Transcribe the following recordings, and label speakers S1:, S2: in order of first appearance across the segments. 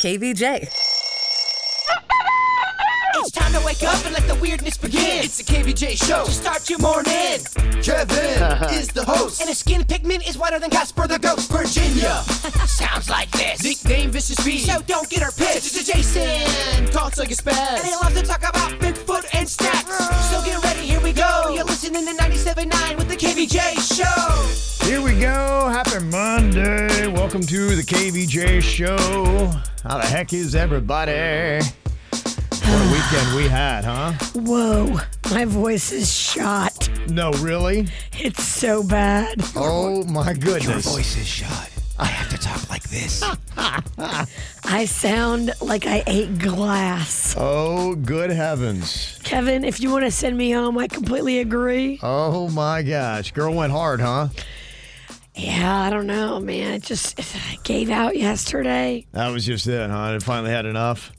S1: KVJ.
S2: It's time to wake up and let the weirdness begin. It's the KVJ show. So start your morning. Kevin is the host. And his skin pigment is whiter than Casper the Ghost. Virginia sounds like this. Nickname Vicious B. So don't get her pissed. It's Jason. Talks like a spaz. And they love to talk about Bigfoot and snacks. So get ready, here we go. You're listening to 97.9 with the KVJ show.
S3: Here we go. Happy Monday. Welcome to the KVJ show. How the heck is everybody? What a weekend we had, huh?
S4: Whoa, my voice is shot.
S3: No, really?
S4: It's so bad.
S3: Oh my goodness.
S2: is shot. I have to talk like this.
S4: I sound like I ate glass.
S3: Oh, good heavens.
S4: Kevin, if you want to send me home, I completely agree.
S3: Oh my gosh. Girl went hard, huh?
S4: Yeah, I don't know, man. It just I gave out yesterday.
S3: That was just it, huh? I finally had enough.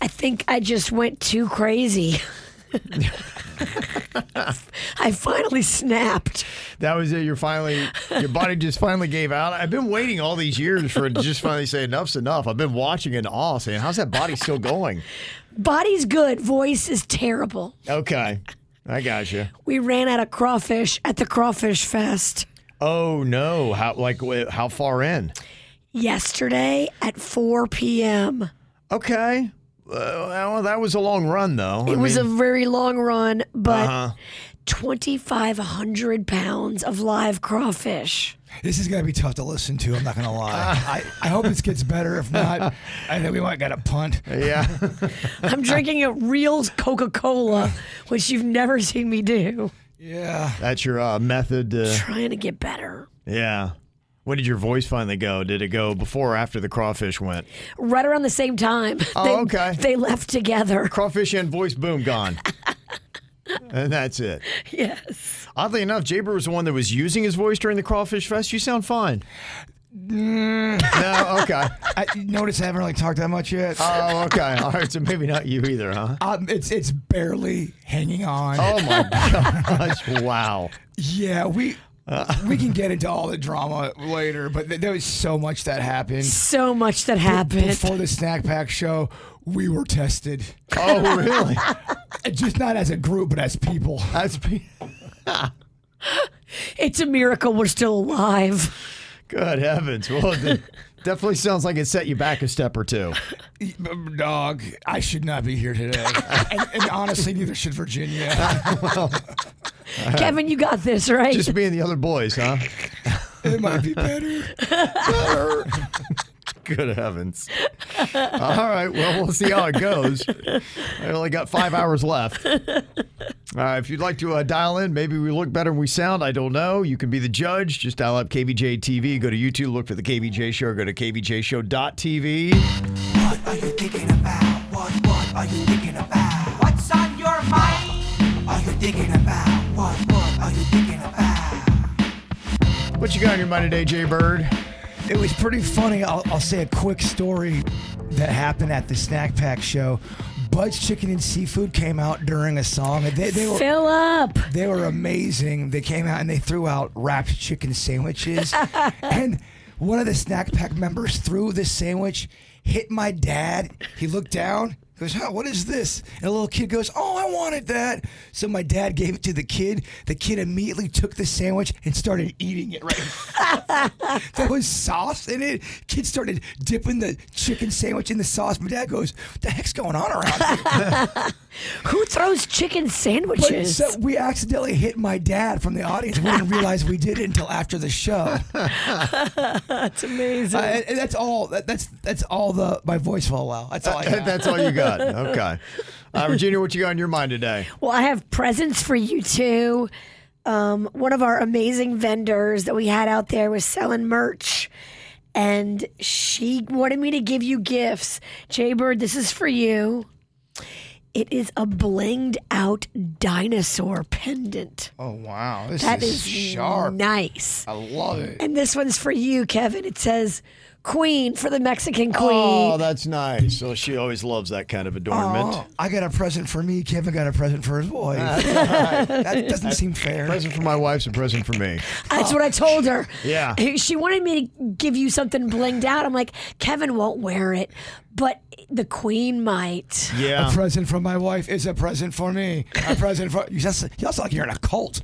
S4: I think I just went too crazy. I finally snapped.
S3: That was it. You're finally, your body just finally gave out. I've been waiting all these years for it to just finally say enough's enough. I've been watching in awe saying, how's that body still going?
S4: Body's good, voice is terrible.
S3: Okay. I got you.
S4: We ran out of crawfish at the crawfish fest
S3: Oh no! How like wh- how far in?
S4: yesterday at 4 p.m.
S3: Okay. Uh, well, that was a long run, though.
S4: It was a very long run, but 2,500 pounds of live crawfish.
S5: This is gonna be tough to listen to. I'm not gonna lie. I, I hope this gets better. If not, I think we might gotta punt.
S3: yeah.
S4: I'm drinking a real Coca Cola, which you've never seen me do.
S5: Yeah.
S3: That's your uh, method. To,
S4: Trying to get better.
S3: yeah. When did your voice finally go? Did it go before or after the crawfish went?
S4: Right around the same time.
S3: Oh,
S4: they,
S3: okay.
S4: They left together.
S3: Crawfish and voice boom gone. and that's it.
S4: Yes.
S3: Oddly enough, Jaber was the one that was using his voice during the crawfish fest. You sound fine.
S4: Mm.
S3: no. Okay.
S5: I you notice I haven't really talked that much yet.
S3: Oh, okay. All right. So maybe not you either, huh?
S5: Um, it's it's barely hanging on.
S3: Oh my gosh! Wow.
S5: Yeah, we we can get into all the drama later, but th- there was so much that happened
S4: So much that happened.
S5: before the snack pack show. We were tested,
S3: Oh, really?
S5: just not as a group, but as people.
S3: That's be-
S4: it's a miracle we're still alive.
S3: good heavens. Well, it de- definitely sounds like it set you back a step or two.
S5: Dog, I should not be here today, and, and honestly, neither should Virginia.
S4: Kevin, you got this, right?
S3: Just me and the other boys, huh?
S5: It might be better.
S3: Good heavens. All right. Well, we'll see how it goes. I only got five hours left. All right. If you'd like to uh, dial in, maybe we look better than we sound. I don't know. You can be the judge. Just dial up KVJ TV. Go to YouTube. Look for the KVJ Show. Go to KVJShow.tv.
S2: What are you thinking about? What what are you thinking about? What's on your mind? Are you thinking about? What what are you thinking about?
S3: What you got on your mind today, Jay Bird?
S5: It was pretty funny. I'll, I'll say a quick story that happened at the Snack Pack show. Bud's Chicken and Seafood came out during a song. and They, they were
S4: Fill up.
S5: they were amazing. They came out and they threw out wrapped chicken sandwiches. and one of the Snack Pack members threw this sandwich, hit my dad. He looked down, goes, huh, What is this? And a little kid goes, Oh, I wanted that. So my dad gave it to the kid. The kid immediately took the sandwich and started eating it right. there was sauce in it. Kid started dipping the chicken sandwich in the sauce. My dad goes, What the heck's going on around here?
S4: Who throws chicken
S5: But
S4: sandwiches?
S5: so we accidentally hit my dad from the audience. We didn't realize we did it until after the show.
S4: That's amazing.
S5: I- and that's all. That, that's that's all the my voice will allow. That's all I got.
S3: That's all you got. Okay. Uh, Virginia, what you got on your mind today?
S4: Well, I have presents for you too. Um, one of our amazing vendors that we had out there was selling merch, and she wanted me to give you gifts. Jaybird, this is for you. It is a blinged out dinosaur pendant.
S5: Oh wow, this
S4: That
S5: is
S4: is
S5: sharp.
S4: nice.
S5: I love it.
S4: And this one's for you, Kevin. It says Queen for the Mexican Queen.
S3: Oh, that's nice. So she always loves that kind of adornment.
S5: Oh, I got a present for me. Kevin got a present for his wife. that doesn't seem fair.
S3: Present for my wife's a present for me.
S4: That's what I told her.
S3: Oh, Yeah.
S4: She wanted me to give you something blinged out. I'm like, Kevin won't wear it, but the queen might.
S3: Yeah.
S5: A present from my wife is a present for me. A present for you. Just, you also like you're in a cult.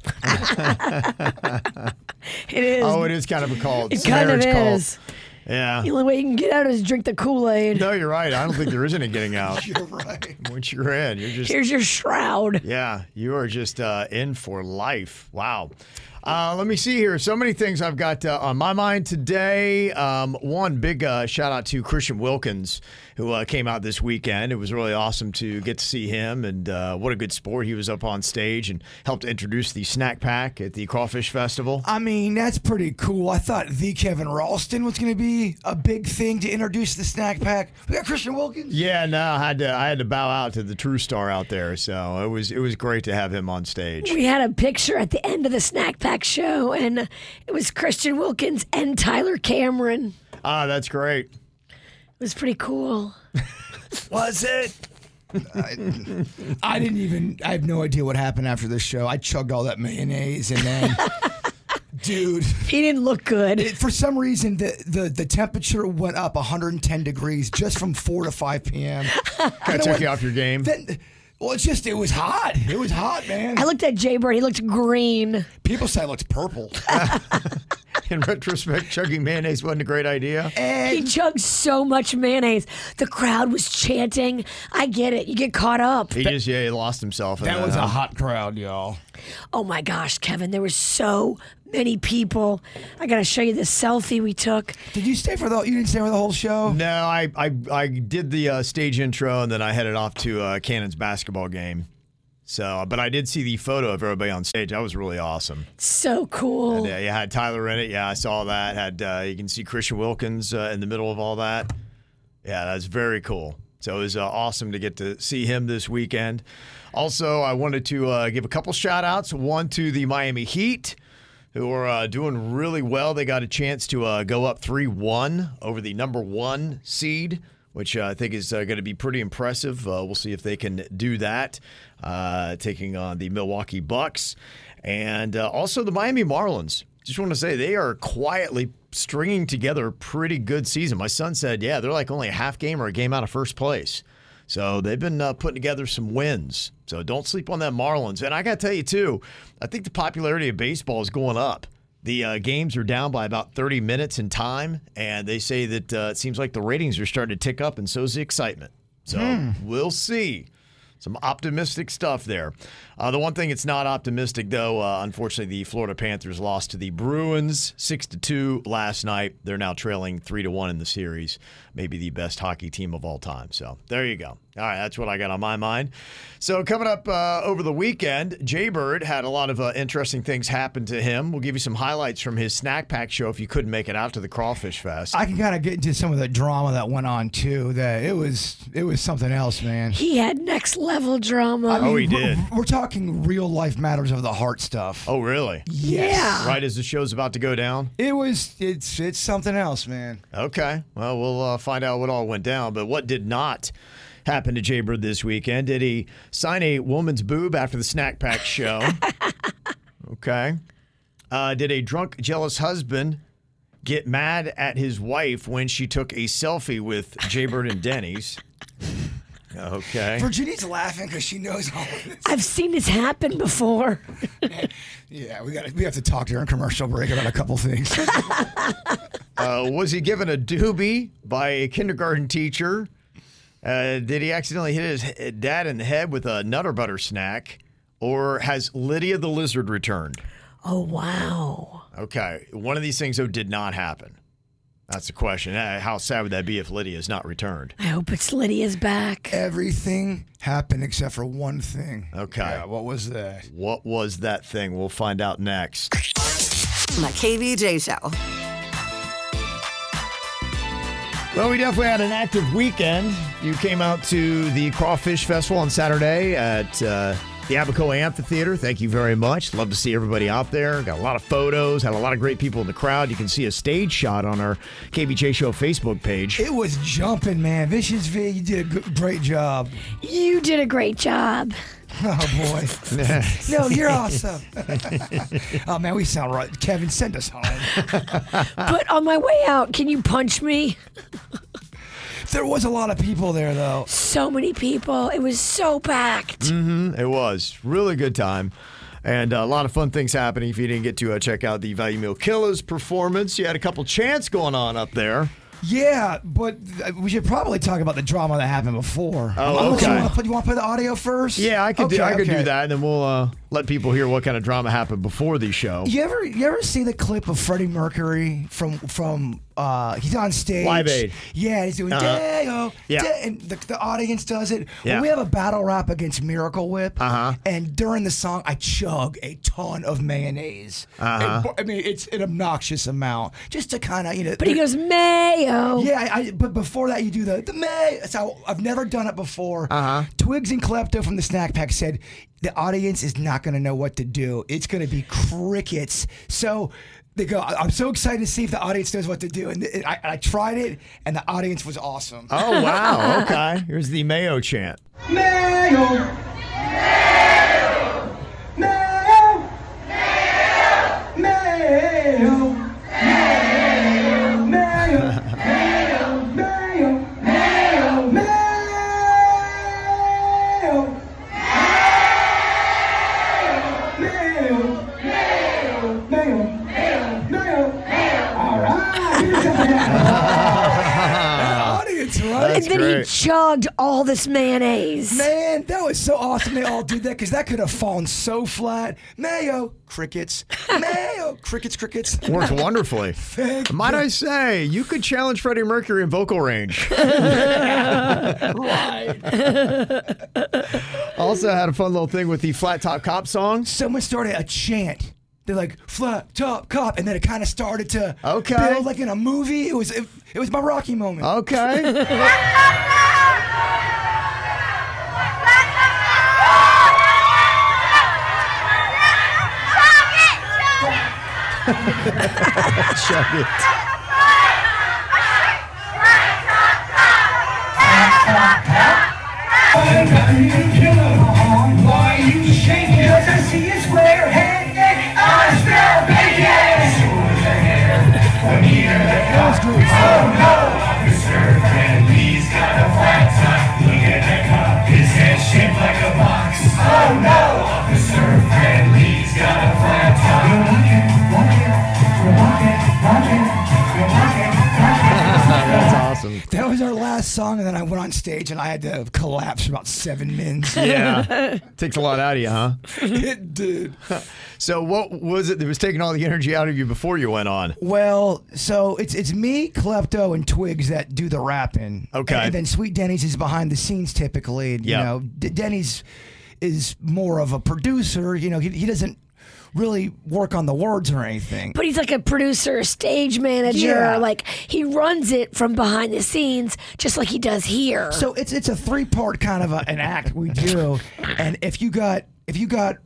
S4: It is.
S3: Oh, it is kind of a cult. It's
S4: it
S3: a
S4: kind of
S3: marriage cult.
S4: is.
S3: Yeah.
S4: The only way you can get out is drink the Kool Aid.
S3: No, you're right. I don't think there is any getting out.
S5: You're right.
S3: Once you're in, you're just
S4: Here's your shroud.
S3: Yeah, you are just uh, in for life. Wow. Uh, let me see here. So many things I've got uh, on my mind today. Um, one big uh, shout out to Christian Wilkins, who uh, came out this weekend. It was really awesome to get to see him, and uh, what a good sport. He was up on stage and helped introduce the snack pack at the Crawfish Festival.
S5: I mean, that's pretty cool. I thought the Kevin Ralston was going to be a big thing to introduce the snack pack. We got Christian Wilkins.
S3: Yeah, no, I had to I had to bow out to the true star out there. So it was it was great to have him on stage.
S4: We had a picture at the end of the Snack Pack show, and it was Christian Wilkins and Tyler Cameron.
S3: Ah, that's great.
S4: It was pretty cool.
S5: Was it? I, I didn't even. I have no idea what happened after this show. I chugged all that mayonnaise and then, dude.
S4: He didn't look good.
S5: it- for some reason the, the the temperature went up 110 degrees just from 4 to 5 p.m.
S3: I took you off your game.
S5: Then well, it's just it was hot. It was hot, man.
S4: I looked at Jay Bird. He looked green.
S5: People say I looked purple.
S3: In retrospect, chugging mayonnaise wasn't a great idea.
S4: He chugged so much mayonnaise. The crowd was chanting. I get it. You get caught up.
S3: He just yeah, he lost himself. in
S5: That was a
S3: huh?
S5: hot crowd, y'all.
S4: Oh my gosh, Kevin, there were so many people. I got to show you the selfie we took.
S5: Did you stay for the? You didn't stay for the whole show.
S3: No, I I, I did the uh, stage intro and then I headed off to uh, Cannon's basketball game. So, but I did see the photo of everybody on stage. That was really awesome.
S4: So cool.
S3: Yeah, you had Tyler in it. Yeah, I saw that. Had uh, you can see Christian Wilkins uh, in the middle of all that. Yeah, that's very cool. So it was uh, awesome to get to see him this weekend. Also, I wanted to uh, give a couple shout outs. One to the Miami Heat, who are uh, doing really well. They got a chance to uh, go up 3 1 over the number one seed, which uh, I think is uh, going to be pretty impressive. Uh, we'll see if they can do that, uh, taking on the Milwaukee Bucks. And uh, also the Miami Marlins just want to say they are quietly stringing together a pretty good season. My son said, yeah, they're like only a half game or a game out of first place. So they've been uh, putting together some wins. So don't sleep on that Marlins. And I got to tell you, too, I think the popularity of baseball is going up. The uh, games are down by about 30 minutes in time, and they say that uh, it seems like the ratings are starting to tick up, and so's the excitement. So we'll see. Some optimistic stuff there. Uh, the one thing that's not optimistic, though, uh, unfortunately, the Florida Panthers lost to the Bruins six to two last night. They're now trailing three to one in the series. Maybe the best hockey team of all time. So there you go. All right, that's what I got on my mind. So coming up uh, over the weekend, Jay Bird had a lot of uh, interesting things happen to him. We'll give you some highlights from his snack pack show if you couldn't make it out to the Crawfish Fest.
S5: I can kind of get into some of the drama that went on too. That it was it was something else, man.
S4: He had next level drama.
S5: I
S3: Oh,
S5: mean,
S3: he
S5: we're-
S3: did.
S5: We're, talking real life matters of the heart stuff.
S3: oh, really?
S4: yeah.
S3: Right as the show's about to go down.
S5: It was it's it's something else, man.
S3: Okay. Well, we'll uh, find out what all went down, but what did not happen to Jay Bird this weekend? Did he sign a woman's boob after the snack pack show? okay. Uh, did a drunk, jealous husband get mad at his wife when she took a selfie with Jay Bird and Denny's? Okay.
S5: Virginia's laughing because she knows all of this.
S4: I've seen this happen before.
S5: Yeah, we got we have to talk during commercial break about a couple things.
S3: Uh, was he given a doobie by a kindergarten teacher? Uh, did he accidentally hit his he- dad in the head with a Nutter Butter snack? Or has Lydia the lizard returned?
S4: Oh, wow.
S3: Okay, one of these things though did not happen. That's the question. Uh, How sad would that be if Lydia is not returned?
S4: I hope it's Lydia's back.
S5: Everything happened except for one thing.
S3: Okay.
S5: Yeah, what was that?
S3: What was that thing? We'll find out next.
S1: My KVJ show.
S3: Well, we definitely had an active weekend. You came out to the Crawfish Festival on Saturday at uh, the Abaco Amphitheater. Thank you very much. Love to see everybody out there. Got a lot of photos, had a lot of great people in the crowd. You can see a stage shot on our KBJ Show Facebook page.
S5: It was jumping, man. Vicious V, you did a good, great job.
S4: You did a great job.
S5: Oh boy. no, you're awesome. oh man, we sound right. Kevin, send us home.
S3: Ah.
S4: But on my way out, can you punch me?
S5: There was a lot of people there though.
S4: So many people. It was so packed.
S3: It was really good time. And a lot of fun things happening. If you didn't get to uh, check out the Value Meal Killers performance, you had a couple chants going on up there.
S5: Yeah, but th- we should probably talk about the drama that happened before.
S3: Oh,
S5: Unless you
S3: okay.
S5: wanna play- You want to play the audio first?
S3: Yeah, I could do,
S5: Okay,
S3: I could do
S5: okay.
S3: that, and then we'll uh, let people hear what kind of drama happened before the show.
S5: You ever you ever see the clip of Freddie Mercury from from uh he's on stage
S3: Live Aid.
S5: Yeah, he's doing
S3: Uh-huh.
S5: Dago,
S3: Yeah.
S5: da-" and the, the audience does it.
S3: Yeah.
S5: Well, we have a battle rap against Miracle Whip, uh-huh. and during the song, I chug a ton of mayonnaise. Uh-huh. I mean, it's an obnoxious amount just to kind of you know.
S4: But he goes, Mayo.
S5: Yeah, I, I, but before that, you do the the May. So I've never done it before. Uh huh. Twigs and Klepto from the Snack Pack said the audience is not going to know what to do. It's going to be crickets. So they go. "I- I'm so excited to see if the audience knows what to do. And th- I, I tried it, and the audience was awesome.
S3: Oh wow! Okay, here's the Mayo chant.
S6: Mayo. Mayo. Mayo. Mayo. Mayo. Mayo. Mayo. Mayo. Mayo. Mayo. Mayo. All right. Here's the
S5: audience, right?
S4: and then he
S3: great.
S4: chugged all this mayonnaise.
S5: Man, that was so awesome. They all did that because that could have fallen so flat. Mayo, crickets. Mayo, crickets, crickets.
S3: Worked wonderfully. Might I say, you could challenge Freddie Mercury in vocal range. Also had a fun little thing with the Flat Top Cop song.
S5: someone started a chant. They're like flat top cop, and then it kind of started to
S3: Okay. Oh.
S5: build like in a movie. It was it, it was my Rocky moment.
S3: Okay. Chug it.
S5: Oh, Oh,
S3: That's awesome.
S5: That was our last song, and then I went on stage and I had to collapse for about seven minutes.
S3: Yeah. Takes a lot out of you, huh?
S5: it did.
S3: So what was it that was taking all the energy out of you before you went on?
S5: Well, so it's it's me, Klepto, and Twigs that do the rapping.
S3: Okay.
S5: And, then Sweet Denny's is behind the scenes typically. and,
S3: Yeah.
S5: You know, D- Denny's is more of a producer. You know, he, he doesn't really work on the words or anything.
S4: But he's like a producer, a stage manager.
S5: Yeah.
S4: Like he runs it from behind the scenes, just like he does here.
S5: So it's it's a three part kind of a, an act we do, and if you got if you got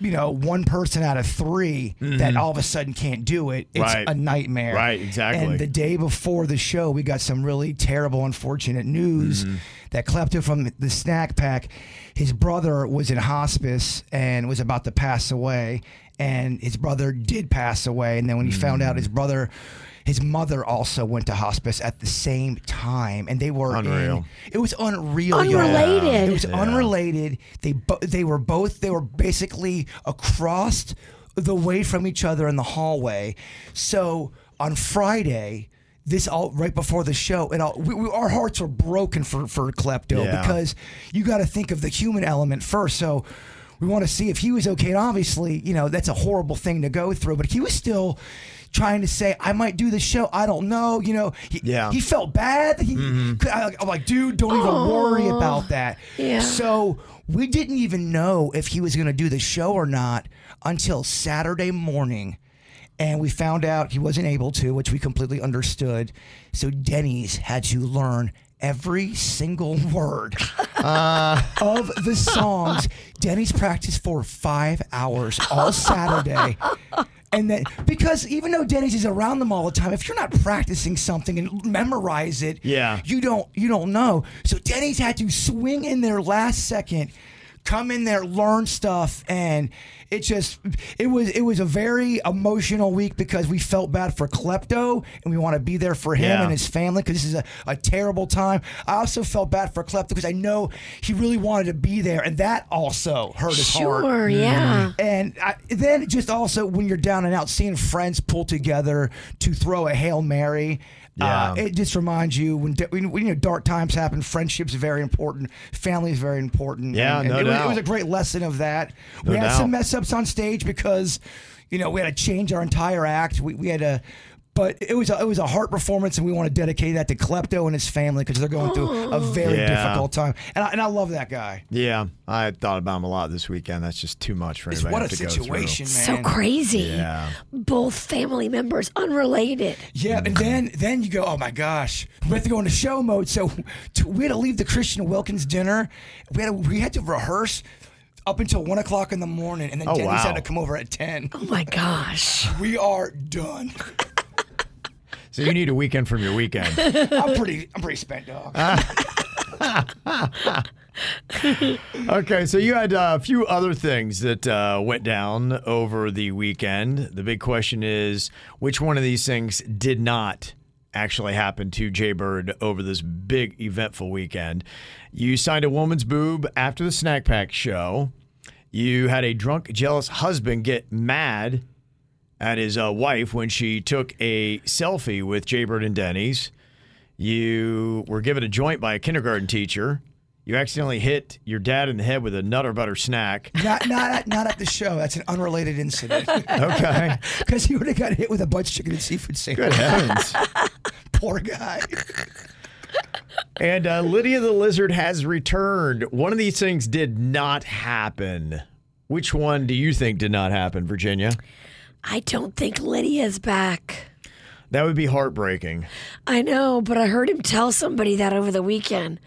S5: you know one person out of 3 that all of a sudden can't do it, it's
S3: Mm-hmm. Right.
S5: a nightmare.
S3: Right, exactly.
S5: And the day before the show, we got some really terrible, unfortunate news that Klepto from the snack pack, his brother was in hospice and was about to pass away. And his brother did pass away. And then when he found out his brother, his mother also went to hospice at the same time. And they were in-
S3: Unreal.
S5: it was unreal. y'all.
S4: Unrelated.
S5: It was unrelated. They bo- they were both they were basically across the way from each other in the hallway. So on Friday, this all right before the show, and all, we, we, our hearts were broken for for Klepto
S3: Yeah.
S5: because you got to think of the human element first. So. We want to see if he was okay. And obviously, you know, that's a horrible thing to go through, but he was still trying to say, I might do this show. I don't know. You know, he,
S3: Yeah.
S5: he felt bad. He, I, am like, dude, don't even worry about that.
S4: Yeah.
S5: So we didn't even know if he was going to do the show or not until Saturday morning. And we found out he wasn't able to, which we completely understood. So Denny's had to learn every single word of the songs. Denny's practiced for five hours all Saturday. And then, because even though Denny's is around them all the time, if you're not practicing something and memorize it,
S3: Yeah.
S5: you don't you don't know. So Denny's had to swing in there last second, come in there, learn stuff, and it just it was it was a very emotional week because we felt bad for Klepto and we want to be there for him
S3: Yeah.
S5: and his family because this is a, a terrible time. I also felt bad for Klepto because I know he really wanted to be there and that also hurt his heart.
S4: Sure, yeah.
S5: And I, then just also when you're down and out, seeing friends pull together to throw a hail mary. Uh,
S3: Yeah.
S5: it just reminds you when, da- when, when you know dark times happen, friendship's very important, family is very important.
S3: Yeah,
S5: and, and
S3: no
S5: it, was-
S3: doubt.
S5: it was a great lesson of that.
S3: No
S5: we had some
S3: doubt.
S5: mess ups on stage because, you know, we had to change our entire act. We, we had to, but it was a, it was a heart performance, and we want to dedicate that to Klepto and his family because they're going through a very
S3: Yeah.
S5: difficult time. And I, and I love that guy.
S3: Yeah, I thought about him a lot this weekend. That's just too much for
S5: It's
S3: anybody
S5: what
S3: to
S5: a
S3: have to go through.
S5: situation, man.
S4: So crazy.
S3: Yeah.
S4: Both family members unrelated.
S5: Yeah, and then then you go, oh my gosh, we have to go into show mode. So to, we had to leave the Christian Wilkins dinner. We had to, we had to rehearse up until one o'clock in the morning, and then
S3: Oh,
S5: Denny's
S3: wow.
S5: had to come over at ten.
S4: Oh my gosh.
S5: We are done.
S3: So you need a weekend from your weekend.
S5: I'm pretty I'm pretty spent, dog.
S3: okay, so you had uh, a few other things that uh, went down over the weekend. The big question is which one of these things did not actually happen to Jay Bird over this big eventful weekend? You signed a woman's boob after the Snack Pack show. You had a drunk, jealous husband get mad at his uh, wife when she took a selfie with Jaybird and Denny's. You were given a joint by a kindergarten teacher. You accidentally hit your dad in the head with a nutter butter snack.
S5: not not at, not at the show. That's an unrelated incident
S3: Okay.
S5: because he would have got hit with a bunch of chicken and seafood sandwich.
S3: Good heavens.
S5: Poor guy.
S3: And uh, Lydia the lizard has returned. One of these things did not happen. Which one do you think did not happen, Virginia?
S4: I don't think Lydia's back.
S3: That would be heartbreaking.
S4: I know, but I heard him tell somebody that over the weekend.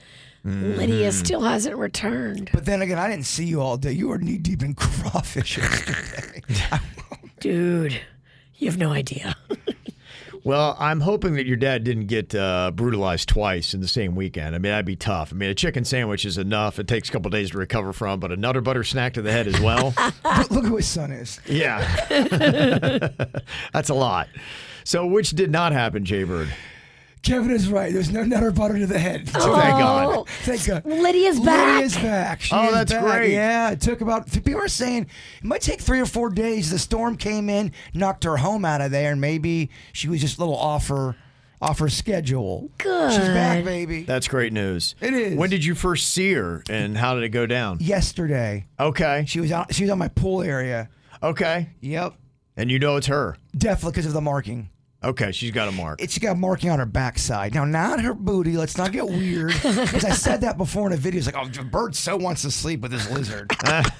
S4: Lydia still hasn't returned.
S5: But then again, I didn't see you all day. You were knee deep in crawfish.
S4: Dude, you have no idea.
S3: Well, I'm hoping that your dad didn't get uh, brutalized twice in the same weekend. I mean, that'd be tough. I mean, a chicken sandwich is enough. It takes a couple days to recover from, but a nutter butter snack to the head as well.
S5: look, look who his son is.
S3: yeah. That's a lot. So, which did not happen, Jaybird?
S5: Kevin is right. There's no nutter butter to the head.
S3: Thank God.
S5: Thank God.
S4: Oh, Lydia's back.
S5: Lydia's back. She
S3: Oh,
S5: is
S3: that's
S5: back.
S3: great.
S5: Yeah, it took about. People are saying it might take three or four days. The storm came in, knocked her home out of there, and maybe she was just a little off her, off her schedule.
S4: Good.
S5: She's back, baby.
S3: That's great news.
S5: It is.
S3: When did you first see her and how did it go down?
S5: Yesterday,
S3: Okay.
S5: she was out. She was on my pool area.
S3: Okay.
S5: Yep,
S3: And you know it's her.
S5: definitely because of the marking.
S3: Okay. She's got a mark.
S5: It, she got marking on her backside. Now, not her booty. Let's not get weird. Because I said that before in a video. It's like, oh, the bird so wants to sleep with his lizard. but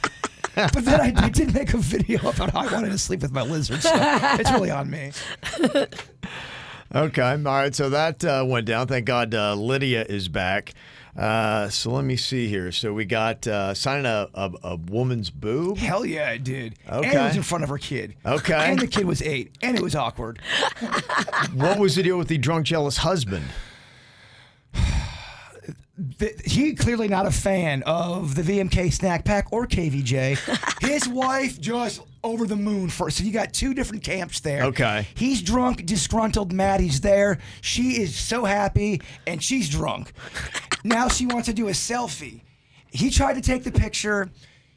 S5: then I, I did make a video about how I wanted to sleep with my lizard. So it's really on me.
S3: Okay. All right. So that uh, went down. Thank God uh, Lydia is back. Uh, so let me see here. So we got uh, signing a, a, a woman's boob.
S5: Hell yeah, I did. And
S3: Okay.
S5: it was in front of her kid.
S3: Okay.
S5: And the kid was eight. And it was awkward.
S3: What was the deal with the drunk, jealous husband?
S5: the, he clearly not a fan of the VMK snack pack or KVJ. His wife just over the moon for so you got two different camps there.
S3: Okay.
S5: He's drunk, disgruntled, mad he's there. She is so happy and she's drunk. now she wants to do a selfie. He tried to take the picture.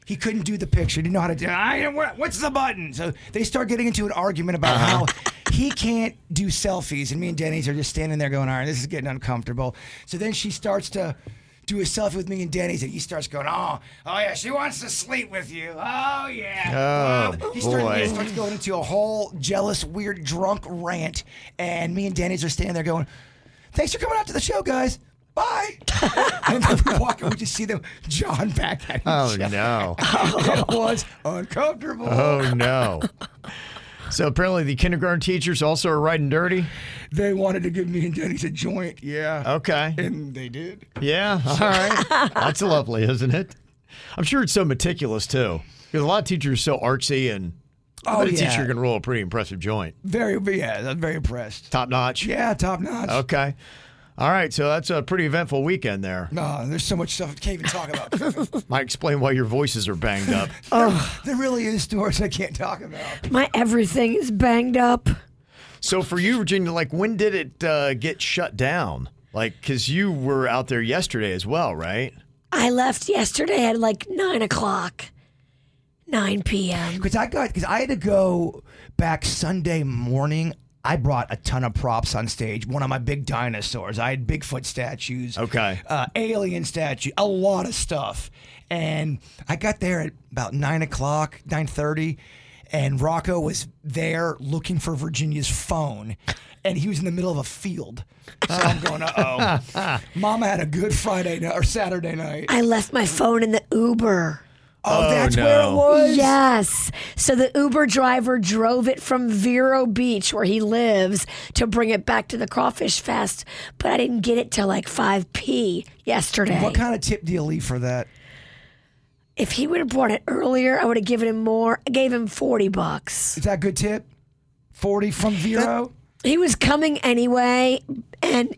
S5: He couldn't do the picture. Didn't know how to do. I, what- what's the button? So they start getting into an argument about how he can't do selfies, and me and Denny's are just standing there going, "All right, this is getting uncomfortable." So then she starts to do a selfie with me and Denny's, and he starts going, "Oh, oh yeah, she wants to sleep with you. Oh yeah."
S3: Oh,
S5: he started,
S3: boy.
S5: He starts going into a whole jealous, weird, drunk rant, and me and Denny's are standing there going, "Thanks for coming out to the show, guys." Bye. and then we walk and we just see them John back at each
S3: Oh,
S5: other
S3: no.
S5: it was uncomfortable.
S3: Oh, no. So apparently the kindergarten teachers also are riding dirty.
S5: They wanted to give me and Denny's a joint. Yeah.
S3: Okay.
S5: And they did.
S3: Oh. Yeah. All right. That's lovely, isn't it? I'm sure it's so meticulous too. Because a lot of teachers are so artsy and I
S5: Oh,
S3: bet a teacher can roll a pretty impressive joint.
S5: Very, yeah, I'm very impressed.
S3: Top notch.
S5: Yeah, top notch.
S3: Okay. All right. So that's a pretty eventful weekend there.
S5: No, there's so much stuff I can't even talk about. there
S3: Might explain why your voices are banged up.
S5: really is stories I can't talk about.
S4: My everything is banged up.
S3: so for you, Virginia, like when did it uh, get shut down? Like, because you were out there yesterday as well, right?
S4: I left yesterday at like 9 o'clock, 9 p.m.
S5: Because I got, because I had to go back Sunday morning. I brought a ton of props on stage. One of my big dinosaurs. I had Bigfoot statues.
S3: Okay.
S5: Uh, alien statue. A lot of stuff. And I got there at about nine o'clock, nine thirty, and Rocco was there looking for Virginia's phone, and he was in the middle of a field. So I'm going, uh oh. Mama had a good Friday night or Saturday night.
S4: I left my phone in the Uber.
S5: Oh, that's
S3: no.
S5: where it was.
S4: Yes. So the Uber driver drove it from Vero Beach, where he lives, to bring it back to the Crawfish Fest. But I didn't get it till like 5 p yesterday.
S5: What kind of tip do you leave for that?
S4: if he would have brought it earlier, I would have given him more. I gave him 40 bucks.
S5: Is that a good tip? 40 from Vero?
S4: He was coming anyway, and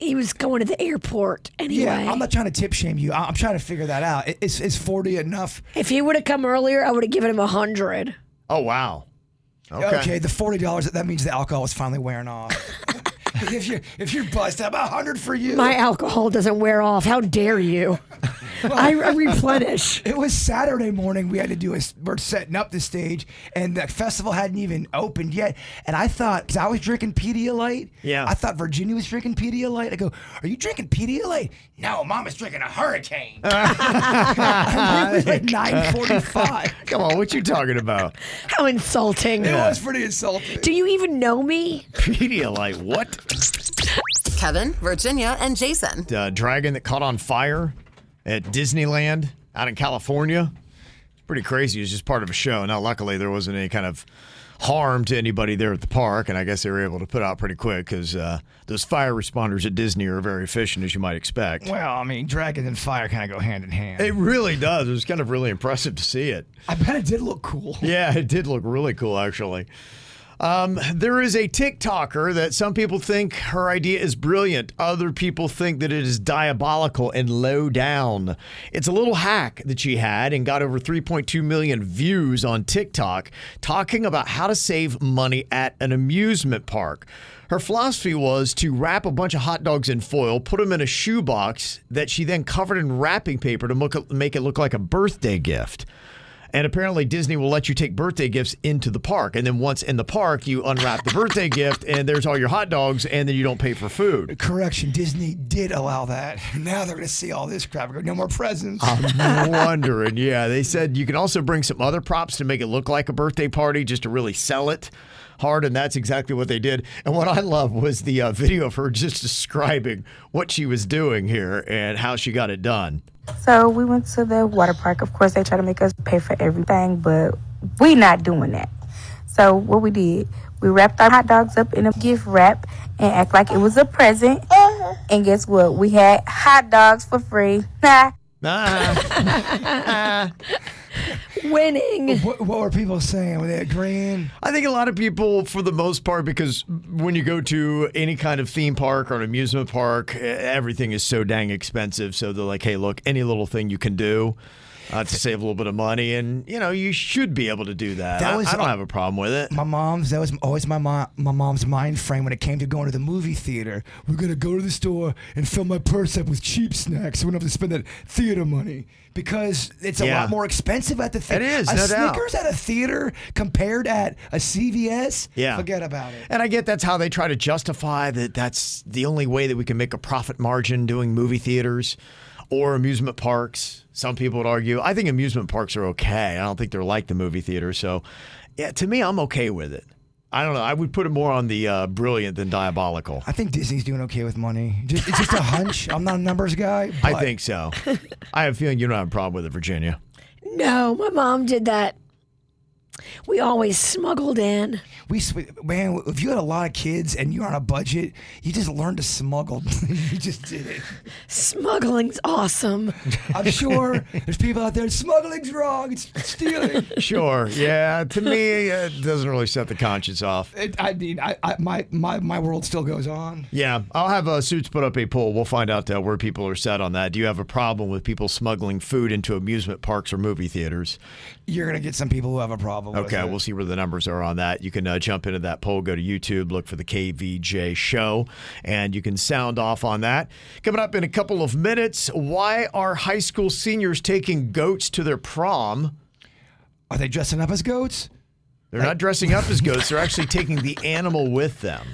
S4: he was going to the airport anyway.
S5: yeah, I'm not trying to tip shame you. I- I'm trying to figure that out. I- Is, is 40 enough?
S4: if he would have come earlier, I would have given him a 100.
S3: Oh, wow.
S5: Okay. the $40, that means the alcohol is finally wearing off. if you if you're bust up, 100 for you.
S4: My alcohol doesn't wear off. How dare you? I, I replenish.
S5: it was Saturday morning. We had to do a, we're setting up the stage, and the festival hadn't even opened yet. And I thought, because I was drinking Pedialyte.
S3: Yeah.
S5: I thought Virginia was drinking Pedialyte. I go, Are you drinking Pedialyte? No, Mama's drinking a hurricane. I mean, it was like 945.
S3: Come on, what you talking about?
S4: How insulting.
S5: It was pretty insulting.
S4: Do you even know me?
S3: Pedialyte, what?
S1: Kevin, Virginia, and Jason.
S3: Uh, dragon that caught on fire at Disneyland out in California. Pretty crazy. It was just part of a show. Now, luckily, there wasn't any kind of harm to anybody there at the park, and I guess they were able to put out pretty quick because uh, those fire responders at Disney are very efficient, as you might expect.
S5: Well, I mean, dragon and fire kind of go hand in hand.
S3: It really does. It was kind of really impressive to see it.
S5: I bet it did look cool.
S3: Yeah, it did look really cool, actually. Um, there is a TikToker that some people think her idea is brilliant. Other people think that it is diabolical and low down. It's a little hack that she had and got over 3.2 million views on TikTok talking about how to save money at an amusement park. Her philosophy was to wrap a bunch of hot dogs in foil, put them in a shoebox that she then covered in wrapping paper to look- make it look like a birthday gift. And apparently, Disney will let you take birthday gifts into the park. And then once in the park, you unwrap the birthday gift, and there's all your hot dogs, and then you don't pay for food.
S5: Correction, Disney did allow that. Now they're going to see all this crap. and Go, no more presents.
S3: I'm wondering. Yeah, they said you can also bring some other props to make it look like a birthday party just to really sell it hard. And that's exactly what they did. And what I love was the uh, video of her just describing what she was doing here and how she got it done.
S7: So we went to the water park. Of course, they try to make us pay for everything, but we not doing that. So what we did, we wrapped our hot dogs up in a gift wrap and act like it was a present. And guess what? We had hot dogs for free. Nah.
S3: Ah,
S4: Winning.
S5: what, what were people saying? Were they agreeing?
S3: I think a lot of people, for the most part, because when you go to any kind of theme park or an amusement park, eh, everything is so dang expensive. So they're like, hey, look, any little thing you can do uh, to save a little bit of money. And, you know, you should be able to do that.
S5: That
S3: I-
S5: was-
S3: I, don't have a problem with it.
S5: My mom's that was always my mom my mom's mind frame when it came to going to the movie theater. We're gonna go to the store and fill my purse up with cheap snacks. So we don't have to spend that theater money because it's a
S3: Yeah.
S5: lot more expensive at the theater.
S3: It is,
S5: a
S3: no doubt.
S5: Snickers at a theater compared at a CVS.
S3: Yeah.
S5: forget about it.
S3: And I get that's how they try to justify that that's the only way that we can make a profit margin doing movie theaters or amusement parks. Some people would argue. I think amusement parks are okay. I don't think they're like the movie theater. So, yeah, to me, I'm okay with it. I don't know. I would put it more on the uh, brilliant than diabolical.
S5: I think Disney's doing okay with money. Just, it's just a hunch. I'm not a numbers guy.
S3: I
S5: but
S3: think so. I have a feeling you don't have a problem with it, Virginia.
S4: No, my mom did that. We always smuggled in.
S5: We sw- man, if you had a lot of kids and you're on a budget, you just learn to smuggle. you just did it.
S4: Smuggling's awesome.
S5: I'm sure there's people out there smuggling's wrong. It's stealing.
S3: Sure. Yeah. To me, uh, it doesn't really set the conscience off.
S5: It, I mean, I, I, my, my my world still goes on.
S3: Yeah. I'll have uh, Suits put up a poll. We'll find out uh, where people are set on that. Do you have a problem with people smuggling food into amusement parks or movie theaters?
S5: You're gonna get some people who have a problem. with
S3: Okay,
S5: it.
S3: we'll see where the numbers are on that. You can uh, jump into that poll, go to YouTube, look for the KVJ show, and you can sound off on that. Coming up in a couple of minutes, why are high school seniors taking goats to their prom?
S5: Are they dressing up as goats?
S3: They're not dressing up as goats, they're actually taking the animal with them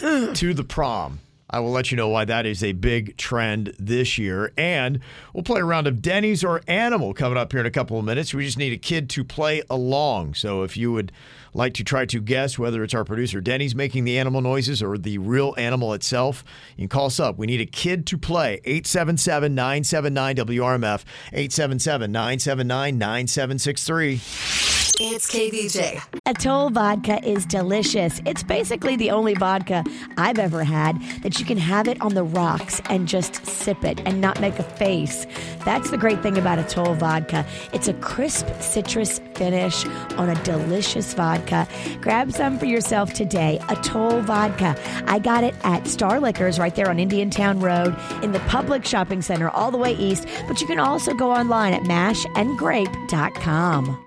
S3: to the prom. I will let you know why that is a big trend this year. And we'll play a round of Denny's or Animal coming up here in a couple of minutes. We just need a kid to play along. So if you would like to try to guess whether it's our producer Denny's making the animal noises or the real animal itself, you can call us up. We need a kid to play 877 979 WRMF, 877 979 9763.
S1: It's KVJ.
S4: Atoll vodka is delicious. It's basically the only vodka I've ever had that you can have it on the rocks and just sip it and not make a face. That's the great thing about Atoll vodka. It's a crisp citrus finish on a delicious vodka. Grab some for yourself today. Atoll vodka. I got it at Star Liquors right there on Indian Town Road in the public shopping center all the way east, but you can also go online at mashandgrape.com.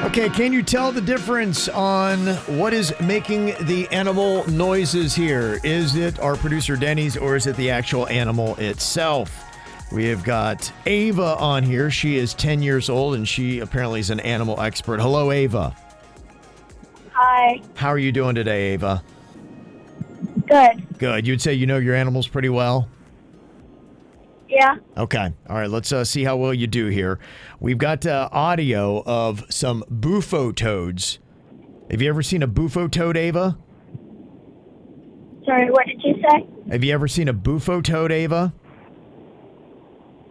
S3: Okay, can you tell the difference on what is making the animal noises here? Is it our producer Denny's or is it the actual animal itself? We have got Ava on here. She is 10 years old and she apparently is an animal expert. Hello, Ava.
S7: Hi.
S3: How are you doing today, Ava?
S7: Good.
S3: Good. You'd say you know your animals pretty well?
S7: Yeah.
S3: Okay. All right. Let's uh, see how well you do here. We've got uh, audio of some bufo toads. Have you ever seen a bufo toad, Ava?
S7: Sorry, what did you say?
S3: Have you ever seen a bufo toad, Ava?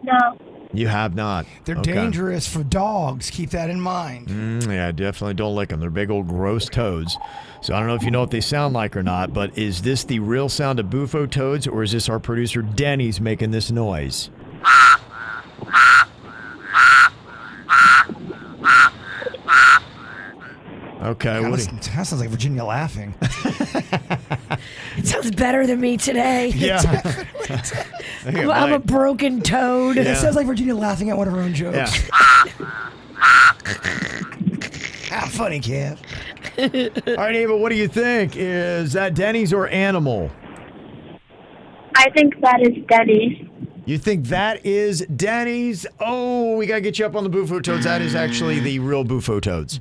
S7: No.
S3: You have not.
S5: They're
S3: Okay.
S5: dangerous for dogs. Keep that in mind.
S3: Mm, yeah, definitely don't lick them. They're big old gross toads. So I don't know if you know what they sound like or not, but is this the real sound of bufo toads or is this our producer Denny's making this noise? Okay,
S5: God,
S3: what do
S5: listen, that sounds like Virginia laughing.
S4: It sounds better than me today.
S3: you- yeah.
S4: I'm, I'm a broken toad.
S5: It sounds like Virginia laughing at one of her own jokes.
S3: yeah.
S5: Ah, funny, kid.
S3: All right, Ava, what do you think? Is that Denny's or animal?
S7: I think that is Denny's.
S3: You think that is Denny's? Oh, we got to get you up on the Bufo Toads. That is actually the real Bufo Toads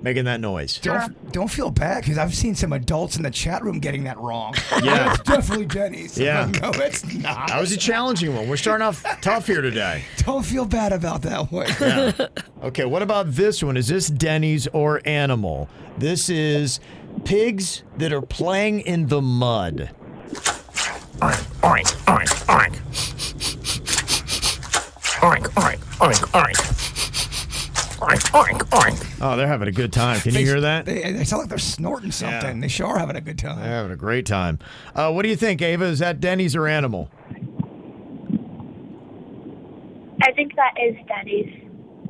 S3: making that noise.
S5: Don't, don't feel bad because I've seen some adults in the chat room getting that wrong.
S3: Yeah.
S5: it's definitely Denny's.
S3: Yeah.
S5: no, it's not.
S3: That was a challenging one. We're starting off tough here today.
S5: Don't feel bad about that one.
S3: Okay, what about this one? Is this Denny's or animal? This is pigs that are playing in the mud.
S2: Oink, oink, oink. Oink, oink, oink, oink. Oink, oink, oink.
S3: Oh, they're having a good time. Can you hear that? They're
S5: They, they sound like they're snorting something.
S3: Yeah.
S5: They sure are having a good time.
S3: having a great time. Uh, what do you think, Ava? Is that Denny's or animal?
S7: I think that is Denny's.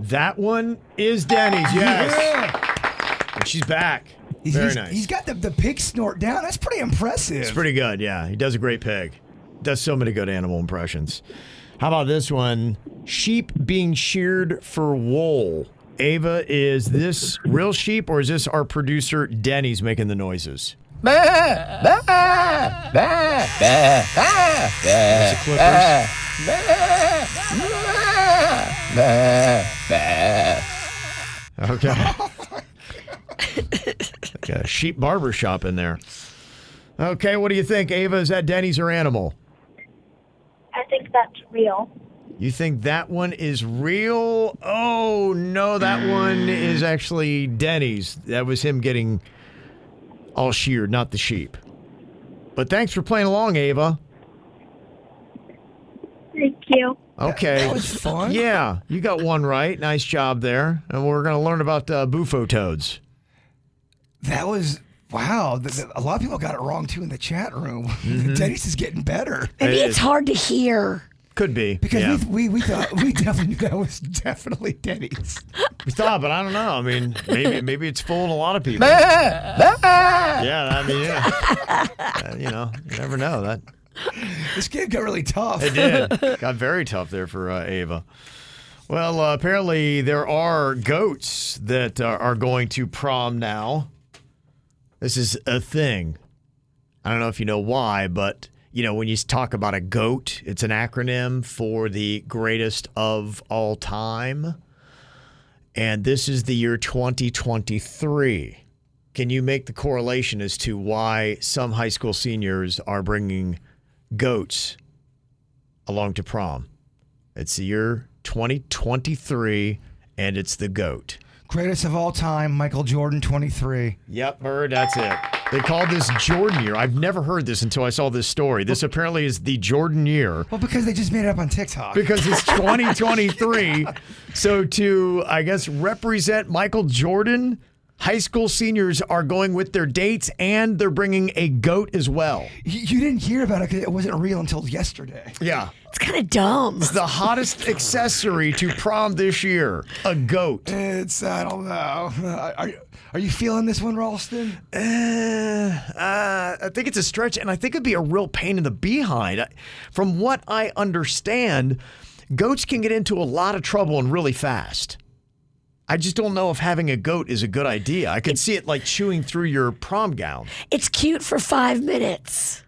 S3: That one is Denny's. Yes.
S5: Yeah.
S3: And she's back.
S5: He's-
S3: Very
S5: he's-
S3: nice.
S5: He's got the, the pig snort down. That's pretty impressive.
S3: It's pretty good, yeah. He does a great pig. Does so many good animal impressions. How about this one? Sheep being sheared for wool. Ava, is this real sheep or is this our producer Denny's making the noises?
S8: That's
S3: the Clippers. Okay. like a sheep barber shop in there. Okay, what do you think, Ava? Is that Denny's or Animal?
S9: I think that's real.
S3: You think that one is real? Oh, no, that one is actually Denny's. That was him getting all sheared, not the sheep. But thanks for playing along, Ava.
S9: Thank you.
S3: Okay.
S9: That was fun.
S3: Yeah, you got one right. Nice job there. And we're going to learn about uh, bufo toads.
S5: That was wow. th- th- a lot of people got it wrong too in the chat room.
S3: Mm-hmm.
S5: Denny's is getting better.
S4: Maybe it's hard to hear.
S3: Could be.
S5: because
S3: yeah.
S5: we, we we thought we definitely knew that was definitely Denny's.
S3: We thought, but I don't know. I mean, maybe maybe it's fooling a lot of people. Yeah, I mean, yeah. Uh, you know, you never know. That
S5: this game got really tough.
S3: It did. Got very tough there for uh, Ava. Well, uh, apparently there are goats that uh, are going to prom now. This is a thing. I don't know if you know why, but you know when you talk about a goat, it's an acronym for the greatest of all time. And this is the year 2023. Can you make the correlation as to why some high school seniors are bringing goats along to prom? It's the year 2023, and it's the goat.
S5: Greatest of all time, Michael Jordan, 23.
S3: Yep, Bird, that's it. They call this Jordan year. I've never heard this until I saw this story. This apparently is the Jordan year.
S5: Well, because they just made it up on TikTok.
S3: because it's 2023. so to, I guess, represent Michael Jordan, high school seniors are going with their dates and they're bringing a goat as well.
S5: You, you didn't hear about it because it wasn't real until yesterday.
S3: Yeah.
S4: It's kind of dumb.
S3: It's the hottest accessory to prom this year, a goat.
S5: It's I don't know. Uh, Are you are you feeling this one, Ralston?
S3: Uh, uh, I think it's a stretch, and I think it'd be a real pain in the behind. I- From what I understand, goats can get into a lot of trouble and really fast. I just don't know if having a goat is a good idea. I could see it like chewing through your prom gown.
S4: It's cute for five minutes,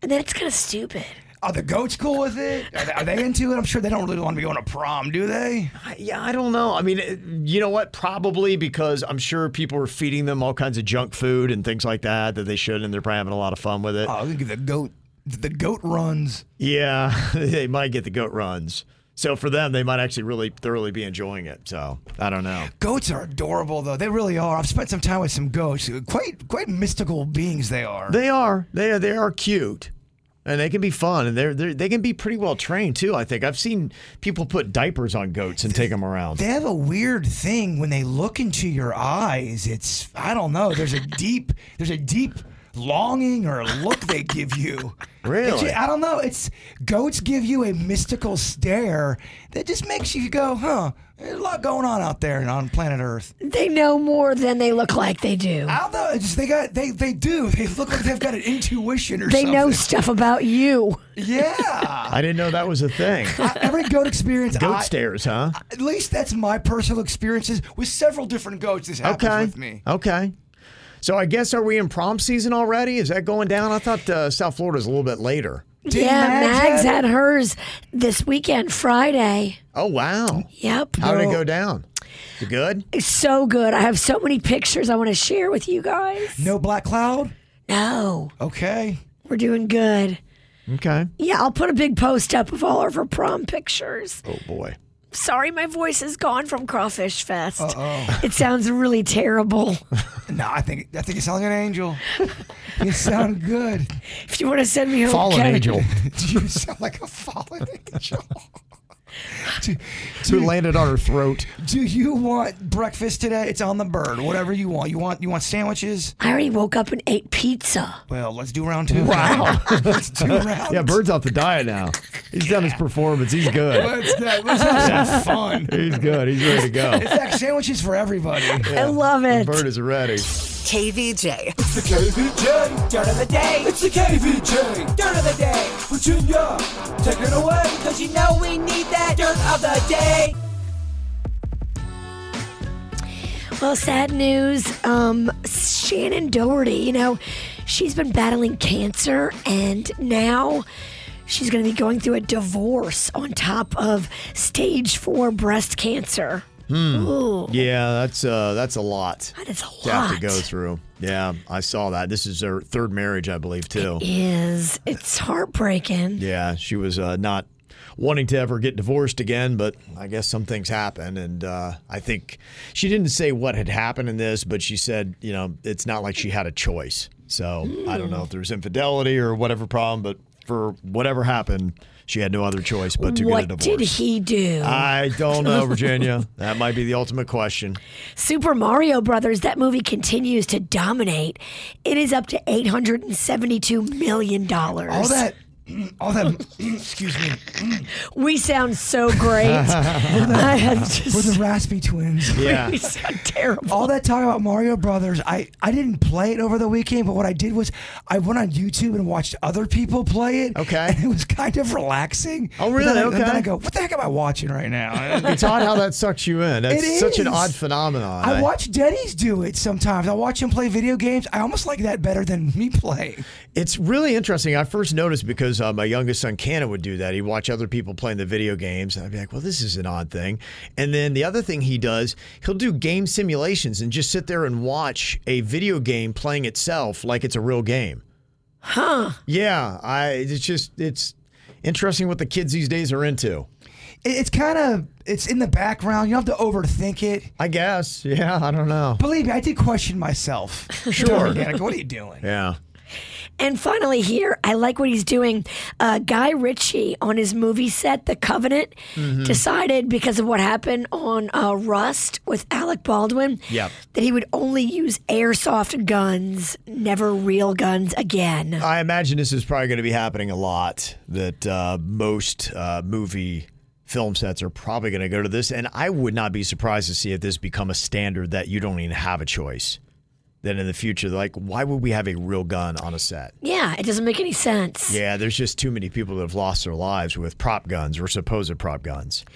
S4: and then it's kind of stupid.
S5: Are the goats cool with it? Are they, are they into it? I'm sure they don't really want to be going to prom, do they?
S3: I- Yeah, I don't know. I mean, it- you know what? Probably because I'm sure people are feeding them all kinds of junk food and things like that that they should, and they're probably having a lot of fun with it.
S5: Oh, look at the goat. The goat runs.
S3: Yeah, they might get the goat runs. So for them, they might actually really thoroughly be enjoying it. So I don't know.
S5: Goats are adorable, though. They really are. I've spent some time with some goats. Quite quite mystical beings they are.
S3: They are. They are. They are cute, and they can be fun, and they're, they're they can be pretty well trained too. I think I've seen people put diapers on goats and take them around.
S5: They have a weird thing when they look into your eyes. It's I don't know. There's a deep there's a deep longing or look they give you.
S3: Really?
S5: It's- I don't know. It's goats give you a mystical stare that just makes you go, huh? There's a lot going on out there and on planet Earth.
S3: Mm.
S4: They know more than they look like they do.
S5: I don't know. It's just they got they they do. They look like they've got an intuition or
S4: They
S5: something.
S4: know stuff about you.
S5: Yeah.
S3: I didn't know that was a thing.
S5: I- Every goat experience,
S3: Goat
S5: I,
S3: stares, huh?
S5: at least that's my personal experiences with several different goats. This happens
S3: Okay.
S5: with me.
S3: Okay. So I guess are we in prom season already? Is that going down? I thought uh, South Florida's a little bit later.
S5: Did
S4: yeah,
S5: Mags
S4: Mags
S5: have
S4: had hers this weekend, Friday.
S3: Oh wow!
S4: Yep.
S3: How did it go down? You good?
S4: It's so good. I have so many pictures I want to share with you guys.
S5: No black cloud.
S4: No,
S5: Okay.
S4: we're doing good.
S3: Okay.
S4: Yeah, I'll put a big post up of all of her prom pictures.
S3: Oh boy.
S4: Sorry, my voice is gone from Crawfish Fest. It sounds really terrible.
S5: No, I think I think you sound like an angel. you sound good.
S4: If you want to send me home,
S3: Fallen
S4: Kevin-
S3: angel.
S5: you sound like a fallen angel.
S3: Who landed on her throat?
S5: Do you want breakfast today? It's on the bird. Whatever you want. You want you want sandwiches?
S4: I already woke up and ate pizza.
S5: Well, let's do round two. Wow. let's do round.
S3: Yeah, Bird's off the diet now. He's done his performance. He's good.
S5: Let's, let's have some fun.
S3: He's good. He's ready to go.
S5: In fact, sandwiches for everybody.
S4: I love it.
S3: Bird is ready.
S1: KVJ.
S2: It's the KVJ. Dirt of the day. It's the KVJ. Dirt of the day. Virginia, take it away. Cause you know we need that dirt of the day.
S4: Well, sad news. Um, Shannon Doherty, you know, she's been battling cancer and now she's going to be going through a divorce on top of stage four breast cancer.
S3: Hmm.
S4: Ooh.
S3: Yeah, that's uh, that's a lot.
S4: That is a
S3: to have to
S4: lot.
S3: go through. Yeah, I saw that. This is her third marriage, I believe, too.
S4: Is it's heartbreaking.
S3: Yeah, she was uh, not wanting to ever get divorced again, but I guess some things happen. And uh, I think she didn't say what had happened in this, but she said, you know, it's not like she had a choice. So I don't know if there was infidelity or whatever problem, but for whatever happened, she had no other choice but to
S4: what
S3: get a divorce.
S4: did he do?
S3: I don't know, Virginia. that might be the ultimate question.
S4: Super Mario Brothers, that movie continues to dominate. It is up to $872 million.
S5: All that, all that. excuse me.
S4: We sound so great. I am just.
S5: We're the Raspy Twins.
S4: Yeah. We sound terrible.
S5: All that talk about Mario Brothers, I, I didn't play it over the weekend, but what I did was I went on YouTube and watched other people play it. Okay. And it was kind of relaxing.
S3: Oh,
S5: But
S3: really?
S5: Then I,
S3: Okay.
S5: Then I go, what the heck am I watching right now?
S3: It's odd how that sucks you in. That's
S5: It
S3: such an
S5: is.
S3: odd phenomenon.
S5: I watch Denny's do it sometimes. I watch him play video games. I almost like that better than me playing.
S3: It's really interesting. I first noticed because uh, my youngest son Cannon would do that. He'd watch other people playing the video games, and I'd be like, "Well, this is an odd thing." And then the other thing he does, he'll do game simulations and just sit there and watch a video game playing itself like it's a real game.
S4: Huh?
S3: Yeah, I. It's just it's interesting what the kids these days are into.
S5: It- It's kind of it's in the background. You don't have to overthink it.
S3: I guess. Yeah, I don't know.
S5: Believe me, I did question myself.
S3: Sure.
S5: Danica, what are you doing?
S3: Yeah.
S4: And finally, here, I like what he's doing. Uh, Guy Ritchie on his movie set, The Covenant,
S6: Mhm.
S4: decided because of what happened on uh, Rust with Alec Baldwin
S3: Yep.
S4: that he would only use airsoft guns, never real guns again.
S3: I imagine this is probably going to be happening a lot. That uh, most uh, movie film sets are probably going to go to this, and I would not be surprised to see if this become a standard that you don't even have a choice. Then in the future, like, why would we have a real gun on a set?
S4: Yeah, it doesn't make any sense.
S3: Yeah, there's just too many people that have lost their lives with prop guns or supposed prop guns.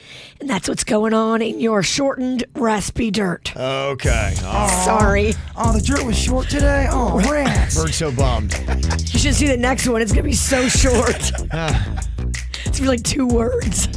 S4: And that's what's going on in your shortened, raspy dirt.
S3: Oh. Okay. Aw.
S4: Sorry.
S5: Oh, the dirt was short today. Oh, rats.
S3: Bird's so bummed.
S4: You should see the next one. It's going to be so short.
S3: Ah.
S4: it's going to be like two words.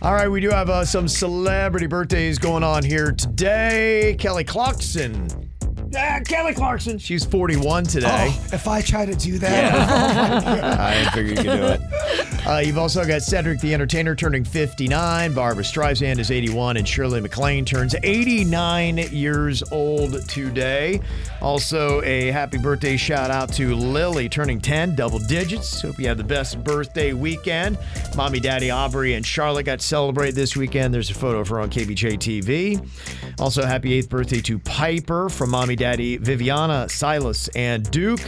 S3: All right, we do have uh, some celebrity birthdays going on here today. Kelly Clarkson. Ah, Kelly Clarkson. She's 41 today.
S5: Oh, if I try to do that,
S3: I didn't figure you could do it. Uh, you've also got Cedric the Entertainer turning 59. Barbara Streisand is 81. And Shirley MacLaine turns 89 years old today. Also, a happy birthday shout out to Lily turning 10, double digits. Hope you have the best birthday weekend. Mommy, Daddy, Aubrey, and Charlotte got to celebrate this weekend. There's a photo of her on KBJ TV. Also, happy eighth birthday to Piper from Mommy, Daddy, Viviana, Silas, and Duke.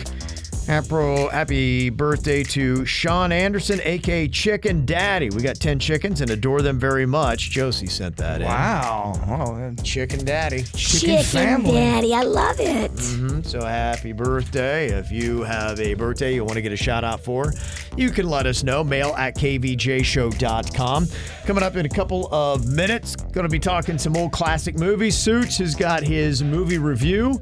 S3: Apro, happy birthday to Sean Anderson, aka Chicken Daddy. We got 10 chickens and adore them very much. Josie sent that in.
S5: Wow. Oh,
S3: chicken daddy.
S4: Chicken, Daddy. I love it.
S3: hmm So happy birthday. If you have a birthday you want to get a shout out for, you can let us know. Mail at kvjshow.com. Coming up in a couple of minutes, going to be talking some old classic movies. Suits has got his movie review,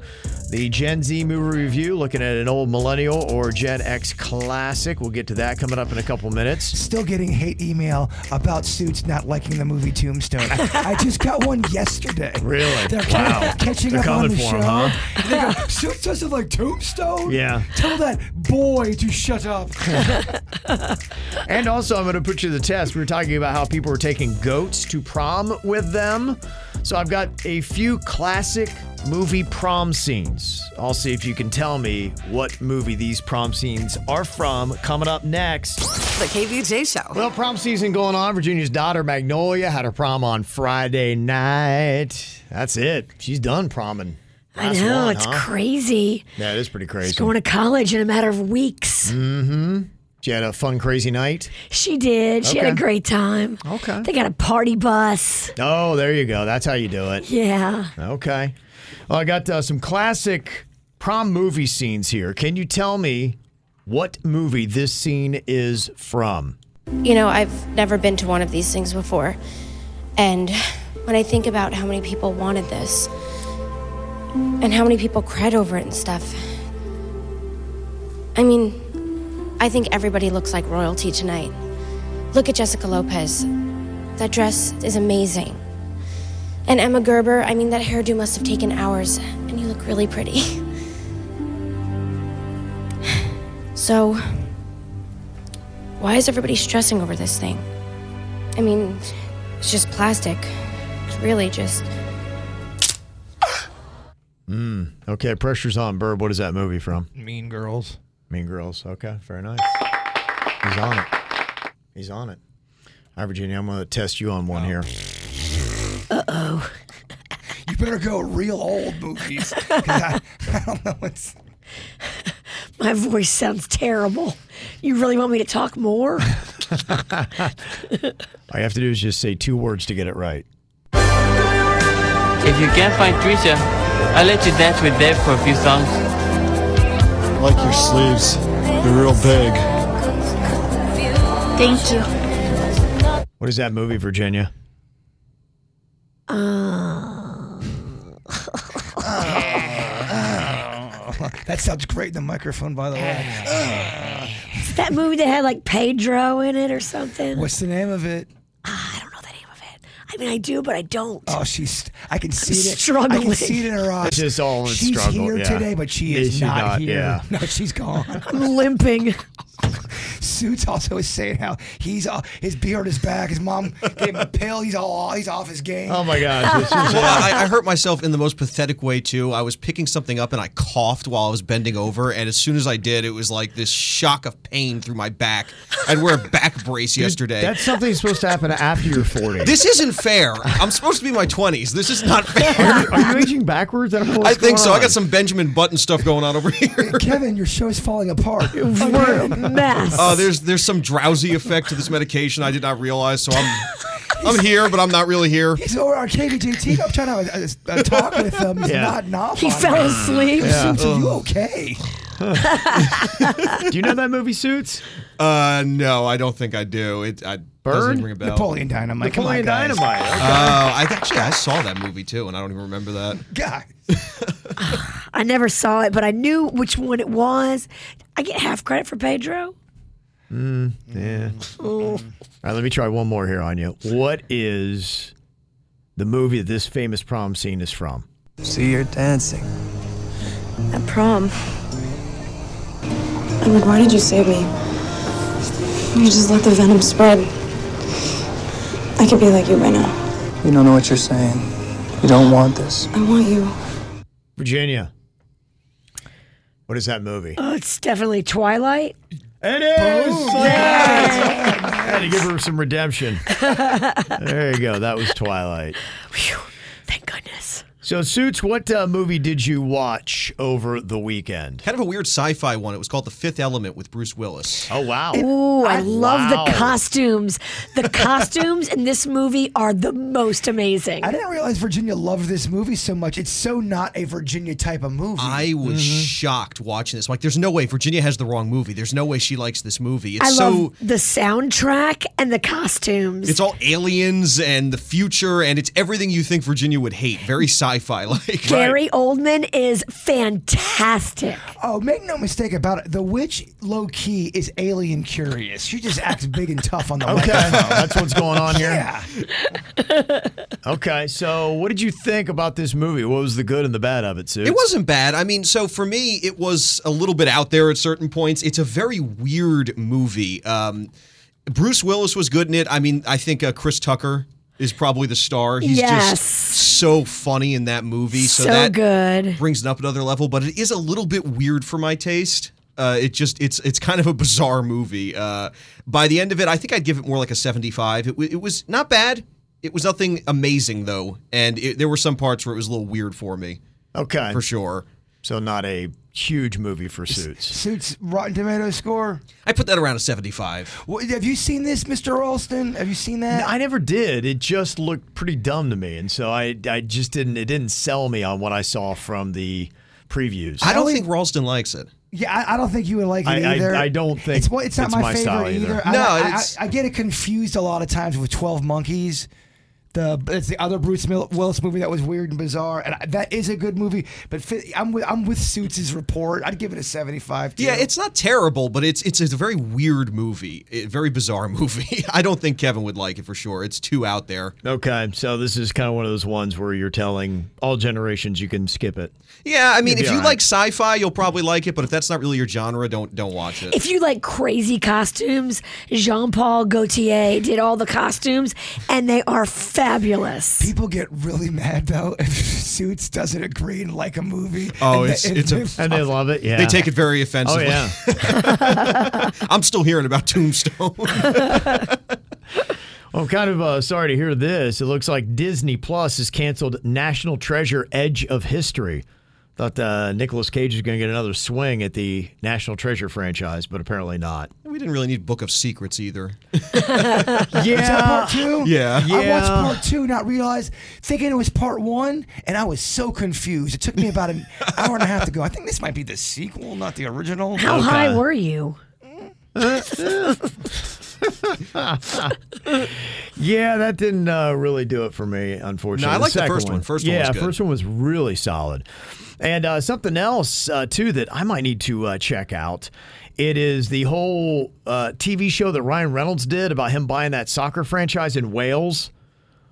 S3: the Gen Z movie review, looking at an old millennial or Gen X classic. We'll get to that coming up in a couple minutes.
S5: Still getting hate email about suits not liking the movie Tombstone. I just got one yesterday.
S3: Really?
S5: They're
S3: Wow.
S5: ca- catching
S3: They're
S5: up on
S3: coming
S5: the
S3: for
S5: show.
S3: 'em,
S5: And they go, suits doesn't like Tombstone?
S3: Yeah.
S5: Tell that boy to shut up.
S3: And also, I'm going to put you to the test. We were talking about how people were taking goats to prom with them. So I've got a few classic movie prom scenes. I'll see if you can tell me what movie these prom scenes are from. Coming up next.
S1: The KVJ Show.
S3: Well, prom season going on. Virginia's daughter, Magnolia, had her prom on Friday night. That's it. She's done promming.
S4: I
S3: Last
S4: know.
S3: one,
S4: it's
S3: huh?
S4: crazy.
S3: Yeah, it is pretty crazy.
S4: She's going to college in a matter of weeks.
S3: mm-hmm. She had a fun, crazy night.
S4: She did. She had a
S3: Okay.
S4: great time.
S3: Okay.
S4: They got a party bus.
S3: Oh, there you go. That's how you do it.
S4: Yeah.
S3: Okay. Well, I got uh, some classic prom movie scenes here. Can you tell me what movie this scene is from?
S8: You know, I've never been to one of these things before. And When I think about how many people wanted this and how many people cried over it and stuff, I mean, I think everybody looks like royalty tonight. Look at Jessica Lopez. That dress is amazing. And Emma Gerber, I mean, that hairdo must have taken hours, and you look really pretty. So, why is everybody stressing over this thing? I mean, it's just plastic. It's really just.
S3: Mm. Okay, pressure's on. Burb, what is that movie from?
S5: Mean Girls.
S3: Mean Girls. Okay, very nice. He's on it. He's on it. All right, Virginia, I'm going to test you on one here.
S4: Uh oh.
S5: You better go real old movies. 'cause I, I don't know what's.
S4: My voice sounds terrible. You really want me to talk more?
S3: All you have to do is just say two words to get it right.
S10: If you can't find Trisha, I'll let you dance with Deb for a few songs.
S11: like your sleeves. They're real big.
S9: Thank you.
S3: What is that movie, Virginia?
S4: Uh,
S5: oh, That sounds great in the microphone, by the way.
S4: Is that movie that had like Pedro in it or something?
S5: What's the name of it?
S4: I mean, I do, but I don't.
S5: Oh, she's. I can see it. I
S4: struggling.
S5: can see it in her eyes.
S3: It's just all in
S5: she's
S3: struggle,
S5: here
S3: yeah.
S5: today, but she is,
S3: Is she
S5: not,
S3: not?
S5: here.
S3: Yeah.
S5: No, she's gone.
S4: I'm limping.
S5: Suits also is saying how he's all, his beard is back. His mom gave him a pill. He's all he's off his game.
S3: Oh my
S5: gosh, this is-
S12: well, I, I hurt myself in the most pathetic way too. I was picking something up and I coughed while I was bending over, and as soon as I did, it was like this shock of pain through my back. I'd wear a back brace yesterday.
S3: That's something that's supposed to happen after you're 40.
S12: this isn't fair. I'm supposed to be in my 20s. This is not fair.
S3: Are you, are you aging backwards? I, don't know
S12: I
S3: what's going
S12: think so. I
S3: on.
S12: got some Benjamin Button stuff going on over here.
S5: Kevin, your show is falling apart. Oh,
S4: We're a mess.
S12: Oh, there's there's some drowsy effect to this medication I did not realize. So I'm I'm here, but I'm not really here.
S5: He's over our KVJT. I'm trying to have a, a, a talk with him. He's
S12: Yeah.
S5: nodding off.
S4: He
S5: on
S4: fell
S5: me.
S4: asleep.
S12: Mm. Yeah.
S5: Suits, are you
S12: Ugh.
S5: okay?
S3: do you know that movie Suits?
S12: Uh, no, I don't think I do. It I, doesn't even ring a bell.
S5: Napoleon Dynamite. Come on,
S3: Napoleon
S5: guys.
S3: Dynamite.
S12: Oh, I actually I saw that movie too, and I don't even remember that.
S4: I never saw it, but I knew which one it was. I get half credit for Pedro.
S3: Mm, yeah.
S4: Oh.
S3: All right, let me try one more here on you. What is the movie that this famous prom scene is from?
S13: See, you're dancing.
S14: At prom. I'm like, why did you save me? You just let the venom spread. I could be like you by now.
S13: You don't know what you're saying. You don't want this.
S14: I want you.
S3: Virginia. What is that movie?
S4: Oh, it's definitely Twilight.
S3: It is.
S4: Boom.
S3: I had to give her some redemption. there you go. That was Twilight.
S4: Thank goodness.
S3: So, Suits, what uh, movie did you watch over the weekend?
S12: Kind of a weird sci-fi one. It was called The Fifth Element with Bruce Willis.
S3: Oh wow!
S4: Ooh, I, love
S12: wow.
S4: the costumes. The costumes in this movie are the most amazing.
S5: I didn't realize Virginia loved this movie so much. It's so not a Virginia type of movie.
S12: I mm-hmm. was shocked watching this. Like, there's no way Virginia has the wrong movie. There's no way she likes this movie. It's
S4: I
S12: so
S4: love the soundtrack and the costumes.
S12: it's all aliens and the future, and it's everything you think Virginia would hate. Very sci-fi like.
S4: Gary Oldman is fantastic.
S5: Oh, make no mistake about it. The witch low key is alien curious. She just acts big and tough on the
S3: Okay,
S5: microphone.
S3: that's what's going on here.
S5: Yeah.
S3: Okay, so what did you think about this movie? What was the good and the bad of it, Suits?
S12: It wasn't bad. I mean, so for me, it was a little bit out there at certain points. It's a very weird movie. Um, Bruce Willis was good in it. I mean, I think uh, Chris Tucker is probably the star. He's
S4: Yes.
S12: just so funny in that movie. So,
S4: So
S12: that
S4: good.
S12: brings it up another level. But it is a little bit weird for my taste. Uh, it just it's it's kind of a bizarre movie. Uh, by the end of it, I think I'd give it more like a seventy-five. It, w- it was not bad. It was nothing amazing though, and it, there were some parts where it was a little weird for me.
S3: Okay.
S12: for sure.
S3: So not a huge movie for Suits.
S5: Suits Rotten Tomato score.
S12: I put that around a 75.
S5: What, have you seen this, Mr. Ralston? Have you seen that?
S3: I never did. It just looked pretty dumb to me, and so I I just didn't. It didn't sell me on what I saw from the previews.
S12: I don't think Ralston likes it.
S5: Yeah, I, I don't think you would like it
S3: I- I-
S5: either.
S3: I don't think
S5: it's, one- it's not
S3: it's
S5: my,
S3: my
S5: favorite
S3: style either.
S5: either. I-
S3: No,
S5: I, I,
S3: it's-
S5: I, get it confused a lot of times with Twelve Monkeys. The it's the other Bruce Mil- Willis movie that was weird and bizarre, and I, that is a good movie. But fi- I'm with I'm with Suits' report. I'd give it a 75. too.
S12: Yeah, it's not terrible, but it's it's a very weird movie, a very bizarre movie. I don't think Kevin would like it for sure. It's too out there.
S3: Okay, so this is kind of one of those ones where you're telling all generations you can skip it.
S12: Yeah, I mean,
S3: You'd be
S12: if you
S3: all right.
S12: like sci-fi, you'll probably like it, but if that's not really your genre, don't don't watch it.
S4: If you like crazy costumes, Jean Paul Gaultier did all the costumes, and they are fabulous.
S5: People get really mad though if Suits doesn't agree and like a movie.
S12: Oh,
S5: And
S12: it's
S5: they-
S12: it's a,
S5: if-
S12: They take it very offensively.
S3: Oh, yeah.
S12: I'm still hearing about Tombstone.
S3: I'm kind of uh, sorry to hear this. It looks like Disney Plus has canceled National Treasure Edge of History. Thought uh, Nicolas Cage is going to get another swing at the National Treasure franchise, but apparently not.
S12: we didn't really need Book of Secrets either.
S5: Is that part two?
S12: Yeah.
S5: I watched
S12: Yeah.
S5: part two, not realize, thinking it was part one, and I was so confused. It took me about an hour and a half to go. I think this might be the sequel, not the original.
S4: How high were you?
S3: Yeah, that didn't uh, really do it for me, unfortunately.
S12: No, I liked the
S3: second
S12: first one. First one
S3: yeah,
S12: was good.
S3: first one was really solid. And uh, something else uh, too that I might need to uh, check out. It is the whole uh, TV show that Ryan Reynolds did about him buying that soccer franchise in Wales,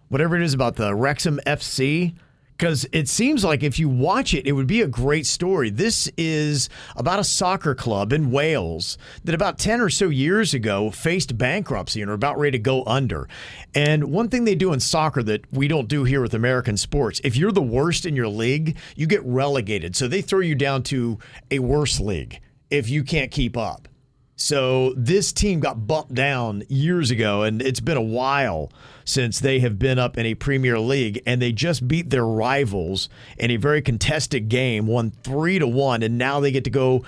S3: whatever it is about the Wrexham FC. Because it seems like if you watch it, it would be a great story. This is about a soccer club in Wales that about 10 or so years ago faced bankruptcy and are about ready to go under. And one thing they do in soccer that we don't do here with American sports, if you're the worst in your league, you get relegated. So they throw you down to a worse league if you can't keep up. So this team got bumped down years ago, and it's been a while since they have been up in a Premier League, and they just beat their rivals in a very contested game, won three to one, and now they get to go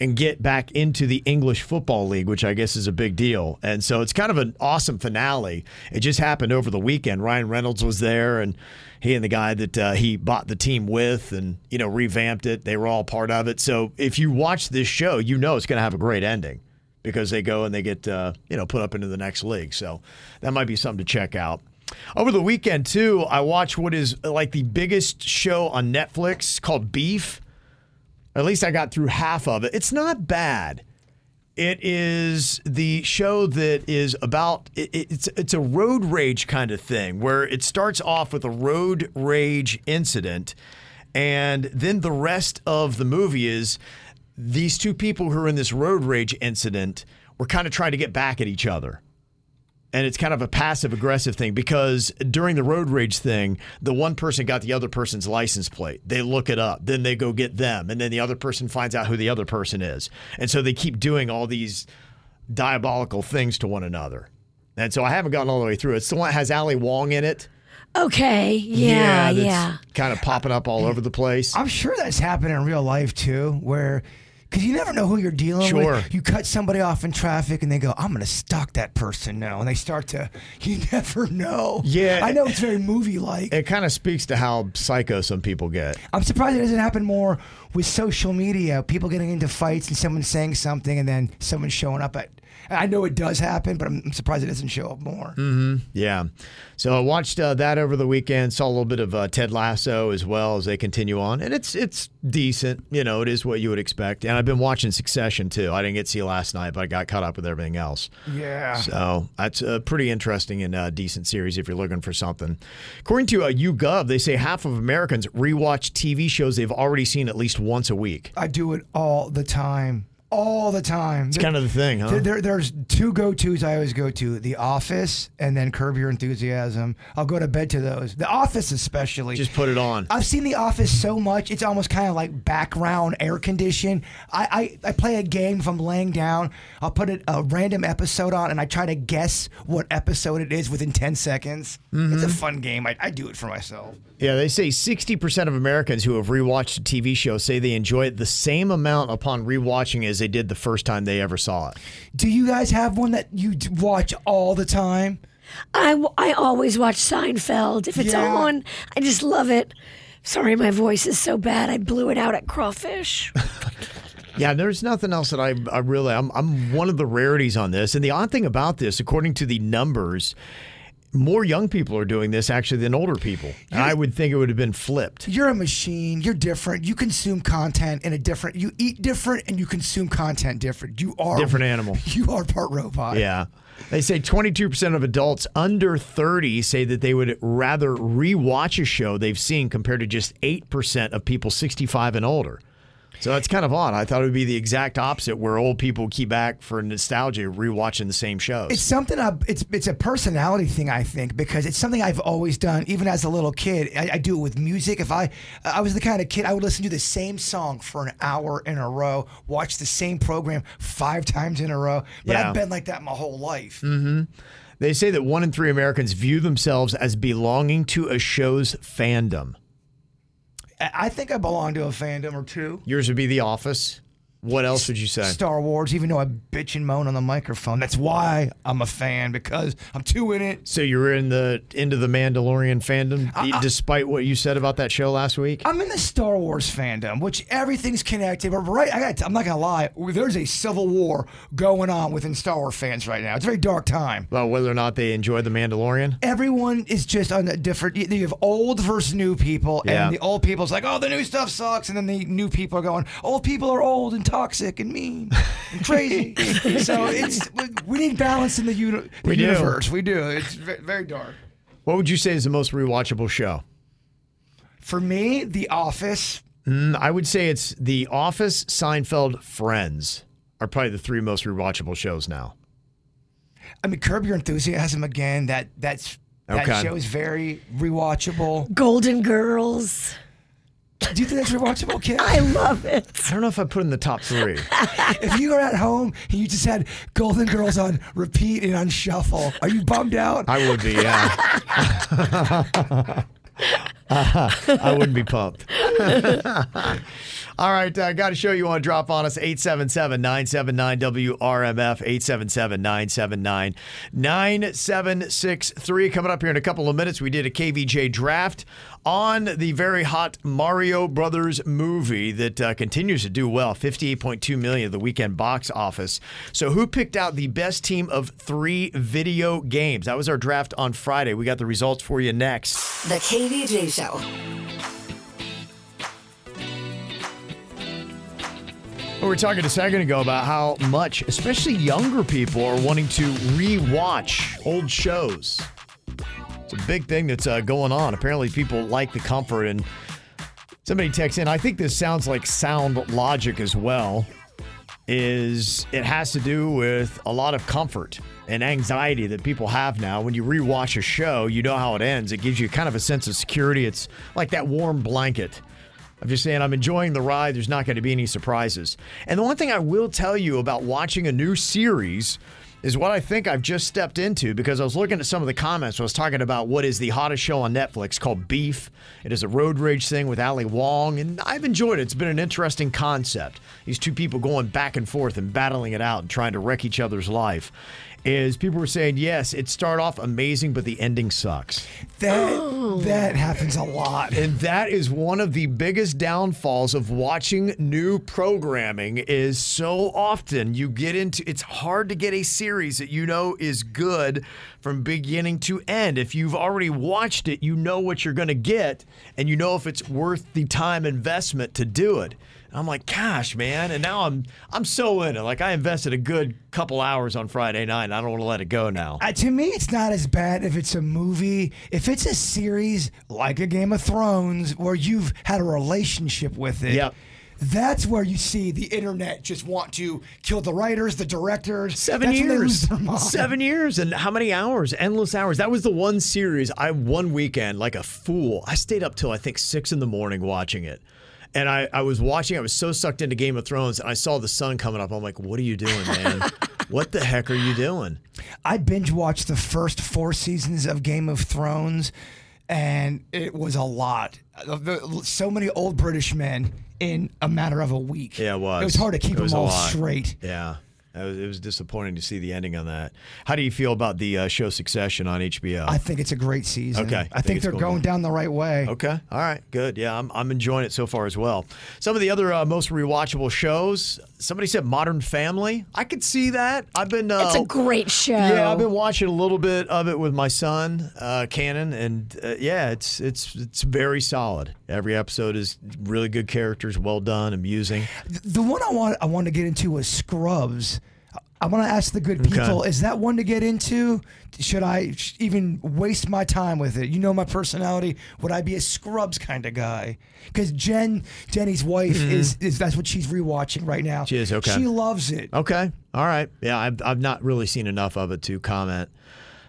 S3: and get back into the English Football League, which I guess is a big deal. And so it's kind of an awesome finale. It just happened over the weekend. Ryan Reynolds was there, and he and the guy that uh, he bought the team with and, you know, revamped it, they were all part of it. So if you watch this show, you know it's going to have a great ending because they go and they get, uh, you know, put up into the next league. So that might be something to check out. Over the weekend, too, I watched what is uh, like the biggest show on Netflix called Beef. At least I got through half of it. It's not bad. It is the show that is about it, it- it's it's a road rage kind of thing where it starts off with a road rage incident and then the rest of the movie is these two people who are in this road rage incident were kind of trying to get back at each other and it's kind of a passive aggressive thing because during the road rage thing, the one person got the other person's license plate. They look it up, then they go get them, and then the other person finds out who the other person is. And so they keep doing all these diabolical things to one another. And so I haven't gotten all the way through. It's the one that has Ali Wong in it.
S4: Okay, yeah, yeah.
S3: Kind of popping up all over the place.
S5: I'm sure that's happened in real life too, where because you never know who you're dealing
S3: Sure.
S5: with. You cut somebody off in traffic and they go, "I'm going to stalk that person now," and they start to. You never know.
S3: Yeah.
S5: I know it's very movie-like.
S3: It kind of speaks to how psycho some people get.
S5: I'm surprised it doesn't happen more with social media. People getting into fights and someone saying something and then someone showing up at. I know it does happen, but I'm I'm surprised it doesn't show up more.
S3: hmm Yeah. So I watched uh, that over the weekend. Saw a little bit of uh, Ted Lasso as well as they continue on, and it's it's decent. You know, it is what you would expect. And I've been watching Succession too. I didn't get to see it last night, but I got caught up with everything else.
S5: Yeah.
S3: So that's a pretty interesting and uh, decent series if you're looking for something. According to uh, YouGov, they say half of Americans rewatch TV shows they've already seen at least once a week.
S5: I do it all the time. All the time. It's
S3: kind of the thing, huh?
S5: There, there- there's two go tos I always go to The Office and then Curb Your Enthusiasm. I'll go to bed to those. The Office, especially.
S3: Just put it on.
S5: I've seen The Office so much, it's almost kind of like background air condition. I, I, I play a game if I'm laying down. I'll put a, a random episode on and I try to guess what episode it is within 10 seconds. It's a
S3: Mhm.
S5: fun game. I, I do it for myself.
S3: Yeah, they say 60% of Americans who have rewatched a TV show say they enjoy it the same amount upon rewatching as they did the first time they ever saw it.
S5: Do you guys have one that you d- watch all the time?
S4: I, w- I always watch Seinfeld. If it's
S5: Yeah.
S4: on, I just love it. Sorry, my voice is so bad. I blew it out at crawfish.
S3: Yeah, there's nothing else that I, I really, I'm, I'm one of the rarities on this. And the odd thing about this, according to the numbers, more young people are doing this actually than older people. And I would think it would have been flipped.
S5: You're a machine. You're different. You consume content in a different. You eat different and you consume content different. You are
S3: Different animal.
S5: You are part robot.
S3: Yeah. They say 22% of adults under 30 say that they would rather rewatch a show they've seen compared to just 8% of people 65 and older. So that's kind of odd. I thought it would be the exact opposite where old people keep back for nostalgia rewatching the same shows.
S5: It's something I, it's it's a personality thing I think because it's something I've always done even as a little kid. I, I do it with music. If I I was the kind of kid I would listen to the same song for an hour in a row, watch the same program five times in a row. But
S3: Yeah.
S5: I've been like that my whole life.
S3: hmm They say that one in three Americans view themselves as belonging to a show's fandom.
S5: I, I think I belong to a fandom or two.
S3: Yours would be The Office. What else would you say?
S5: Star Wars, even though I bitch and moan on the microphone. That's why I'm a fan because I'm too in it.
S3: So you were in the into the Mandalorian fandom, despite what you said about that show last week.
S5: I'm in the Star Wars fandom, which everything's connected. But right, I got, I'm not gonna lie, there's a civil war going on within Star Wars fans right now. It's a very dark time.
S3: About whether or not they enjoy the Mandalorian.
S5: Everyone is just on a different. You you have old versus new people,
S3: Yeah.
S5: and the old people's like, "Oh, the new stuff sucks," and then the new people are going, "Old people are old and toxic and mean and crazy." so it's we need balance in the, uni- the
S3: We do.
S5: universe. We do. It's ve- very dark.
S3: What would you say is the most rewatchable show?
S5: For me, The Office.
S3: Mm, I would say it's The Office, Seinfeld, Friends are probably the three most rewatchable shows now.
S5: I mean, Curb Your Enthusiasm again. That that's
S3: Okay.
S5: that show is very rewatchable.
S4: Golden Girls.
S5: Do you think that's rewatchable, kid?
S4: I love it.
S3: I don't know if I put in the top three.
S5: if you were at home and you just had Golden Girls on repeat and on shuffle, are you bummed out?
S3: I would be, yeah. I wouldn't be pumped. All right, I got a show you want to drop on us 877 979 WRMF, 877 979 9763. Coming up here in a couple of minutes, we did a KVJ draft on the very hot Mario Brothers movie that uh, continues to do well 58.2 million at the weekend box office. So, who picked out the best team of three video games? That was our draft on Friday. We got the results for you next.
S1: The KVJ Show.
S3: We were talking a second ago about how much, especially younger people, are wanting to rewatch old shows. It's a big thing that's uh, going on. Apparently, people like the comfort. And somebody texts in, I think this sounds like sound logic as well. Is it has to do with a lot of comfort and anxiety that people have now. When you rewatch a show, you know how it ends. It gives you kind of a sense of security. It's like that warm blanket. I'm just saying, I'm enjoying the ride. There's not going to be any surprises. And the one thing I will tell you about watching a new series is what I think I've just stepped into because I was looking at some of the comments. I was talking about what is the hottest show on Netflix called Beef. It is a road rage thing with Ali Wong, and I've enjoyed it. It's been an interesting concept. These two people going back and forth and battling it out and trying to wreck each other's life. Is people were saying, yes, it started off amazing, but the ending sucks.
S5: That that happens a lot.
S3: And that is one of the biggest downfalls of watching new programming is so often you get into it's hard to get a series that you know is good from beginning to end. If you've already watched it, you know what you're going to get and you know if it's worth the time investment to do it. And I'm like, gosh, man, and now I'm I'm so in it. Like I invested a good couple hours on Friday night. And I don't want to let it go now.
S5: Uh, to me, it's not as bad if it's a movie. If it's a series like a Game of Thrones where you've had a relationship with it,
S3: Yep.
S5: that's where you see the internet just want to kill the writers, the directors.
S3: Seven
S5: That's when they lose
S3: years.
S5: their mind.
S3: Seven years. And how many hours? Endless hours. That was the one series I, one weekend, like a fool, I stayed up till I think six in the morning watching it. And I, I was watching, I was so sucked into Game of Thrones, and I saw the sun coming up. I'm like, what are you doing, man? what the heck are you doing?
S5: I binge watched the first four seasons of Game of Thrones, and it was a lot. Uh, the- So many old British men in a matter of a week.
S3: Yeah, it was.
S5: It was hard to keep
S3: It was
S5: them
S3: a
S5: all
S3: lot.
S5: straight.
S3: Yeah. That was- It was disappointing to see the ending on that. How do you feel about the uh, show Succession on HBO?
S5: I think it's a great season.
S3: Okay.
S5: I
S3: Think
S5: think
S3: it's
S5: they're
S3: going
S5: going
S3: well.
S5: down the right way.
S3: Okay. All right. Good. Yeah, I'm, I'm enjoying it so far as well. Some of the other uh, most rewatchable shows somebody said Modern Family. I could see that. I've been. Uh,
S4: It's a great show.
S3: Yeah, I've been watching a little bit of it with my son, uh, Cannon, and uh, yeah, it's it's it's very solid. Every episode is really good characters, well done, amusing.
S5: The one I want I want to get into was Scrubs. I want to ask the good people: Is that one to get into? Should I sh- even waste my time with it? You know my personality. Would I be a Scrubs kind of guy? Because Jen, Jenny's wife
S3: Mhm.
S5: is, is that's what she's rewatching right now.
S3: She is, okay.
S5: She loves it.
S3: Okay, all right. Yeah, I've I've not really seen enough of it to comment.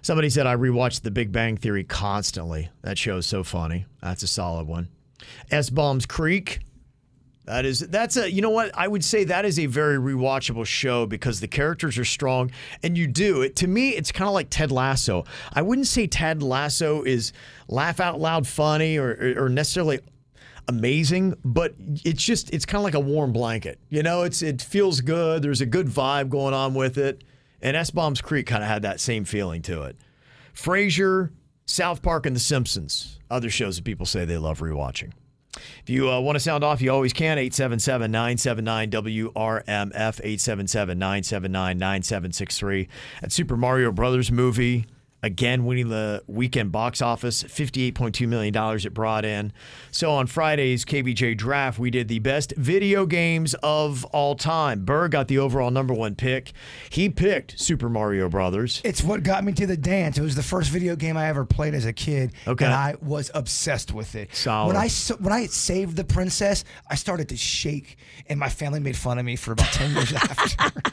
S3: Somebody said I rewatch The Big Bang Theory constantly. That show is so funny. That's a solid one. S Bombs Creek. That is that's a you know what I would say that is a very rewatchable show because the characters are strong and you do it to me it's kind of like Ted Lasso. I wouldn't say Ted Lasso is laugh out loud funny or or or necessarily amazing, but it's just it's kind of like a warm blanket. You know, it's it feels good. There's a good vibe going on with it. And S Bombs Creek kind of had that same feeling to it. Frasier, South Park, and The Simpsons. Other shows that people say they love rewatching. If you uh, want to sound off, you always can. 877 979 WRMF, 877 979 9763. That Super Mario Brothers movie, again, winning the weekend box office, $58.2 million it brought in. So on Friday's KBJ draft, we did the best video games of all time. Burr got the overall number one pick. He picked Super Mario Brothers.
S5: It's what got me to the dance. It was the first video game I ever played as a kid,
S3: Okay.
S5: and I was obsessed with it.
S3: Solid.
S5: When I s- when I saved the princess, I started to shake, and my family made fun of me for about ten years after.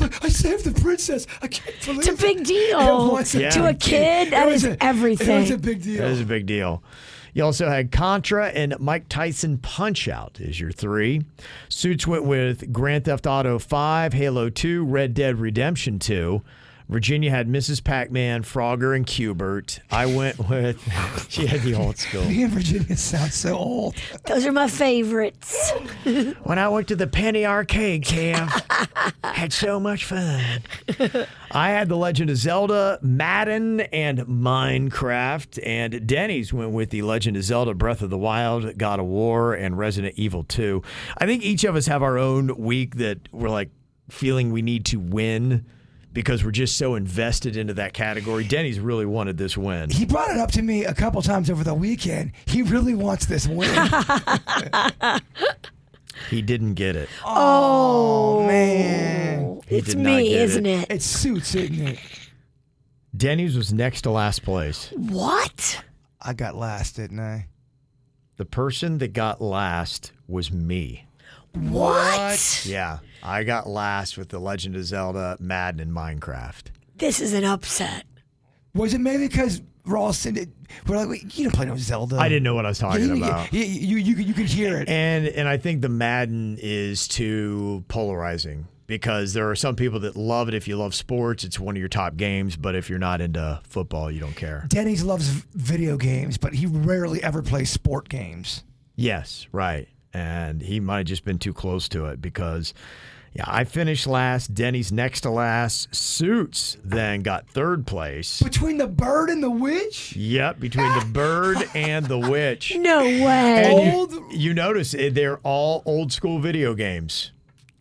S5: I saved the princess. I can't believe
S4: It's a big deal.
S5: It was a
S4: To a
S5: big deal.
S4: kid, that
S5: It was
S4: is
S5: a- It was
S4: everything.
S5: a big deal.
S3: That is a big deal. You also had Contra and Mike Tyson Punch Out is your three. Suits went with Grand Theft Auto 5, Halo 2, Red Dead Redemption 2. Virginia had Mrs. Pac Man, Frogger, and Cubert. I went with, she had the old school.
S5: Me and Virginia sound so old.
S4: Those are my favorites.
S3: When I went to the Penny Arcade, Cam, had so much fun. I had The Legend of Zelda, Madden, and Minecraft. And Denny's went with The Legend of Zelda, Breath of the Wild, God of War, and Resident Evil 2. I think each of us have our own week that we're like feeling we need to win because we're just so invested into that category. Denny's really wanted this win.
S5: He brought it up to me a couple times over the weekend. He really wants this win.
S3: He didn't get it.
S5: oh, man,
S3: He It's did not me, get it. isn't
S4: it?
S5: It suits, isn't it?
S3: Denny's was next to last place.
S4: What?
S5: I got last, didn't I?
S3: The person that got last was me.
S4: What?
S3: Yeah, I got last with The Legend of Zelda, Madden, and Minecraft.
S4: This is an upset.
S5: Was it maybe because Rawson? Did, we're like, Wait, you didn't play no Zelda.
S3: I didn't know what I was talking
S5: Yeah, you-
S3: about.
S5: You, you, you, you could hear it.
S3: And and I think the Madden is too polarizing because there are some people that love it. If you love sports, it's one of your top games. But if you're not into football, you don't care.
S5: Denny's loves v- video games, but he rarely ever plays sport games.
S3: Yes, right. And he might have just been too close to it because yeah, I finished last. Denny's next to last. Suits then got third place.
S5: Between the bird and the witch?
S3: Yep, between the bird and the witch.
S4: No way.
S3: And you, you notice it, they're all old school video games.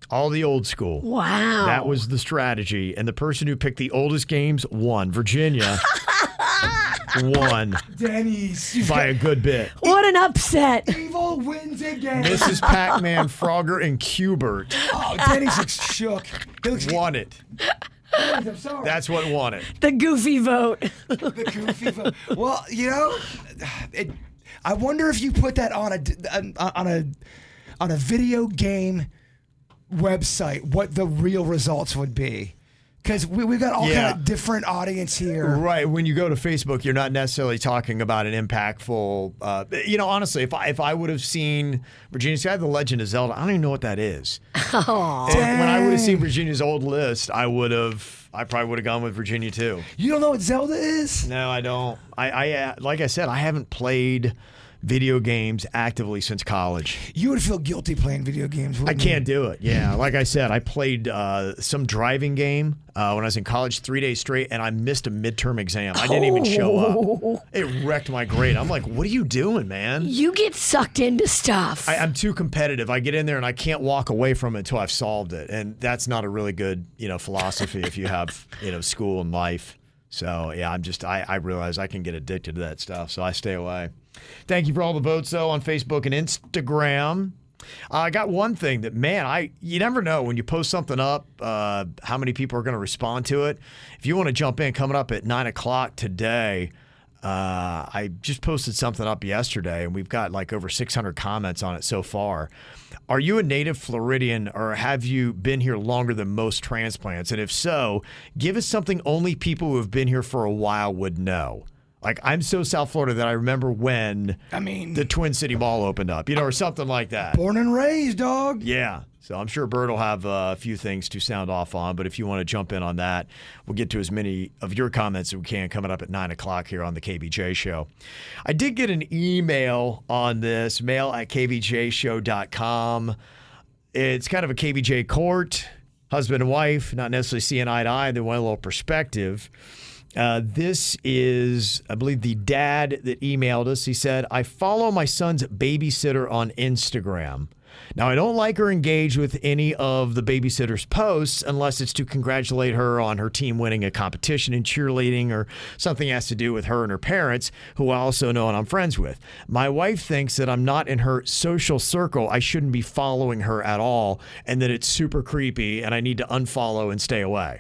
S3: All the old school.
S4: Wow.
S3: That was the strategy. And the person who picked the oldest games won. Virginia won
S5: Denny's. You've
S3: by
S5: got
S3: a good bit.
S4: What an upset.
S5: evil wins again.
S3: Mrs. Pac Man, Frogger, and Cubert
S5: Oh, Denny's looks shook. He looks
S3: won it.
S5: I'm sorry.
S3: That's what won it.
S4: The goofy vote.
S5: the goofy vote. Well, you know, it, I wonder if you put that on a on a on a video game website, what the real results would be. Because we, we've got all
S3: Yeah.
S5: kind of different audience here.
S3: Right. When you go to Facebook, you're not necessarily talking about an impactful. Uh, you know, honestly, if I, if I would have seen Virginia, see, I had The Legend of Zelda. I don't even know what that is. And when I would have seen Virginia's old list, I would have. I probably would have gone with Virginia too.
S5: You don't know what Zelda is?
S3: No, I don't. I, I uh, like I said, I haven't played video games actively since college.
S5: You would feel guilty playing video games.
S3: I
S5: wouldn't you?
S3: can't do it. Yeah, like I said, I played uh, some driving game uh, when I was in college three days straight, and I missed a midterm exam. I didn't even show up. It wrecked my grade. I'm like, what are you doing, man?
S4: You get sucked into stuff.
S3: I, I'm too competitive. I get in there and I can't walk away from it until I've solved it, and that's not a really good you know philosophy if you have you know school and life. So yeah, I'm just I, I realize I can get addicted to that stuff, so I stay away. Thank you for all the votes though on Facebook and Instagram. Uh, I got one thing that man, I you never know when you post something up uh, how many people are going to respond to it. If you want to jump in, coming up at nine o'clock today. Uh, I just posted something up yesterday, and we've got like over 600 comments on it so far. Are you a native Floridian, or have you been here longer than most transplants? And if so, give us something only people who have been here for a while would know. Like I'm so South Florida that I remember when I mean the Twin City Mall opened up, you know, or something like that.
S5: Born and raised, dog.
S3: Yeah. So I'm sure Bird will have uh, a few things to sound off on, but if you want to jump in on that, we'll get to as many of your comments as we can coming up at nine o'clock here on the KBJ Show. I did get an email on this mail at kbjshow.com. It's kind of a KBJ court, husband and wife, not necessarily seeing eye to eye. They want a little perspective. Uh, this is, I believe, the dad that emailed us. He said, I follow my son's babysitter on Instagram. Now, I don't like or engage with any of the babysitter's posts unless it's to congratulate her on her team winning a competition in cheerleading or something has to do with her and her parents, who I also know and I'm friends with. My wife thinks that I'm not in her social circle. I shouldn't be following her at all and that it's super creepy and I need to unfollow and stay away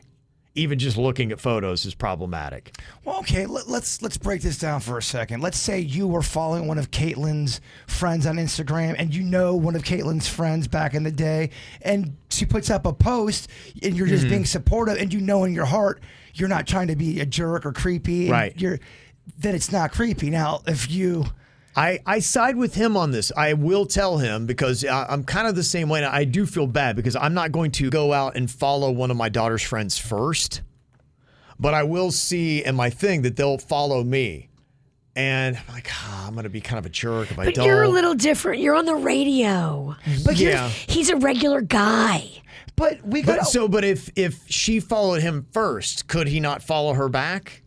S3: even just looking at photos is problematic.
S5: Well, okay, let, let's let's break this down for a second. Let's say you were following one of Caitlyn's friends on Instagram, and you know one of Caitlyn's friends back in the day, and she puts up a post, and you're just
S3: Mhm.
S5: being supportive, and you know in your heart you're not trying to be a jerk or creepy, and
S3: Right.
S5: You're then it's not creepy. Now, if you
S3: I, I side with him on this. I will tell him because I, I'm kind of the same way. And I do feel bad because I'm not going to go out and follow one of my daughter's friends first, but I will see in my thing that they'll follow me. And I'm like, "Ah, I'm going to be kind of a jerk if I
S4: But
S3: don't.
S4: you're a little different. You're on the radio. But you're-
S3: Yeah.
S4: he's a regular guy.
S5: But we
S3: But- so, but if if she followed him first, could he not follow her back,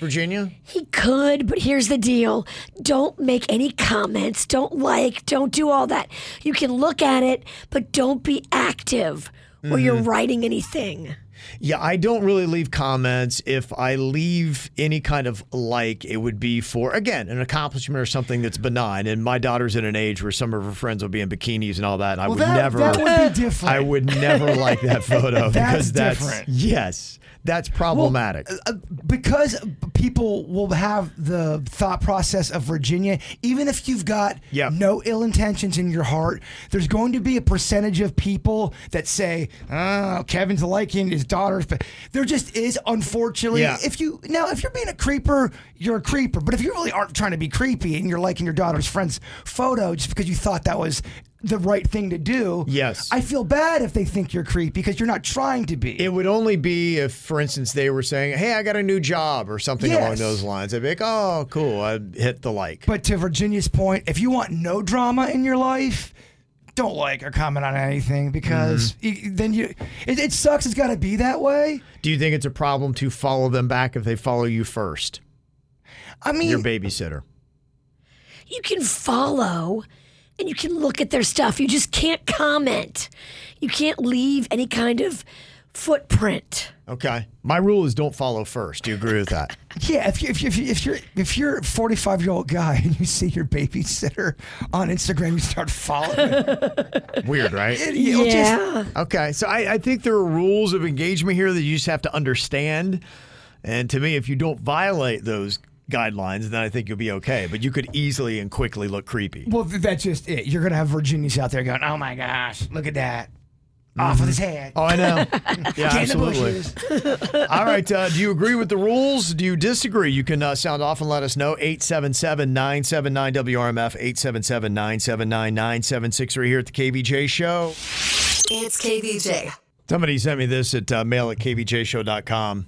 S3: Virginia?
S4: He could, but here's the deal. Don't make any comments. Don't like, don't do all that. You can look at it, but don't be active or you're
S3: Mhm.
S4: writing anything.
S3: Yeah, I don't really leave comments. If I leave any kind of like, it would be for, again, an accomplishment or something that's benign. And my daughter's in an age where some of her friends will be in bikinis and all that. And I
S5: Well,
S3: would
S5: that-
S3: never,
S5: that would be different.
S3: I would never like that photo
S5: That's
S3: because that's,
S5: different.
S3: yes, that's problematic.
S5: uh, because people will have the thought process of Virginia, even if you've got no ill intentions in your heart, there's going to be a percentage of people that say, "Oh, Kevin's liking his daughter's." But there just is, unfortunately.
S3: Yeah.
S5: If you now, if you're being a creeper, you're a creeper. But if you really aren't trying to be creepy and you're liking your daughter's friend's photo just because you thought that was the right thing to do,
S3: Yes.
S5: I feel bad if they think you're creepy because you're not trying to be.
S3: It would only be if, for instance, they were saying, "Hey, I got a new job" or something along
S5: Yes.
S3: those lines. I'd be like, "Oh, cool!" I hit the like.
S5: But to Virginia's point, if you want no drama in your life, don't like or comment on anything because
S3: Mm-hmm.
S5: you, then you it, it sucks. It's got to be that way.
S3: Do you think it's a problem to follow them back if they follow you first?
S5: I mean,
S3: your babysitter.
S4: You can follow and you can look at their stuff. You just can't comment. You can't leave any kind of footprint.
S3: Okay. My rule is don't follow first. Do you agree with that?
S5: Yeah, if you if you if, you, if you're if you're a 45 year old guy and you see your babysitter on Instagram, you start following.
S3: Weird, right?
S5: It'll just- Yeah.
S3: okay. So I, I think there are rules of engagement here that you just have to understand. And to me, if you don't violate those guidelines, then I think you'll be okay. But you could easily and quickly look creepy.
S5: well, th- that's just it. You're gonna have Virginias out there going, "Oh my gosh, look at that." Off with his head.
S3: Oh, I know. Yeah,
S5: Get in the
S3: absolutely.
S5: bushes.
S3: All right. Uh, do you agree with the rules? Do you disagree? You can uh, sound off and let us know. 877 979 WRMF, 877 979 9763 here at the KVJ Show.
S1: It's KVJ.
S3: Somebody sent me this at uh, mail at kvjshow.com.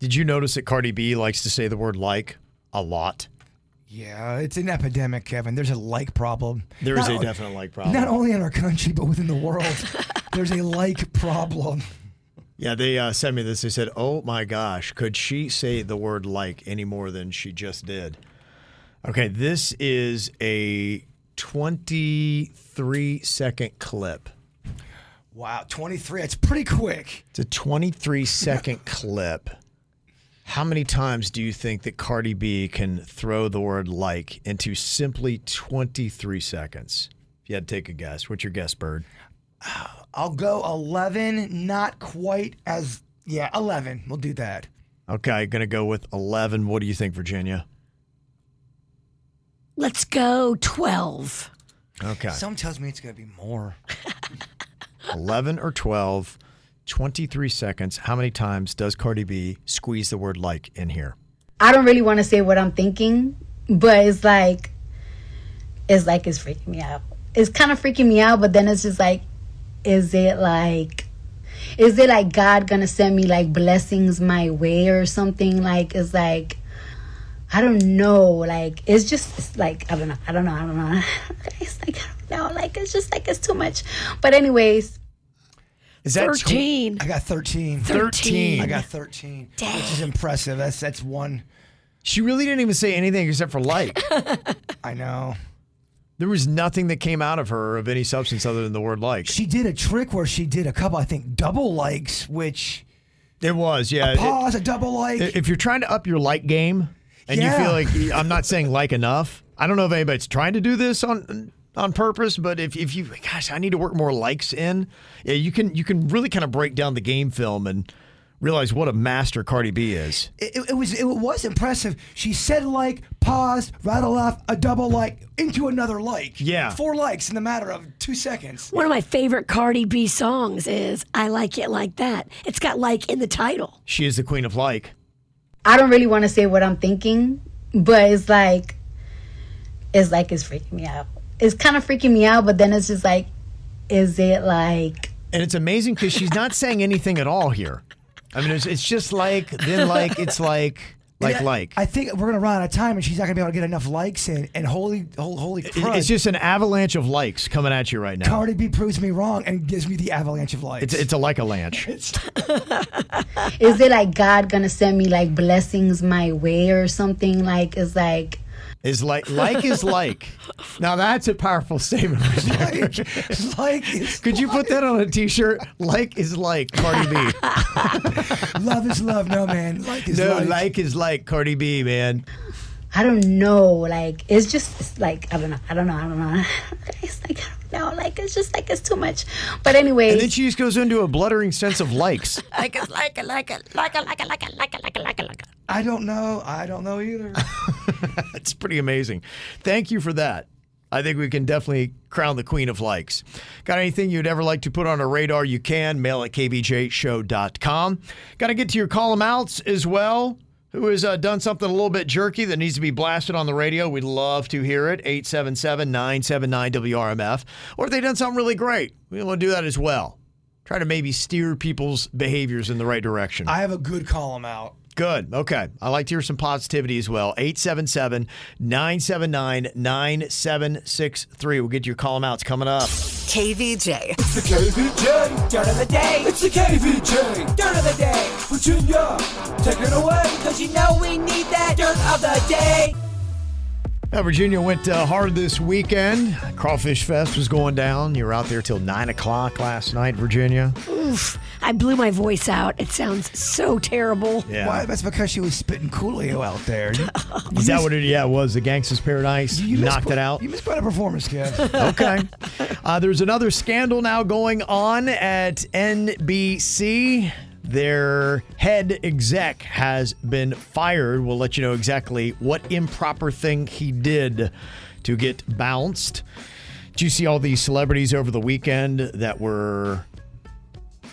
S3: Did you notice that Cardi B likes to say the word like a lot?
S5: Yeah, it's an epidemic, Kevin. There's a like problem.
S3: There is
S5: Not
S3: a
S5: o-
S3: definite like problem.
S5: Not only in our country, but within the world. There's a like problem.
S3: Yeah, they uh, sent me this. They said, "Oh my gosh, could she say the word like any more than she just did?" Okay, this is a 23 second clip.
S5: Wow, 23. It's pretty quick.
S3: It's a 23 second clip. How many times do you think that Cardi B can throw the word like into simply 23 seconds? If you had to take a guess, what's your guess, Bird?
S5: I'll go 11, not quite as, yeah, 11. We'll do that.
S3: Okay, gonna go with 11. What do you think, Virginia?
S4: Let's go 12.
S3: Okay.
S5: Some tells me it's going to be more.
S3: 11 or 12, 23 seconds. How many times does Cardi B squeeze the word like in here?
S12: I don't really want to say what I'm thinking, but it's like, it's like it's freaking me out. It's kind of freaking me out, but then it's just like, is it like, is it like God gonna send me like blessings my way or something? Like, it's like, I don't know. Like, it's just it's like, I don't know. I don't know. I don't know. It's like, I don't know. Like, it's just like, it's too much. But, anyways,
S5: Is
S12: that tw- 13.
S5: I got 13.
S3: 13.
S5: I got 13. Which is impressive. That's that's one.
S3: She really didn't even say anything except for like.
S5: I know.
S3: There was nothing that came out of her of any substance other than the word like.
S5: She did a trick where she did a couple, I think, double likes, which
S3: Uh, It was, yeah.
S5: a pause, a double like.
S3: It- if you're trying to up your like game and
S5: Yeah.
S3: you feel like I'm not saying like enough, I don't know if anybody's trying to do this on on purpose, but if, if you gosh, I need to work more likes in, yeah, you can you can really kind of break down the game film and realize what a master Cardi B is.
S5: it, it- it was it was impressive. She said like, paused, rattle off a double like into another like.
S3: Yeah.
S5: Four likes in the matter of two seconds.
S4: One of my favorite Cardi B songs is I Like It Like That. It's got like in the title.
S3: She is the queen of like.
S12: I don't really want to say what I'm thinking, but it's like, it's like it's freaking me out. It's kind of freaking me out, but then it's just like, is it like,
S3: And it's amazing because she's not saying anything at all here. I mean, it's, it's just like, then like, it's like, like,
S5: And I-
S3: like.
S5: I think we're gonna run out of time, and she's not gonna be able to get enough likes in. And holy, holy, holy crud!
S3: It's just an avalanche of likes coming at you right now.
S5: Cardi B proves me wrong and gives me the avalanche of likes.
S3: It's, it's a like a lanch.
S12: is it like God gonna send me like blessings my way or something? Like, it's like,
S3: Is like like is like. Now that's a powerful statement. Right there.
S5: like is
S3: Could you put that on a T-shirt? Like is like Cardi B.
S5: love is love, no man. Like is
S3: no,
S5: like.
S3: like. is like Cardi B, man.
S12: I don't know. Like, it's just it's like, I don't know. I don't know. I don't know. It's like, I don't know. Like, it's just like, it's too much. But, anyways.
S3: And then she just goes into a bluttering sense of likes.
S12: like it, like it, like it, like it, like it, like it, like it, like it, like it, like it.
S5: I don't know. I don't know either.
S3: That's pretty amazing. Thank you for that. I think we can definitely crown the queen of likes. Got anything you'd ever like to put on a radar? You can mail at kbjshow.com. Got to get to your column outs as well. Who has uh, done something a little bit jerky that needs to be blasted on the radio? We'd love to hear it. 877 979 WRMF. Or if they've done something really great, we want to do that as well. Try to maybe steer people's behaviors in the right direction.
S5: I have a good column out.
S3: Good. Okay. I like to hear some positivity as well. 877 979 9763. We'll get your column outs coming up.
S15: KVJ.
S2: It's the KVJ. Dirt of the day. It's the KVJ. Dirt of the day. Virginia, take it away. Cause you know we need that dirt of the day.
S3: Now, Virginia went uh, hard this weekend. Crawfish Fest was going down. You were out there till 9 o'clock last night, Virginia.
S4: Oof. I blew my voice out. It sounds so terrible.
S3: Yeah.
S5: Why? That's because she was spitting Coolio out there. You,
S3: Is that what it Yeah, it was. The Gangsta's Paradise knocked it out.
S5: you missed quite a performance, Kev.
S3: okay. Uh, there's another scandal now going on at NBC. Their head exec has been fired. We'll let you know exactly what improper thing he did to get bounced. Did you see all these celebrities over the weekend that were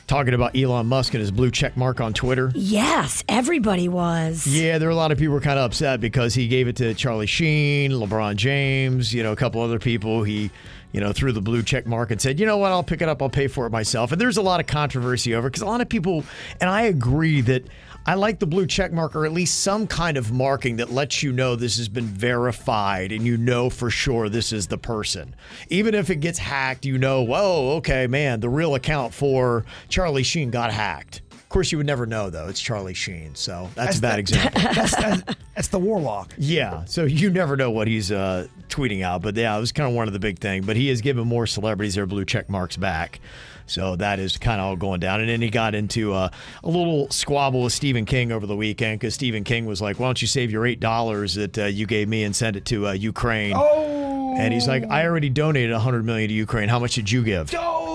S3: talking about Elon Musk and his blue check mark on Twitter?
S4: Yes, everybody was.
S3: Yeah, there were a lot of people who were kind of upset because he gave it to Charlie Sheen, LeBron James, you know, a couple other people. He you know, through the blue check mark and said, you know what, I'll pick it up, I'll pay for it myself. And there's a lot of controversy over because a lot of people, and I agree that I like the blue check mark or at least some kind of marking that lets you know this has been verified and you know for sure this is the person. Even if it gets hacked, you know, whoa, okay, man, the real account for Charlie Sheen got hacked. Of course, you would never know though. It's Charlie Sheen, so that's, a bad example.
S5: That's, that's, that's the warlock.
S3: Yeah, so you never know what he's uh, tweeting out, but yeah, it was kind of one of the big thing. But he has given more celebrities their blue check marks back, so that is kind of all going down. And then he got into uh, a little squabble with Stephen King over the weekend because Stephen King was like, "Why don't you save your eight dollars that uh, you gave me and send it to uh, Ukraine?"
S5: Oh.
S3: And he's like, "I already donated 100 million to Ukraine. How much did you give?"
S5: Oh.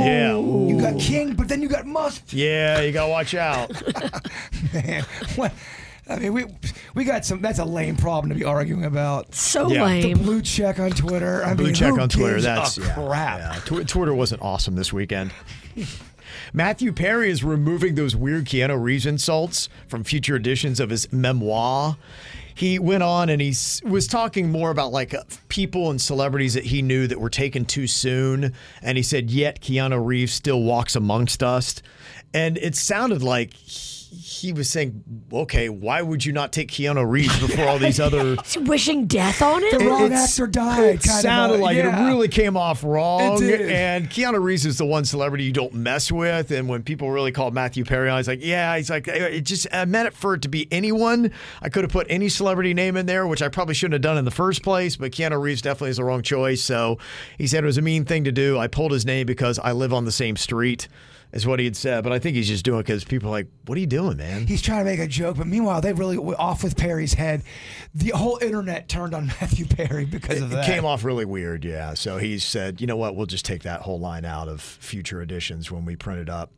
S3: Yeah.
S5: You got King, but then you got Musk.
S3: Yeah, you gotta watch out.
S5: Man, what? I mean, we we got some. That's a lame problem to be arguing about.
S4: So Yeah. lame.
S5: The blue check on Twitter. I
S3: blue
S5: mean,
S3: check
S5: who
S3: on Twitter.
S5: gives
S3: That's
S5: a
S3: yeah,
S5: crap.
S3: yeah. Tw- Twitter wasn't awesome this weekend. Matthew Perry is removing those weird Keanu Reeves insults from future editions of his memoir. He went on and he s- was talking more about like uh, people and celebrities that he knew that were taken too soon. And he said, Yet Keanu Reeves still walks amongst us. And it sounded like he he was saying, Okay, why would you not take Keanu Reeves before all these other
S4: It's wishing death on it.
S5: The wrong
S3: it's-
S5: actor died.
S3: it
S5: kind of
S3: sounded
S5: a-
S3: like
S5: yeah.
S3: it really came off wrong.
S5: It did.
S3: And Keanu Reeves is the one celebrity you don't mess with. And when people really called Matthew Perry, I was like, yeah, he's like, it just I meant it for it to be anyone. I could have put any celebrity name in there, which I probably shouldn't have done in the first place. But Keanu Reeves definitely is the wrong choice. So he said it was a mean thing to do. I pulled his name because I live on the same street. Is what he had said, but I think he's just doing it because people are like, "What are you doing, man?"
S5: He's trying to make a joke, but meanwhile, they really went off with Perry's head. The whole internet turned on Matthew Perry because of
S3: It
S5: that.
S3: came off really weird, yeah. So he said, you know what, we'll just take that whole line out of future editions when we print it up.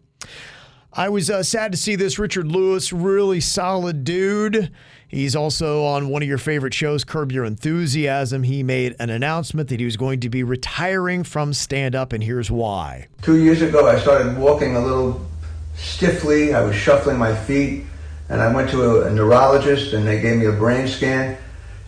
S3: I was uh, sad to see this. Richard Lewis, really solid dude. He's also on one of your favorite shows, Curb Your Enthusiasm. He made an announcement that he was going to be retiring from stand up, and here's why.
S16: Two years ago, I started walking a little stiffly. I was shuffling my feet, and I went to a, a neurologist, and they gave me a brain scan,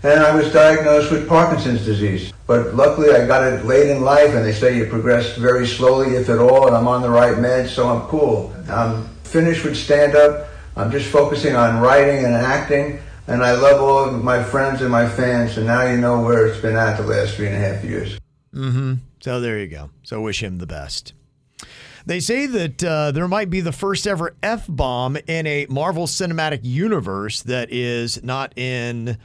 S16: and I was diagnosed with Parkinson's disease. But luckily, I got it late in life, and they say you progress very slowly, if at all, and I'm on the right meds, so I'm cool. I'm finished with stand up. I'm just focusing on writing and acting, and I love all of my friends and my fans, and now you know where it's been at the last three and a half years.
S3: Mm-hmm. So there you go. So wish him the best. They say that uh, there might be the first ever F bomb in a Marvel Cinematic Universe that is not in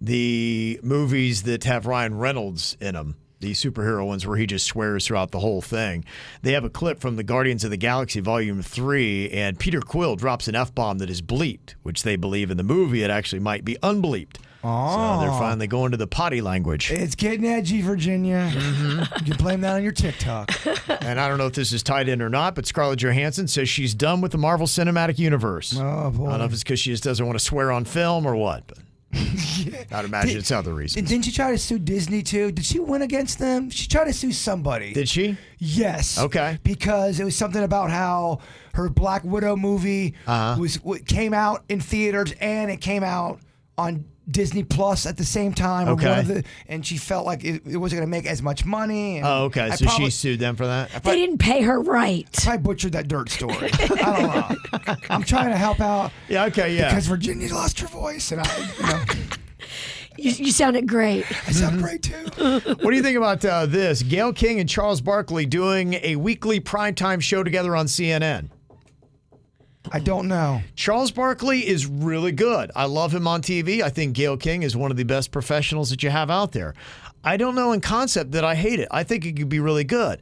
S3: the movies that have Ryan Reynolds in them. The superhero ones where he just swears throughout the whole thing. They have a clip from the Guardians of the Galaxy Volume 3, and Peter Quill drops an F bomb that is bleeped, which they believe in the movie it actually might be unbleeped. So they're
S5: Oh.
S3: finally going to the potty language.
S5: It's getting edgy, Virginia.
S3: Mm-hmm.
S5: You can blame that on your TikTok.
S3: And I don't know if this is tied in or not, but Scarlett Johansson says she's done with the Marvel Cinematic Universe.
S5: Oh, boy.
S3: I don't know if it's because she just doesn't want to swear on film or what, but I'd imagine it's other reason.
S5: And didn't she try to sue Disney too? Did she win against them? She tried to sue somebody.
S3: Did she?
S5: Yes.
S3: Okay.
S5: Because it was something about how her Black Widow movie
S3: Uh-huh.
S5: was w- came out in theaters and it came out on Disney Plus at the same time. or one
S3: Okay.
S5: of the- and she felt like it, it wasn't going to make as much money. and
S3: Oh, okay.
S5: I
S3: So
S5: probably-
S3: she sued them for that?
S5: They
S4: didn't pay her right.
S5: I probably butchered that dirt story. I don't know. I'm trying to help out.
S3: Yeah, okay, yeah.
S5: Because Virginia lost her voice, and I, you know,
S4: You, you sounded great.
S5: I
S3: Mm-hmm.
S5: sound great too.
S3: what do you think about uh, this? Gail King and Charles Barkley doing a weekly primetime show together on CNN.
S5: I don't know.
S3: Charles Barkley is really good. I love him on TV. I think Gail King is one of the best professionals that you have out there. I don't know in concept that I hate it. I think it could be really good.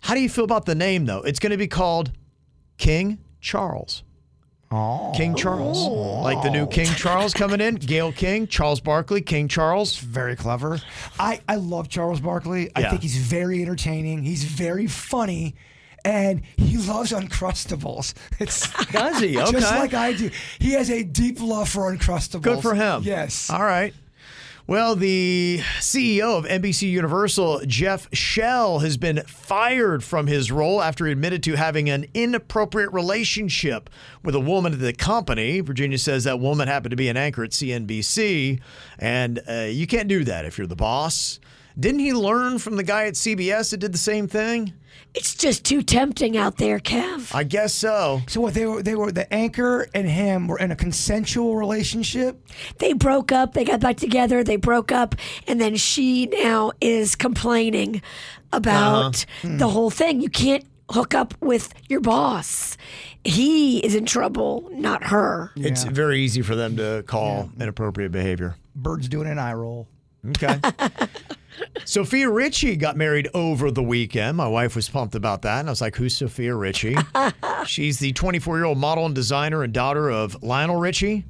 S3: How do you feel about the name though? It's going to be called King Charles. King Charles. Like the new King Charles coming in, Gail King, Charles Barkley, King Charles.
S5: Very clever. I, I love Charles Barkley. I
S3: Yeah.
S5: think he's very entertaining. He's very funny. And he loves Uncrustables. It's
S3: Does he? Okay.
S5: Just like I do. He has a deep love for Uncrustables.
S3: Good for him.
S5: Yes.
S3: All right. Well, the CEO of NBC Universal, Jeff Shell, has been fired from his role after he admitted to having an inappropriate relationship with a woman at the company. Virginia says that woman happened to be an anchor at CNBC, and uh, you can't do that if you're the boss. Didn't he learn from the guy at CBS that did the same thing?
S4: It's just too tempting out there, Kev.
S3: I guess so.
S5: So what they were they were the anchor and him were in a consensual relationship.
S4: They broke up, they got back together, they broke up, and then she now is complaining about
S3: Uh-huh.
S4: the whole thing. You can't hook up with your boss. He is in trouble, not her.
S3: It's very easy for them to call inappropriate behavior.
S5: Bird's doing an eye roll.
S3: Okay. Sophia Ritchie got married over the weekend. My wife was pumped about that. And I was like, who's Sophia Ritchie? She's the 24 year old model and designer and daughter of Lionel Ritchie.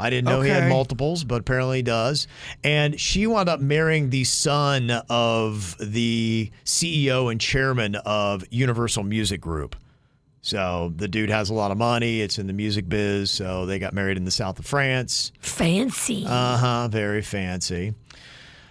S3: I didn't know he had
S17: Okay.
S3: multiples, but apparently he does. And she wound up marrying the son of the CEO and chairman of Universal Music Group. So the dude has a lot of money. It's in the music biz. So they got married in the south of France.
S4: Fancy.
S3: Uh huh. Very fancy.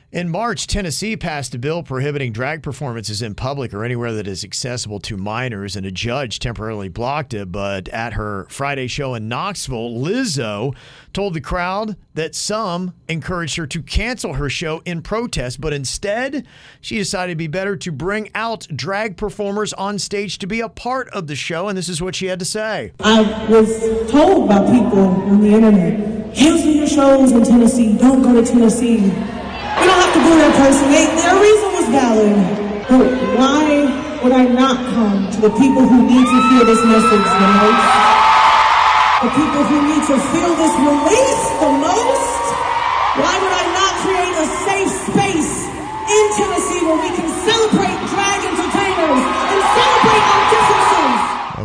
S3: In March, Tennessee passed a bill prohibiting drag performances in public or anywhere that is accessible to minors, and a judge temporarily blocked it. But at her Friday show in Knoxville, Lizzo told the crowd that some encouraged her to cancel her show in protest, but instead, she decided it'd be better to bring out drag performers on stage to be a part of the show. And this is what she had to say.
S12: I was told by people on the internet, cancel your shows in Tennessee. Don't go to Tennessee. We don't have to go there personally. Their reason was valid. But why would I not come to the people who need to hear this message the most? The people who need to feel this release the most? Why would I not create a safe space in Tennessee where we can celebrate drag entertainers and celebrate our differences?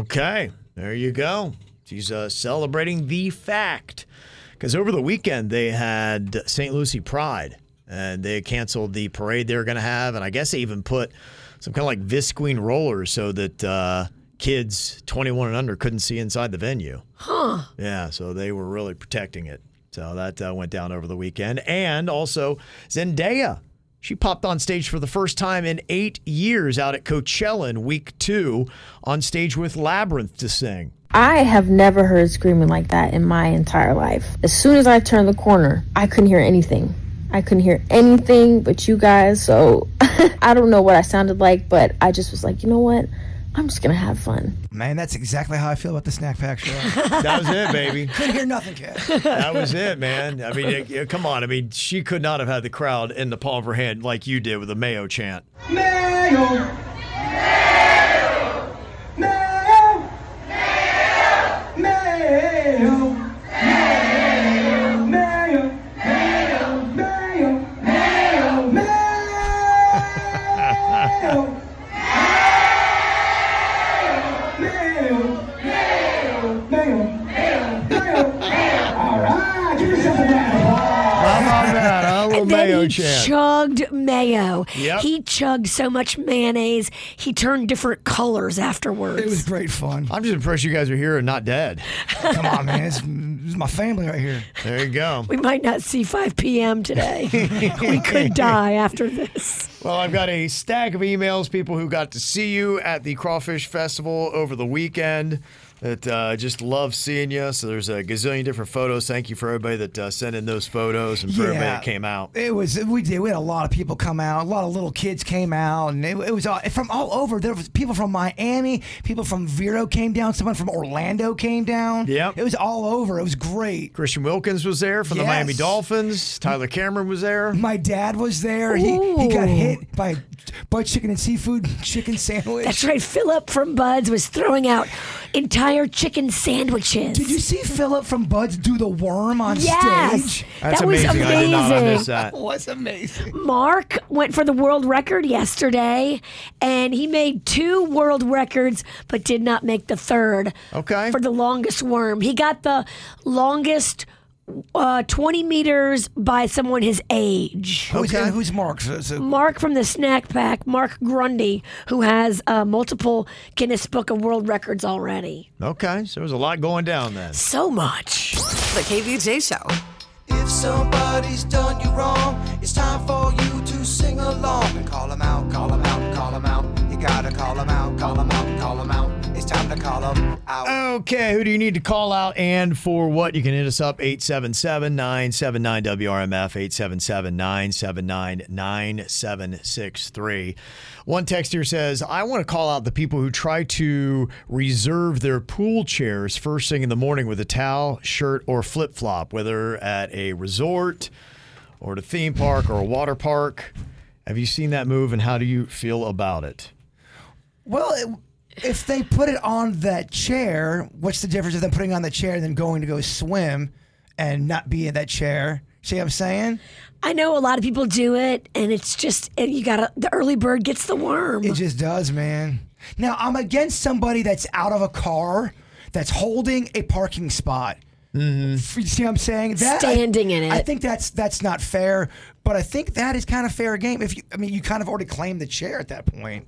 S3: Okay, there you go. She's uh, celebrating the fact. Because over the weekend, they had St. Lucie Pride and they canceled the parade they were going to have. And I guess they even put some kind of like Visqueen rollers so that uh, kids 21 and under couldn't see inside the venue.
S4: Huh.
S3: Yeah, so they were really protecting it. So that uh, went down over the weekend. And also Zendaya. She popped on stage for the first time in eight years out at Coachella in week two on stage with Labyrinth to sing.
S16: I have never heard screaming like that in my entire life. As soon as I turned the corner, I couldn't hear anything. I couldn't hear anything but you guys, so I don't know what I sounded like, but I just was like, you know what? I'm just gonna have fun.
S5: Man, that's exactly how I feel about the snack pack show.
S3: That was it, baby.
S5: Couldn't hear nothing, kid.
S3: That was it, man. I mean, it- it- come on. I mean, she could not have had the crowd in the palm of her hand like you did with the Mayo chant.
S18: Mayo. Mayo. Mayo. Mayo. Mayo. Mayo. Mayo. Mayo.
S3: How about that, huh? A little
S4: and then
S3: Mayo
S4: he
S3: chant.
S4: chugged mayo.
S3: Yep.
S4: He chugged so much mayonnaise, he turned different colors afterwards.
S5: It was great fun.
S3: I'm just impressed you guys are here and not dead.
S5: Oh, Come on, man. This, this is my family right here.
S3: There you go.
S4: We might not see 5 p.m. today. we could die after this.
S3: Well, I've got a stack of emails, people who got to see you at the Crawfish Festival over the weekend that uh, just love seeing you. So there's a gazillion different photos. Thank you for everybody that uh, sent in those photos and for everybody that came out.
S5: It was we did. We had a lot of people come out. A lot of little kids came out, and it, it was all, from all over. There was people from Miami, people from Vero came down, someone from Orlando came down.
S3: Yep.
S5: it was all over. It was great.
S3: Christian Wilkins was there from the Miami Dolphins. Tyler Cameron was there.
S5: My dad was there. He, he got
S4: Ooh.
S5: hit by butt chicken and seafood chicken sandwich.
S4: That's right. Philip from Buds was throwing out entire chicken sandwiches.
S5: Did you see Philip from Buds do the worm on
S4: Yes.
S5: stage?
S4: That's That was amazing. I did not amazing. notice that.
S5: was amazing.
S4: Mark went for the world record yesterday, and he made two world records, but did not make the third.
S3: Okay.
S4: For the longest worm, he got the longest uh, 20 meters by someone his age.
S5: Who's, and who's Mark? So- so-
S4: Mark from the Snack Pack, Mark Grundy, who has uh, multiple Guinness Book of World Records already.
S3: Okay, so there was a lot going down then.
S4: So much.
S15: The KVJ Show.
S18: If somebody's done you wrong, it's time for you to sing along and call 'em out, call 'em out, call 'em out. You gotta call 'em out, call 'em out, call 'em out. It's
S19: It's time to call them out.
S3: Okay, who do you need to call out and for what? You can hit us up 877 979 WRMF, 877 979 9763. One text here says, I want to call out the people who try to reserve their pool chairs first thing in the morning with a towel, shirt, or flip flop, whether at a resort or at a theme park or a water park. Have you seen that move and how do you feel about it?
S5: Well, it, if they put it on that chair, what's the difference of them putting it on the chair and then going to go swim and not be in that chair? See what I'm saying?
S4: I know a lot of people do it, and it's just it, you gotta. The early bird gets the worm.
S5: It just does, man. Now I'm against somebody that's out of a car that's holding a parking spot.
S3: Mm-hmm.
S5: F- You see what I'm saying?
S4: Standing
S5: I,
S4: in it.
S5: I think that's that's not fair, but I think that is kind of fair game. If you, I mean, you kind of already claimed the chair at that point.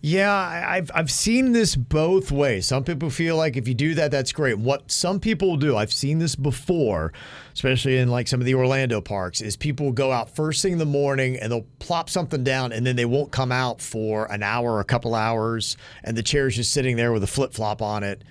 S3: Yeah, I- I've I've seen this both ways. Some people feel like if you do that, that's great. What some people do, I've seen this before, especially in like some of the Orlando parks, is people go out first thing in the morning and they'll plop something down and then they won't come out for an hour, a couple hours, and the chair's just sitting there with a flip flop on it.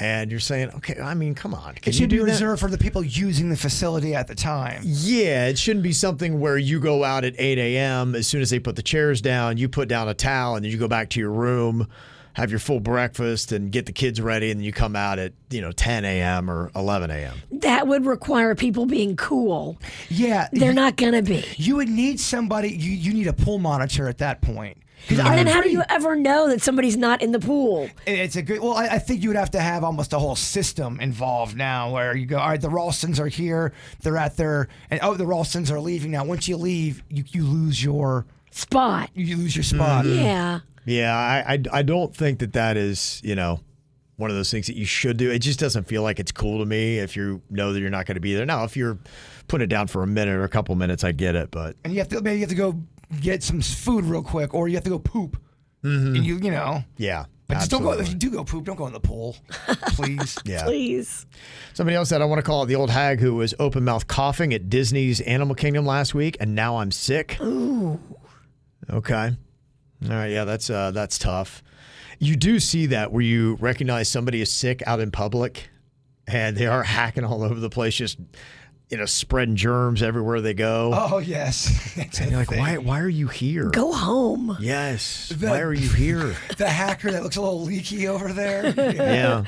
S3: And you're saying, okay, I mean, come on, can
S5: it
S3: you
S5: should
S3: do
S5: be
S3: that?
S5: reserved for the people using the facility at the time.
S3: Yeah, it shouldn't be something where you go out at 8 a.m. As soon as they put the chairs down, you put down a towel and then you go back to your room, have your full breakfast, and get the kids ready, and then you come out at you know 10 a.m. or 11 a.m.
S4: That would require people being cool.
S5: Yeah,
S4: they're not gonna be.
S5: You would need somebody. You you need a pool monitor at that point. 'Cause I
S4: And then how do
S5: agree.
S4: you ever know that somebody's not in the pool?
S5: It- It's a good. Well, I, I think you would have to have almost a whole system involved now, where you go. All right, the Ralstons are here. They're at their and oh, the Ralstons are leaving now. Once you leave, you you lose your
S4: spot.
S5: You lose your spot.
S4: Yeah.
S3: Mm-hmm. Yeah, I, I I don't think that that is you know one of those things that you should do. It just doesn't feel like it's cool to me if you know that you're not going to be there. Now, if you're putting it down for a minute or a couple minutes, I get it, but
S5: And you have to maybe you have to go get some food real quick, or you have to go poop. And you you know.
S3: yeah.
S5: But just don't go.
S3: Mm-hmm. absolutely.
S5: If you do go poop, don't go in the pool, please.
S3: Yeah.
S4: Please.
S3: Somebody else that I want to call out the old hag who was open mouth coughing at Disney's Animal Kingdom last week, and now I'm sick.
S4: Ooh.
S3: Okay. All right. Yeah, that's uh, that's tough. You do see that where you recognize somebody is sick out in public, and they are hacking all over the place, just you know, spreading germs everywhere they go.
S5: Oh yes. That's
S3: And you're like, why? Why are you here?
S4: Go home.
S3: Yes.
S5: The-
S3: why are you here?
S5: the hacker that looks a little leaky over there.
S3: yeah.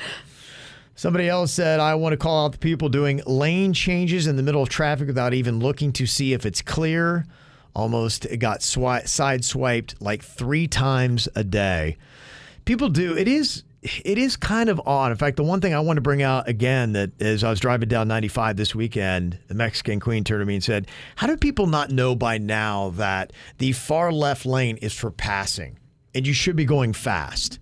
S3: Somebody else said, I want to call out the people doing lane changes in the middle of traffic without even looking to see if it's clear. Almost got swi- sideswiped like three times a day. People do. It is. It is kind of odd. In fact, the one thing I want to bring out again that as I was driving down 95 this weekend, the Mexican queen turned to me and said, How do people not know by now that the far left lane is for passing and you should be going fast?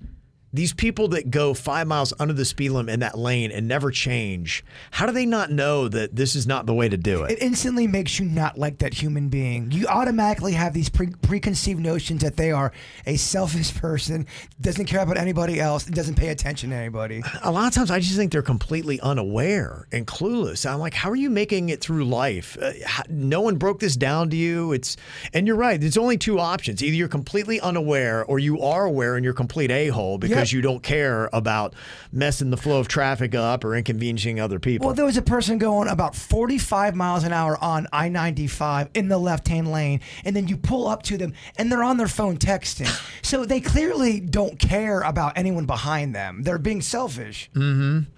S3: These people that go five miles under the speed limit in that lane and never change, how do they not know that this is not the way to do it?
S5: It instantly makes you not like that human being. You automatically have these pre- preconceived notions that they are a selfish person, doesn't care about anybody else, and doesn't pay attention to anybody.
S3: A lot of times I just think they're completely unaware and clueless. I'm like, how are you making it through life? Uh, how- no one broke this down to you. It's and you're right. There's only two options. Either you're completely unaware or you are aware and you're complete a-hole because
S5: Yep.
S3: you don't care about messing the flow of traffic up or inconveniencing other people.
S5: Well, there was a person going about 45 miles an hour on I 95 in the left hand lane, and then you pull up to them and they're on their phone texting. So they clearly don't care about anyone behind them. They're being selfish.
S3: Mm-hmm.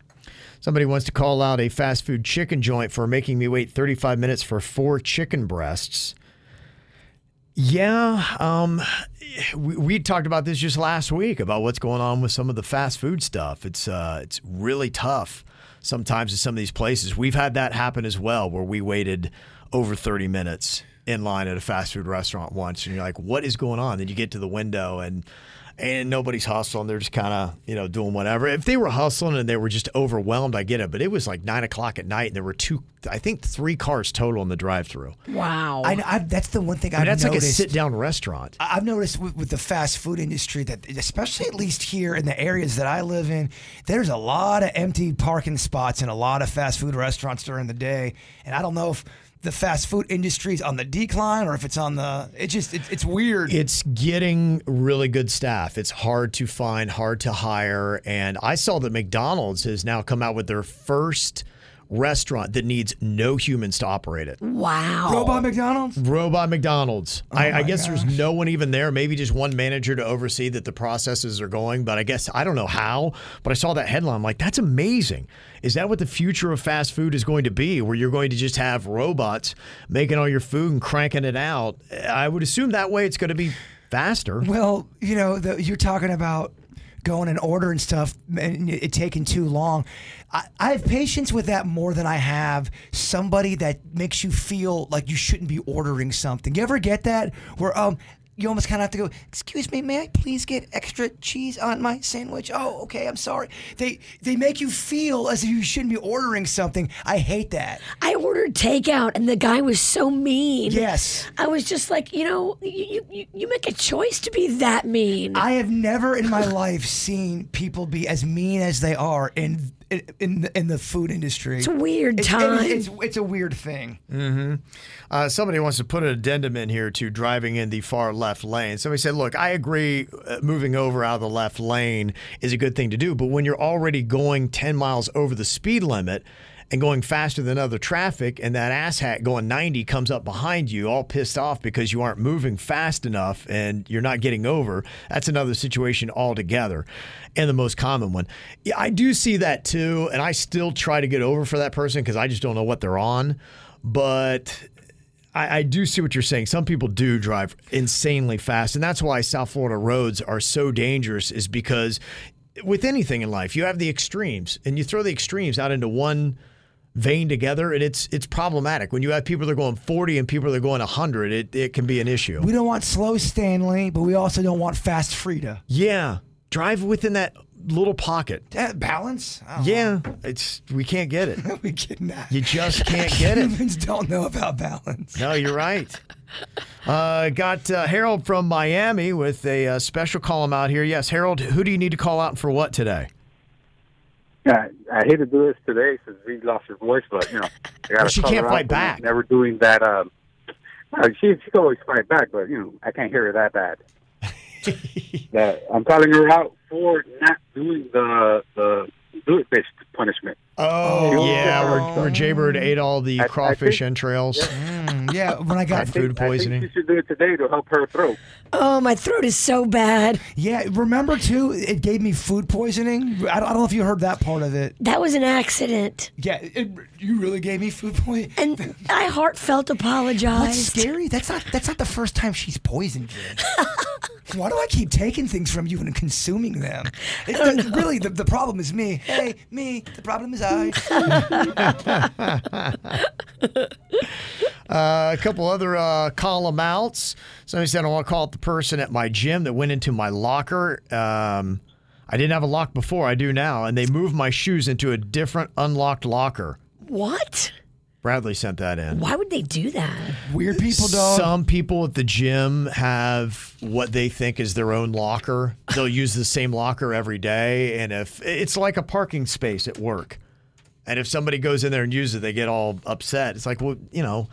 S3: Somebody wants to call out a fast food chicken joint for making me wait 35 minutes for four chicken breasts. Yeah, um, we, we talked about this just last week about what's going on with some of the fast food stuff. It's uh, it's really tough sometimes in some of these places. We've had that happen as well, where we waited over 30 minutes in line at a fast food restaurant once, and you're like, "What is going on?" Then you get to the window and and nobody's hustling. They're just kind of you know doing whatever. If they were hustling and they were just overwhelmed, I get it. But it was like nine o'clock at night, and there were two, I think, three cars total in the drive-through.
S4: Wow.
S5: I, I, that's the one thing
S3: I mean,
S5: I've
S3: that's like a
S5: noticed.
S3: sit-down restaurant.
S5: I- I've noticed with, with the fast food industry that, especially at least here in the areas that I live in, there's a lot of empty parking spots and a lot of fast food restaurants during the day. And I don't know if the fast food industry's on the decline or if it's on the. It just it's, it's weird.
S3: It's getting really good staff. It's hard to find, hard to hire, and I saw that McDonald's has now come out with their first restaurant that needs no humans to operate it.
S4: Wow.
S5: Robot McDonald's?
S3: Robot McDonald's. I, I guess there's no one even there, maybe just one manager to oversee that the processes are going. But I guess I don't know how, but I saw that headline. I'm like, that's amazing. Is that what the future of fast food is going to be, where you're going to just have robots making all your food and cranking it out? I would assume that way it's going to be faster.
S5: Well, you know, the, you're talking about going and ordering stuff and it taking too long. I, I have patience with that more than I have somebody that makes you feel like you shouldn't be ordering something. You ever get that where um you almost kind of have to go, "Excuse me, may I please get extra cheese on my sandwich?" "Oh, okay, I'm sorry." They they make you feel as if you shouldn't be ordering something. I hate that.
S4: I ordered takeout and the guy was so mean.
S5: Yes.
S4: I was just like, you know, you, you, you make a choice to be that mean.
S5: I have never in my life seen people be as mean as they are in in in the, in the food industry.
S4: It's a weird
S5: It's-
S4: time.
S5: It's, it's it's a weird thing.
S3: hmm Uh, somebody wants to put an addendum in here to driving in the far left lane. Somebody said, "Look, I agree. Uh, moving over out of the left lane is a good thing to do, but when you're already going 10 miles over the speed limit." And going faster than other traffic, and that asshat going 90 comes up behind you, all pissed off because you aren't moving fast enough and you're not getting over. That's another situation altogether, and the most common one. Yeah, I do see that too, and I still try to get over for that person because I just don't know what they're on but I, I do see what you're saying. Some people do drive insanely fast, and that's why South Florida roads are so dangerous. Is because with anything in life, you have the extremes, and you throw the extremes out into one vein together, and it's it's problematic. When you have people that are going 40 and people that are going 100, it, it can be an issue.
S5: We don't want slow Stanley, but we also don't want fast Frida.
S3: Yeah, drive within that little pocket.
S5: That balance? I don't
S3: Yeah, it's we can't get it.
S5: know. we get that.
S3: You just can't get it.
S5: Humans don't know about balance.
S3: No, you're right. Uh, got uh, Harold from Miami with a uh, special column out here. Yes, Harold, who do you need to call out for what today?
S16: I, I hate to do this today since we lost her voice, but you know, I got
S3: But she can't fight back.
S16: Never doing that. Um, uh, she she can always fight back, but you know, I can't hear her that bad. that I'm calling her out for not doing the the do it bitch punishment.
S3: Oh, yeah, where, where Jaybird ate all the crawfish entrails.
S5: yeah, when I
S3: got food poisoning.
S16: You should do it today to help her throat.
S4: Oh, my throat is so bad.
S5: Yeah, remember too, it gave me food poisoning. I don't, I don't know if you heard that part of it.
S4: That was an accident.
S5: Yeah, it, you really gave me food poisoning.
S4: And I heartfelt apologized.
S5: What's scary? That's not that's not the first time she's poisoned you. Why do I keep taking things from you and consuming them? It,
S3: Oh,
S5: the- Really, the, the problem is me. Hey, me. The problem is I.
S3: Uh, a couple other uh, column outs. Somebody said, I want to call out the person at my gym that went into my locker. Um, I didn't have a lock before, I do now. And they moved my shoes into a different unlocked locker.
S4: What?
S3: Bradley sent that in.
S4: Why would they do that?
S5: Weird people,
S3: Some people at the gym have what they think is their own locker. They'll use the same locker every day, and if it's like a parking space at work, and if somebody goes in there and uses it, they get all upset. It's like, well, you know,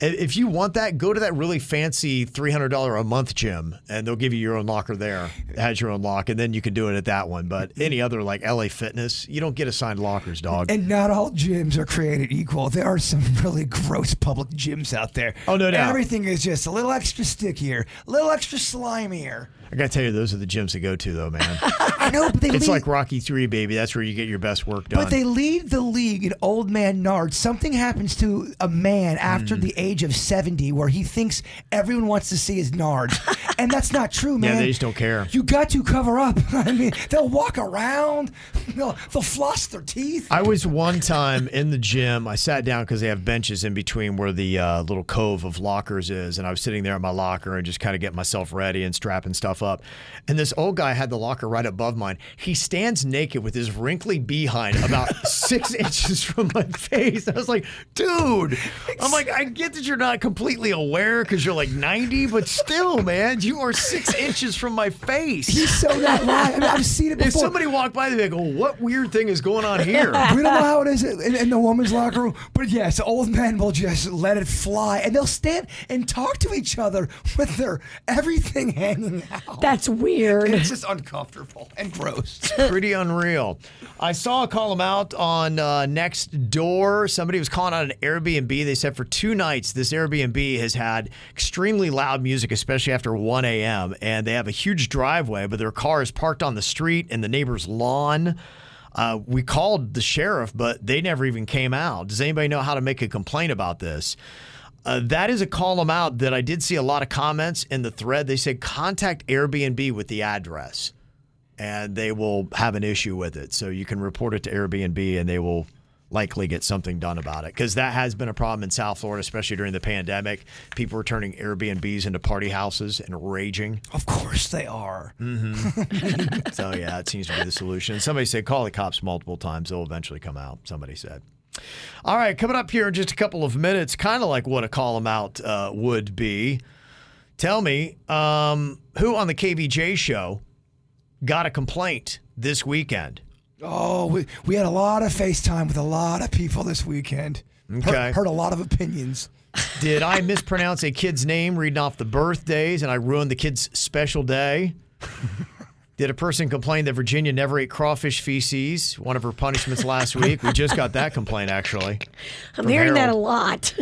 S3: i- if you want that, go to that really fancy three hundred dollar a month gym, and they'll give you your own locker there. It has your own lock, and then you can do it at that one. But any other like LA Fitness, you don't get assigned lockers, dog.
S5: And not all gyms are created equal. There are some really gross public gyms out there.
S3: Oh, no doubt.
S5: Everything is just a little extra stickier, a little extra slimier.
S3: I gotta tell you, those are the gyms to go to, though, man.
S5: I know, but they
S3: it's
S5: leave-
S3: like Rocky Three, baby. That's where you get your best work done.
S5: But they lead the league in old man Nard. Something happens to a man after
S3: Mm.
S5: the age of 70 where he thinks everyone wants to see his Nards. and that's not true,
S3: yeah,
S5: man.
S3: they just don't care.
S5: You got to cover up. I mean, they'll walk around, they'll, they'll floss their teeth.
S3: I was one time in the gym. I sat down because they have benches in between where the uh, little cove of lockers is, and I was sitting there at my locker and just kind of getting myself ready and strapping stuff up. And this old guy had the locker right above mine. He stands naked with his wrinkly behind about six inches from my face. I was like, dude. I'm like, I get that you're not completely aware because you're like 90, but still, man, You are six inches from my face.
S5: He's so not lying. I mean, I've seen it
S3: If
S5: before.
S3: somebody walked by, they'd be like, oh, what weird thing is going on here?
S5: We don't know how it is in, in the women's locker room, but yes, old men will just let it fly, and they'll stand and talk to each other with their everything hanging out.
S4: That's weird.
S5: It's just uncomfortable and gross.
S3: It's pretty unreal. I saw a call 'em out on uh, Next Door. Somebody was calling out an Airbnb. They said for two nights, this Airbnb has had extremely loud music, especially after 1 a.m. And they have a huge driveway, but their car is parked on the street and the neighbor's lawn. Uh, we called the sheriff, but they never even came out. Does anybody know how to make a complaint about this? Uh, that is a call 'em out that I did see a lot of comments in the thread. They said contact Airbnb with the address and they will have an issue with it. So you can report it to Airbnb and they will likely get something done about it because that has been a problem in South Florida, especially during the pandemic. People were turning Airbnbs into party houses and raging.
S5: Of course they are.
S3: Mm-hmm. so, yeah, it seems to be the solution. Somebody said call the cops multiple times. They'll eventually come out. Somebody said. All right, coming up here in just a couple of minutes, kind of like what a call 'em out uh, would be. Tell me, um, who on the KVJ show got a complaint this weekend?
S5: Oh, we, we had a lot of FaceTime with a lot of people this weekend. Heard-
S3: Okay.
S5: Heard, a lot of opinions.
S3: Did I mispronounce a kid's name reading off the birthdays and I ruined the kid's special day? Did a person complain that Virginia never ate crawfish feces? One of her punishments last week. We just got that complaint, actually.
S4: I'm
S3: from
S4: hearing that a
S3: Harold.
S4: lot.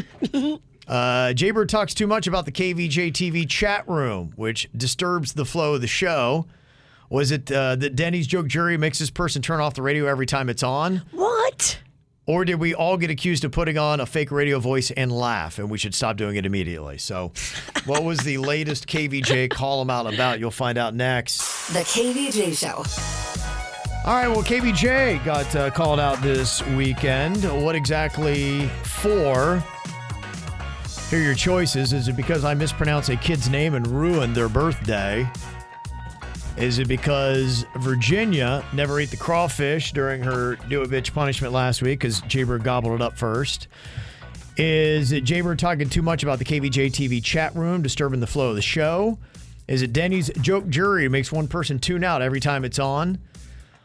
S3: Uh, Jaybird talks too much about the KVJ TV chat room, which disturbs the flow of the show. Was it uh, that Denny's joke jury makes this person turn off the radio every time it's on?
S4: What?
S3: Or did we all get accused of putting on a fake radio voice and laugh, and we should stop doing it immediately? So, what was the latest KVJ call 'em out about? You'll find out next.
S15: The KVJ Show.
S3: All right, well, KBJ got uh, called out this weekend. What exactly for? Here are your choices. Is it because I mispronounced a kid's name and ruined their birthday? Is it because Virginia never ate the crawfish during her do a bitch punishment last week because Jaber gobbled it up first? Is it Jaber talking too much about the KVJ TV chat room, disturbing the flow of the show? Is it Denny's joke jury who makes one person tune out every time it's on?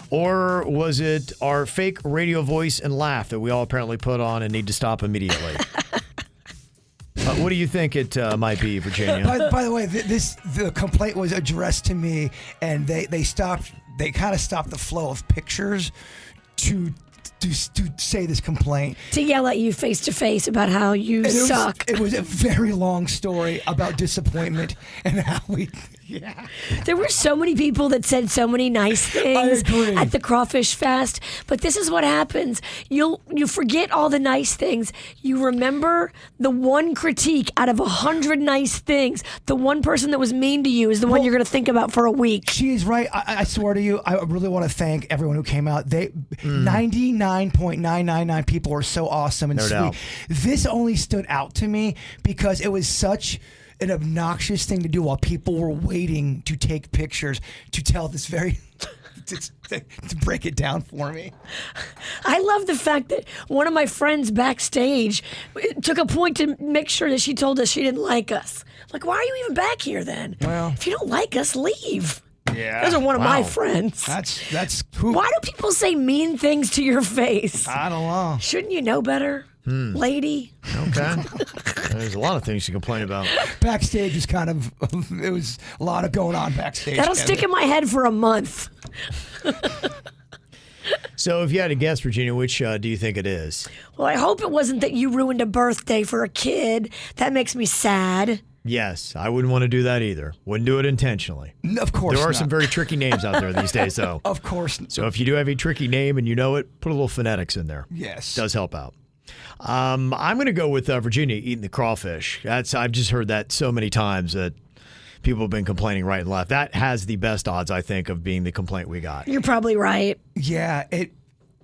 S3: Or was it our fake radio voice and laugh that we all apparently put on and need to stop immediately? Uh, what do you think it uh, might be, Virginia?
S5: by, by the way, th- this the complaint was addressed to me, and they they stopped. They kind of stopped the flow of pictures to to, to say this complaint.
S4: to yell at you face to face about how you
S5: And it was-
S4: suck.
S5: it was a very long story about disappointment and how we
S4: There were so many people that said so many nice things at the crawfish fest, but this is what happens. You'll you forget all the nice things. You remember the one critique out of a hundred nice things. The one person that was mean to you is the one you're going to think about for a week.
S5: She is right. I, I swear to you, I really want to thank everyone who came out. They
S3: Mm.
S5: ninety nine point nine nine nine people were so awesome and
S3: No
S5: sweet.
S3: doubt.
S5: This only stood out to me because it was such an obnoxious thing to do while people were waiting to take pictures to tell this very to, to- to break it down for me.
S4: I love the fact that one of my friends backstage uh, took a point to make sure that she told us she didn't like us. Like, why are you even back here then? Well, if you don't like us, leave.
S5: Yeah,
S4: Those are one of my friends.
S5: That's that's who.
S4: Why do people say mean things to your face?
S5: I don't know.
S4: Shouldn't you know better,
S3: Hmm.
S4: lady?
S3: Okay. There's a lot of things to complain about.
S5: Backstage is kind of it was a lot of going on backstage.
S4: That'll stick in my head for a month.
S3: So, if you had to guess, Virginia, which uh, do you think it is?
S4: Well, I hope it wasn't that you ruined a birthday for a kid. That makes me sad.
S3: Yes, I wouldn't want to do that either. Wouldn't do it intentionally.
S5: Of course,
S3: There are
S5: not.
S3: some very tricky names out there these days, though.
S5: Of course.
S3: So if you do have a tricky name and you know it, put a little phonetics in there.
S5: Yes.
S3: does help out. Um, I'm going to go with uh, Virginia eating the crawfish. That's I've just heard that so many times that people have been complaining right and left. That has the best odds, I think, of being the complaint we got.
S4: You're probably right.
S5: Yeah, it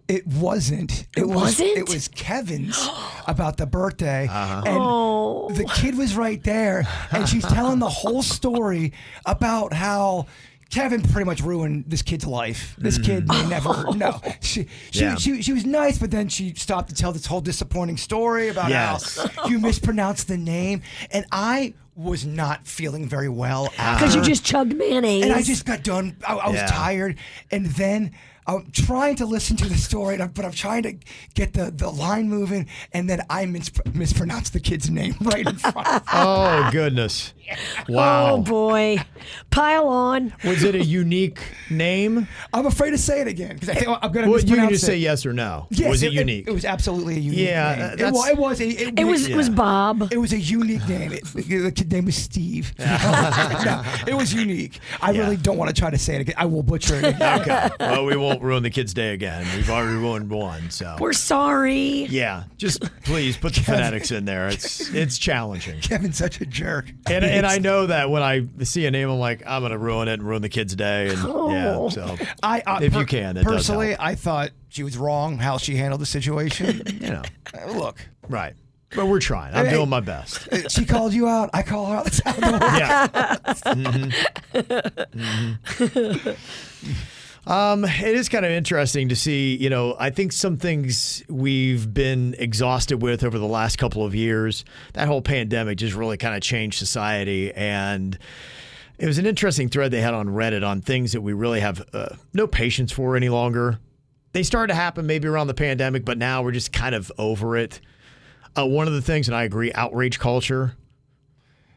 S5: it wasn't. It, was,
S4: wasn't?
S5: It was Kevin's about the birthday,
S3: Uh-huh.
S5: and
S4: Oh.
S5: the kid was right there, and she's telling the whole story about how. Kevin pretty much ruined this kid's life. This kid may never no. She
S3: Mm-hmm.
S5: she,
S3: Yeah.
S5: she she was nice, but then she stopped to tell this whole disappointing story about
S3: Yes.
S5: how you mispronounced the name, and I was not feeling very well
S3: Uh-huh.
S5: after.
S4: Because you just chugged mayonnaise.
S5: Uh-huh. And I just got done. I, I was
S4: Yeah.
S5: tired. And then I'm trying to listen to the story, and I, but I'm trying to get the, the line moving. And then I mis- mispronounced the kid's name right in front of
S3: Oh goodness! Wow.
S4: Oh boy, pile on.
S3: Was it a unique name?
S5: I'm afraid to say it again because I think I'm going to
S3: Well, you can
S5: mispronounce
S3: just
S5: it.
S3: say yes or no.
S5: Yes,
S3: was it,
S5: it
S3: unique?
S5: It was absolutely a unique
S3: Yeah, uh,
S5: name.
S3: that's-
S5: it was. It was, a, it,
S3: It was- it was
S4: Bob.
S5: It was a unique name. It, the kid's name was Steve. No, it was unique. I really don't want to try to say it again. I will butcher it. Again.
S3: okay. Well, we won't ruin the kid's day again. We've already ruined one, so
S4: We're sorry.
S3: Yeah, just please put the phonetics in there. It's it's challenging.
S5: Kevin's such a jerk.
S3: And, and I know that when I see a name, I'm like, I'm gonna ruin it and ruin the kid's day. And yeah, so
S5: I, uh,
S3: if
S5: per-
S3: you can, that
S5: personally, I thought she was wrong how she handled the situation. Uh,
S3: you know,
S5: look,
S3: right. But we're trying. I'm
S5: Hey.
S3: doing my best.
S5: she called you out. I call her out. That's how it works.
S3: Yeah. Mhm. Mhm. Um, it is kind of interesting to see, you know, I think some things we've been exhausted with over the last couple of years. That whole pandemic just really kind of changed society. And it was an interesting thread they had on Reddit on things that we really have uh, no patience for any longer. They started to happen maybe around the pandemic, but now we're just kind of over it. Uh, one of the things, and I agree, outrage culture.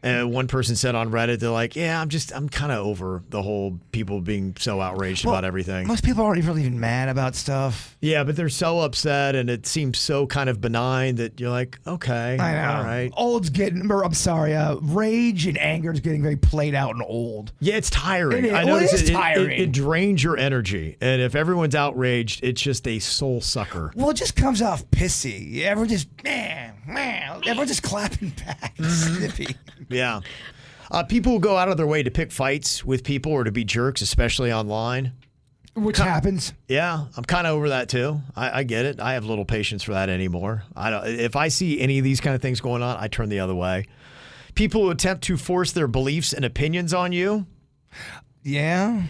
S3: And one person said on Reddit, they're like, "Yeah, I'm just, I'm kind of over the whole people being so outraged
S5: Well,
S3: about everything."
S5: Most people aren't really even mad about stuff.
S3: yeah, but they're so upset, and it seems so kind of benign that you're like, "Okay,
S5: I know.
S3: all right."
S5: Old's getting, or I'm sorry, uh, rage and anger is getting very played out and old.
S3: Yeah, it's tiring.
S5: It is-
S3: I
S5: well, it
S3: notice
S5: is
S3: it, it- it-
S5: tiring.
S3: It, drains your energy, and if everyone's outraged, it's just a soul sucker.
S5: Well, it just comes off pissy. Everyone just, man, man. Everyone just clapping back.
S3: Mm-hmm.
S5: Snippy.
S3: Yeah. Uh, people who go out of their way to pick fights with people or to be jerks, especially online.
S5: Which happens.
S3: Yeah, I'm kind of over that too. I, I get it. I have little patience for that anymore. I don't. If I see any of these kind of things going on, I turn the other way. People who attempt to force their beliefs and opinions on you.
S5: Yeah.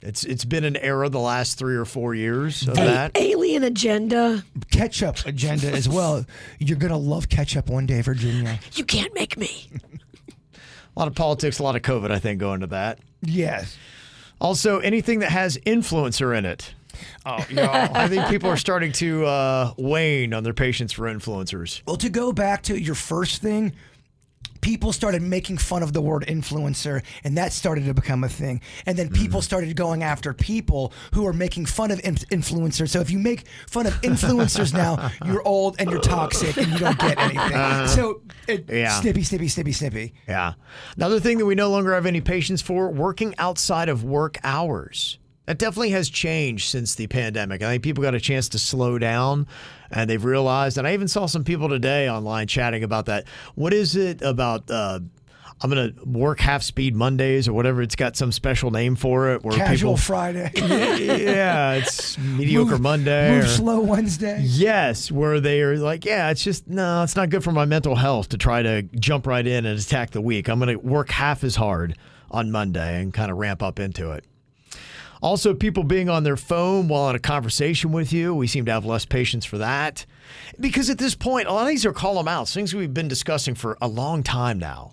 S3: It's it's been an era the last three or four years of
S4: A-
S3: that.
S4: alien agenda.
S5: Ketchup agenda as well. You're going to love ketchup one day, Virginia.
S4: You can't make me.
S3: A lot of politics, a lot of COVID. I think going to that.
S5: Yes.
S3: Also, anything that has influencer in it.
S5: Oh,
S3: I think people are starting to uh, wane on their patience for influencers.
S5: Well, to go back to your first thing, people started making fun of the word influencer, and that started to become a thing. And then
S3: Mm-hmm.
S5: people started going after people who are making fun of inf- influencers. So if you make fun of influencers now, you're old and you're toxic and you don't get anything.
S3: Uh,
S5: so it,
S3: yeah.
S5: snippy, snippy, snippy, snippy.
S3: Yeah. Another thing that we no longer have any patience for working outside of work hours. That definitely has changed since the pandemic. I think people got a chance to slow down and they've realized. And I even saw some people today online chatting about that. What is it about? Uh, I'm going to work half speed Mondays or whatever. It's got some special name for it. Where
S5: Casual
S3: people,
S5: Friday.
S3: yeah, it's mediocre
S5: Move-
S3: Monday.
S5: Move
S3: or-
S5: slow Wednesday.
S3: Yes, where they are like, yeah, it's just no, it's not good for my mental health to try to jump right in and attack the week. I'm going to work half as hard on Monday and kind of ramp up into it. Also, people being on their phone while in a conversation with you, we seem to have less patience for that. Because at this point, a lot of these are call them outs, things we've been discussing for a long time now.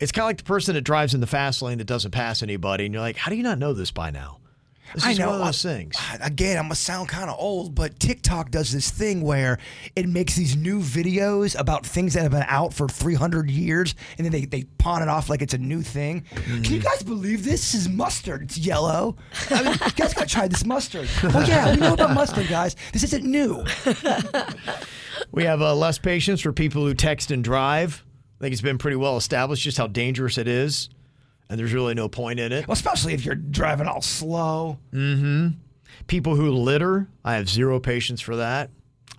S3: It's kind of like the person that drives in the fast lane that doesn't pass anybody, and you're like, how do you not know this by now? This
S5: I
S3: is
S5: know.
S3: one of those things.
S5: Again, I'm gonna sound kind of old, but TikTok does this thing where it makes these new videos about things that have been out for 300 years, and then they, they pawn it off like it's a new thing. Can you guys believe this is mustard? It's yellow. I mean, you guys gotta try this mustard. Oh yeah, we know about mustard, guys. This isn't new.
S3: We have uh, less patience for people who text and drive. I think it's been pretty well established just how dangerous it is, and there's really no point in it.
S5: Well, especially if you're driving all slow.
S3: hmm People who litter, I have zero patience for that.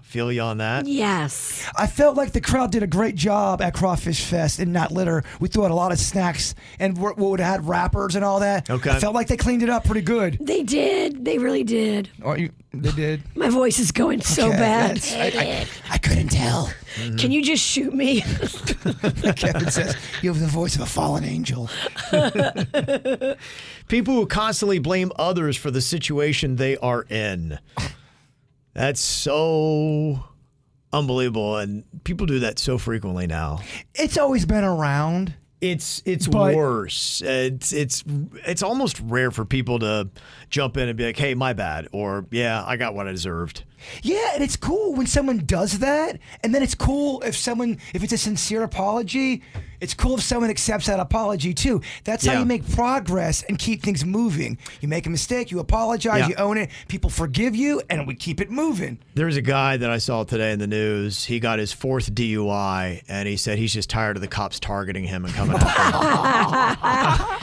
S3: Feel you on that.
S4: Yes.
S5: I felt like the crowd did a great job at Crawfish Fest and not litter. We threw out a lot of snacks and what would have had wrappers and all that.
S3: Okay.
S5: I felt like they cleaned it up pretty good.
S4: They did. They really did.
S5: Or you, they did.
S4: My voice is going so
S5: Okay,
S4: bad.
S5: that's- I, mm-hmm. I- I couldn't tell.
S4: Can you just shoot me?
S5: Kevin says, You have the voice of a fallen angel.
S3: People who constantly blame others for the situation they are in. That's so unbelievable, and people do that so frequently now.
S5: It's always been around.
S3: It's it's
S5: But-
S3: worse. Uh, It's it's it's almost rare for people to jump in and be like, "Hey, my bad," or "Yeah, I got what I deserved."
S5: Yeah, and it's cool when someone does that, and then it's cool if someone if it's a sincere apology. It's cool if someone accepts that apology too. That's how
S3: Yeah.
S5: you make progress and keep things moving. You make a mistake, you apologize,
S3: Yeah.
S5: you own it, people forgive you, and we keep it moving.
S3: There's a guy that I saw today in the news. He got his fourth DUI, and he said he's just tired of the cops targeting him and coming. after him.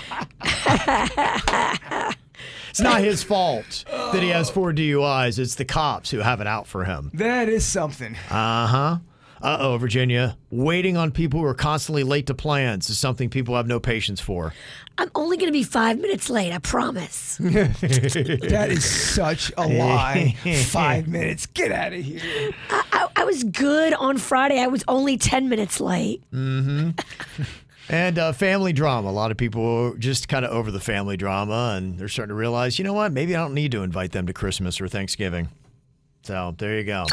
S3: It's not his fault that he has four DUIs. It's the cops who have it out for him.
S5: That is something.
S3: Uh huh. Uh oh, Virginia. Waiting on people who are constantly late to plans is something people have no patience for.
S4: I'm only going to be five minutes late. I promise.
S5: That is such a lie. Five minutes. Get out of here.
S4: I, I, I was good on Friday. I was only 10 minutes late.
S3: hmm and uh, family drama. A lot of people are just kind of over the family drama, and they're starting to realize, you know what? Maybe I don't need to invite them to Christmas or Thanksgiving. So there you go.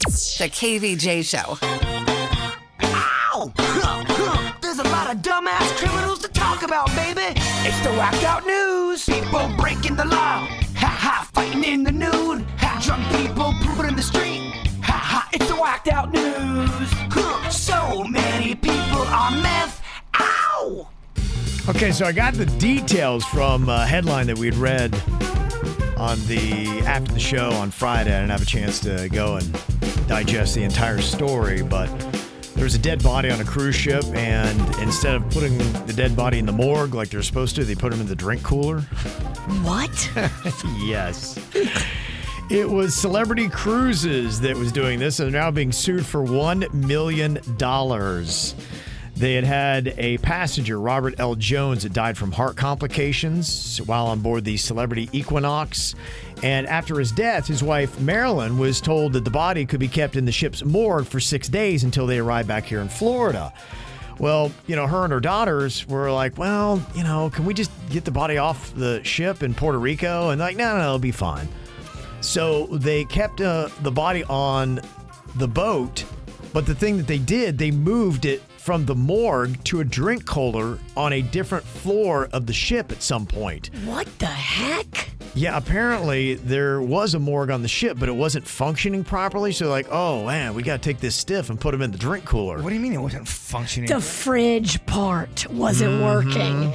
S15: The KVJ Show.
S2: Ow! Huh, huh. There's a lot of dumbass criminals to talk about, baby. It's the whacked out news. People breaking the law. Ha ha, fighting in the nude. Ha, drunk people pooping in the street. Ha ha, it's the whacked out news. Huh, So many people are meth. Ow!
S3: Okay, so I got the details from a headline that we'd read on the after the show on Friday. I didn't have a chance to go and digest the entire story, but there was a dead body on a cruise ship, and instead of putting the dead body in the morgue like they're supposed to, they put him in the drink cooler.
S4: What?
S3: yes. It was Celebrity Cruises that was doing this, and they're now being sued for $1 million. They had had a passenger, Robert L. Jones, that died from heart complications while on board the Celebrity Equinox. And after his death, his wife, Marilyn, was told that the body could be kept in the ship's morgue for six days until they arrived back here in Florida. Well, you know, her and her daughters were like, well, you know, can we just get the body off the ship in Puerto Rico? And like, no, no, no, it'll be fine. So they kept uh, the body on the boat, but the thing that they did, they moved it from the morgue to a drink cooler on a different floor of the ship at some point.
S4: What the heck?
S3: Yeah, apparently there was a morgue on the ship, but it wasn't functioning properly. So, like, oh man, we got to take this stiff and put him in the drink cooler. What
S5: do you mean it wasn't functioning?
S4: The fridge part wasn't
S5: Mm-hmm.
S4: working.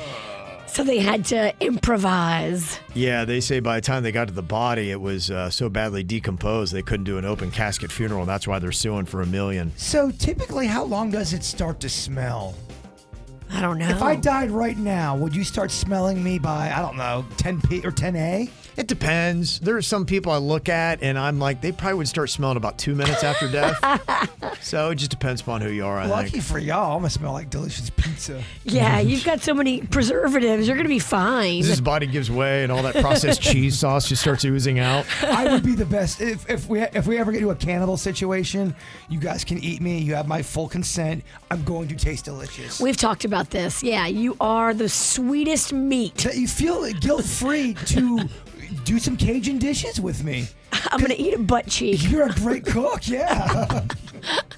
S4: So they had to improvise.
S3: Yeah, they say by the time they got to the body, it was uh, so badly decomposed they couldn't do an open casket funeral. And that's why they're suing for a million.
S5: So typically, how long does it start to smell?
S4: I don't know.
S5: If
S3: Oh.
S5: I died right now, would you start smelling me by I don't know 10 p or 10 a?
S3: It depends. There are some people I look at and I'm like, they probably would start smelling about two minutes after death. so it just depends upon who you are. I
S5: Lucky
S3: think.
S5: for y'all, I'm gonna smell like delicious pizza.
S4: Yeah, you've got so many preservatives. You're going to be fine.
S3: His body gives way and all that processed cheese sauce just starts oozing out.
S5: I would be the best if, if we if we ever get to a cannibal situation. You guys can eat me. You have my full consent. I'm going to taste delicious.
S4: We've talked about this. Yeah, you are the sweetest meat.
S5: That you feel guilt free to do some Cajun dishes with me.
S4: I'm gonna eat a butt cheek.
S5: You're a great cook. Yeah.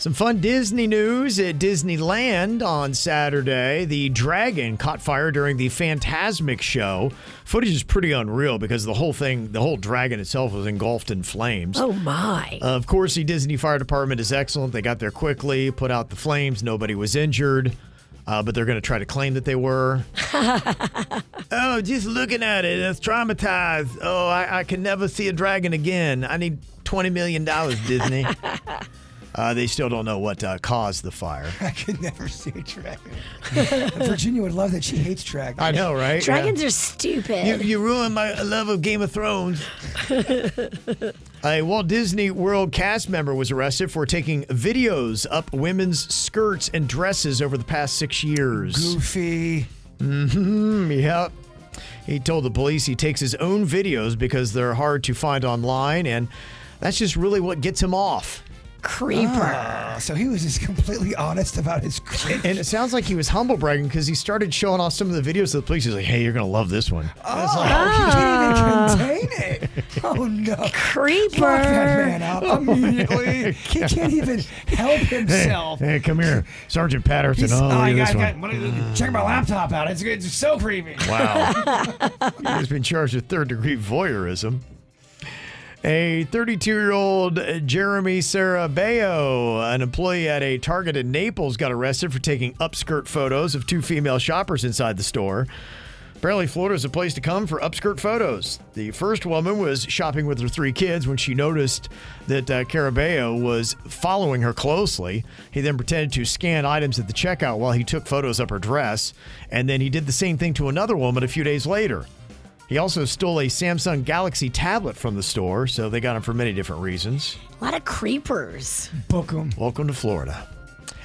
S3: Some fun Disney news at Disneyland on Saturday. The dragon caught fire during the Phantasmic show. Footage is pretty unreal because the whole thing, the whole dragon itself was engulfed in flames.
S4: Oh my.
S3: Of course, the Disney Fire Department is excellent. They got there quickly, put out the flames. Nobody was injured, uh, but they're going to try to claim that they were. oh, just looking at it, it's traumatized. Oh, I, I can never see a dragon again. I need $20 million, Disney. uh, they still don't know what uh, caused the fire.
S5: I could never see a dragon. Virginia would love that. She hates dragons.
S3: I know, right?
S4: Dragons are stupid.
S3: You, you ruined my love of Game of Thrones. A Walt Disney World cast member was arrested for taking videos up women's skirts and dresses over the past six years.
S5: Goofy.
S3: hmm Yep. He told the police he takes his own videos because they're hard to find online, and that's just really what gets him off.
S4: creeper.
S5: Oh, so he was just completely honest about his cringe.
S3: And it sounds like he was humble bragging because he started showing off some of the videos to the police. He's like, "Hey, you're gonna love this one."
S5: Oh, he can't even contain it. Oh no,
S4: creeper!
S5: Lock that man up immediately. he can't even help
S3: Hey,
S5: himself.
S3: hey, come here, Sergeant Patterson.
S5: He's-
S3: Oh, look
S5: I
S3: at
S5: got-
S3: this
S5: I
S3: one.
S5: got- what- check my laptop out. It's, it's so creepy.
S3: Wow. He's been charged with third degree voyeurism. A 32 year old Jeremy Sarabayo, an employee at a Target in Naples, got arrested for taking upskirt photos of two female shoppers inside the store. Apparently, Florida is a place to come for upskirt photos. The first woman was shopping with her three kids when she noticed that uh, Caraballo was following her closely. He then pretended to scan items at the checkout while he took photos of her dress, and then he did the same thing to another woman a few days later. He also stole a Samsung Galaxy tablet from the store, so they got him for many different reasons.
S4: A lot of creepers.
S5: Book them.
S3: Welcome to Florida.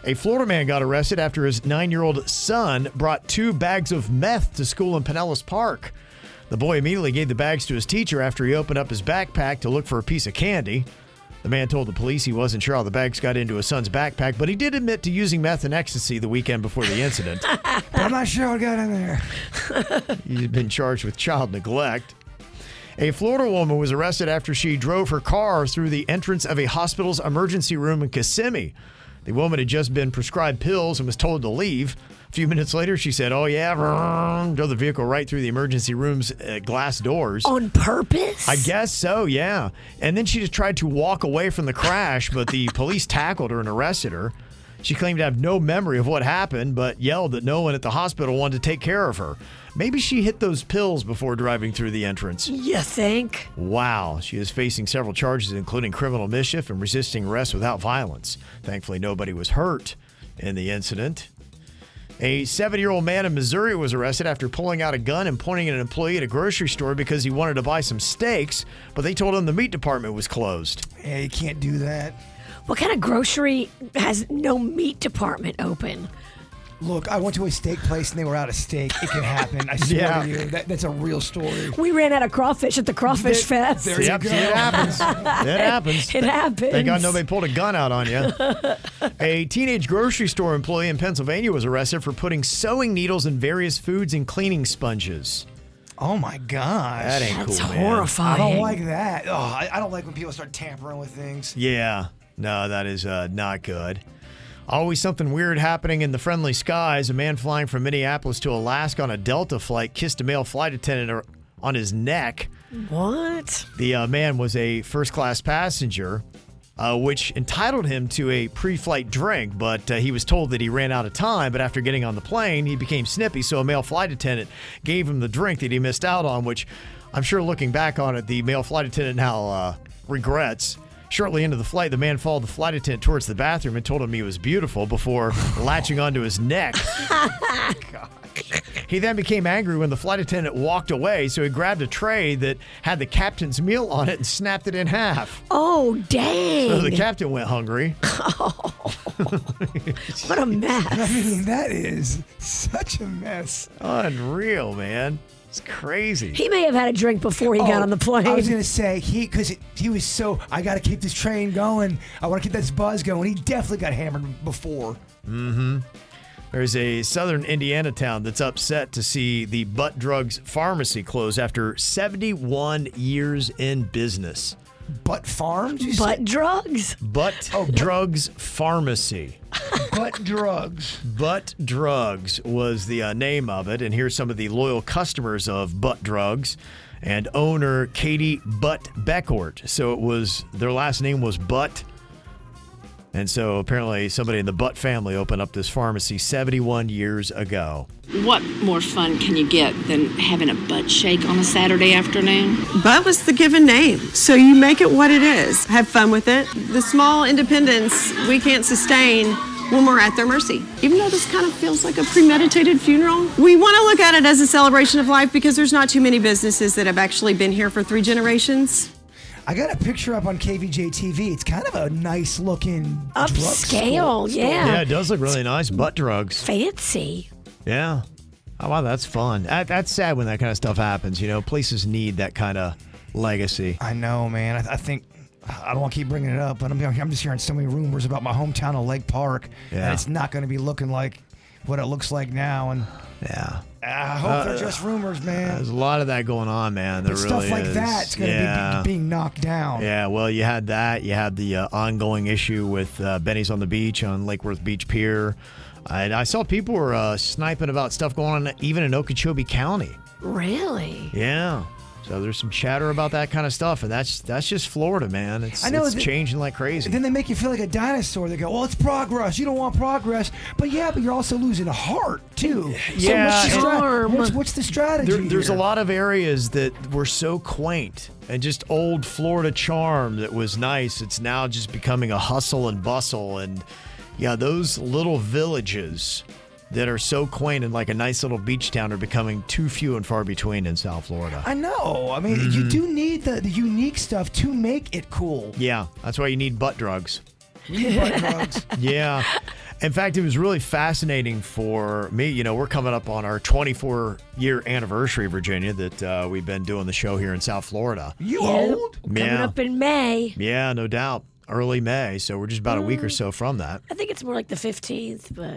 S3: A Florida man got arrested after his nine year old son brought two bags of meth to school in Pinellas Park. The boy immediately gave the bags to his teacher after he opened up his backpack to look for a piece of candy. The man told the police he wasn't sure how the bags got into his son's backpack, but he did admit to using meth and ecstasy the weekend before the incident.
S5: But I'm not sure what got in there.
S3: He's been charged with child neglect. A Florida woman was arrested after she drove her car through the entrance of a hospital's emergency room in Kissimmee. The woman had just been prescribed pills and was told to leave. A few minutes later, she said, Oh, yeah, vroom," drove the vehicle right through the emergency room's uh, glass doors.
S4: On purpose?
S3: I guess so, yeah. And then she just tried to walk away from the crash, but the police tackled her and arrested her. She claimed to have no memory of what happened, but yelled that no one at the hospital wanted to take care of her. Maybe she hit those pills before driving through the entrance.
S4: You think?
S3: Wow. She is facing several charges, including criminal mischief and resisting arrest without violence. Thankfully, nobody was hurt in the incident. A seven year old man in Missouri was arrested after pulling out a gun and pointing at an employee at a grocery store because he wanted to buy some steaks, but they told him the meat department was closed.
S5: Yeah, you can't do that.
S4: What kind of grocery has no meat department open?
S5: Look, I went to a steak place and they were out of steak. It can happen. I swear
S4: Yeah.
S5: to you, that, that's a real story.
S4: We ran out of crawfish at the crawfish
S5: There-
S4: fest.
S5: there you Yep, go.
S3: It happens. It happens.
S4: it happens.
S3: Thank God nobody pulled a gun out on you. a teenage grocery store employee in Pennsylvania was arrested for putting sewing needles in various foods and cleaning sponges.
S5: Oh my gosh.
S3: That ain't
S5: That's
S3: cool. man.
S5: I don't like that. Oh, I, I don't like when people start tampering with things.
S3: Yeah. No, that is uh, not good. Always something weird happening in the friendly skies. A man flying from Minneapolis to Alaska on a Delta flight kissed a male flight attendant ar- on his neck.
S4: What?
S3: The uh, man was a first class passenger, uh, which entitled him to a pre flight drink, but uh, he was told that he ran out of time. But after getting on the plane, he became snippy, so a male flight attendant gave him the drink that he missed out on, which I'm sure looking back on it, the male flight attendant now uh, regrets. Shortly into the flight, the man followed the flight attendant towards the bathroom and told him he was beautiful before latching onto his neck. He then became angry when the flight attendant walked away, so he grabbed a tray that had the captain's meal on it and snapped it in half.
S4: Oh, dang.
S3: So the captain went hungry.
S4: what a mess.
S5: I mean, that is such a mess.
S3: Unreal, man. It's crazy.
S4: He may have had a drink before he got
S5: Oh,
S4: on the plane.
S5: I was gonna say he, cause he was so. I gotta keep this train going. I want to keep this buzz going. He definitely got hammered before.
S3: Mm-hmm. There's a southern Indiana town that's upset to see the Butt Drugs Pharmacy close after 71 years in business.
S5: Butt farms? you
S4: Butt
S5: said?
S4: drugs?
S3: Butt Drugs Pharmacy.
S5: Butt drugs.
S3: Butt Drugs was the uh, name of it, and here's some of the loyal customers of Butt Drugs and owner Katie Butt Beckort. So it was their last name was Butt, and so apparently somebody in the Butt family opened up this pharmacy 71 years ago.
S20: What more fun can you get than having a butt shake on a Saturday afternoon?
S15: Butt was the given name, so you make it what it is. Have fun with it. The small independence we can't sustain when we're at their mercy. Even though this kind of feels like a premeditated funeral, we want to look at it as a celebration of life because there's not too many businesses that have actually been here for three generations.
S5: I got a picture up on KVJ TV. It's kind of a nice looking
S4: Upscale,
S5: drugstore.
S4: yeah.
S3: Yeah, it does look really nice. Butt Drugs.
S4: Fancy.
S3: Yeah. Oh wow, that's fun. That, that's sad when that kind of stuff happens. You know, places need that kind of legacy.
S5: I know, man. I, I think I don't want to keep bringing it up, but I'm, I'm just hearing so many rumors about my hometown of Lake Park,
S3: Yeah.
S5: and it's not going to be looking like what it looks like now. And
S3: yeah,
S5: I hope
S3: Uh,
S5: they're just rumors, man.
S3: There's a lot of that going on, man. There
S5: But
S3: really
S5: stuff like
S3: is.
S5: that's going to
S3: yeah.
S5: be, be being knocked down.
S3: Yeah, well, you had that. You had the uh, ongoing issue with uh, Benny's on the beach on Lake Worth Beach Pier. And I saw people were uh, sniping about stuff going on even in Okeechobee County.
S4: Really?
S3: Yeah. So there's some chatter about that kind of stuff, and that's that's just Florida, man. It's,
S5: I know
S3: it's
S5: that-
S3: changing like crazy.
S5: Then they make you feel like a dinosaur. They go, "Well, it's progress. You don't want progress, but yeah, but you're also losing a heart too.
S3: Yeah,
S5: so what's, the
S3: and-
S5: strat- what's, what's the strategy?
S3: There- there's a
S5: here?
S3: lot of areas that were so quaint and just old Florida charm that was nice. It's now just becoming a hustle and bustle. And yeah, those little villages that are so quaint and like a nice little beach town are becoming too few and far between in South Florida.
S5: I know. I mean, you
S3: Mhm.
S5: do need the, the unique stuff to make it cool.
S3: Yeah, that's why you need butt drugs.
S5: You need butt drugs.
S3: yeah. In fact, it was really fascinating for me. You know, we're coming up on our 24 year anniversary, Virginia, that uh, we've been doing the show here in South Florida.
S5: You
S4: old? Coming
S3: Yeah.
S4: up in May.
S3: Yeah, no doubt. Early May. So we're just about a week or so from that.
S4: I think it's more like the 15th, but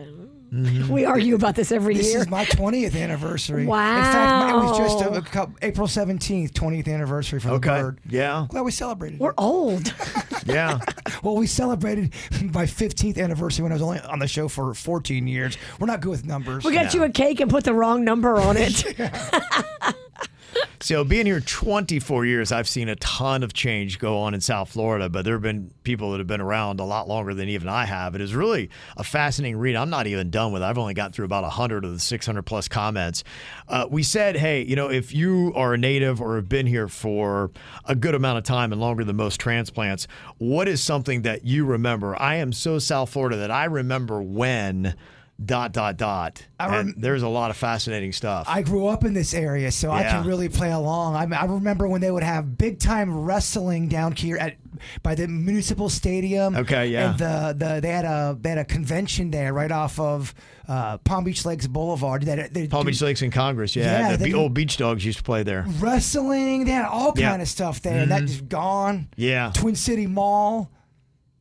S3: Mhm.
S4: we argue about this every
S5: This
S4: year.
S5: is my 20th anniversary. In fact, mine was just a, a couple, April 17th, 20th anniversary for the
S3: Okay.
S5: bird.
S3: Yeah.
S5: Glad we celebrated.
S4: We're old.
S3: Yeah.
S5: well, we celebrated my 15th anniversary when I was only on the show for 14 years. We're not good with numbers.
S4: We got you a cake and put the wrong number on it.
S3: So being here 24 years, I've seen a ton of change go on in South Florida, but there have been people that have been around a lot longer than even I have. It is really a fascinating read. I'm not even done with it. I've only got through about 100 of the 600 plus comments. Uh, we said, hey, you know, if you are a native or have been here for a good amount of time and longer than most transplants, what is something that you remember? I am so South Florida that I remember when dot, dot, dot. and there's a lot of fascinating stuff.
S5: I grew up in this area, so I can
S3: Yeah.
S5: really play along. I, I remember when they would have big time wrestling down here at by the municipal stadium.
S3: Okay, yeah.
S5: And the, the they had a they had a convention there right off of uh, Palm Beach Lakes Boulevard. That they
S3: Palm
S5: do
S3: Beach Lakes and Congress, yeah.
S5: Yeah,
S3: the
S5: they Mm.
S3: be-
S5: do-
S3: old beach dogs used to play there.
S5: wrestling. They had all
S3: Yeah.
S5: kind of stuff there, and that
S3: Mhm.
S5: just gone.
S3: Yeah.
S5: Twin City Mall,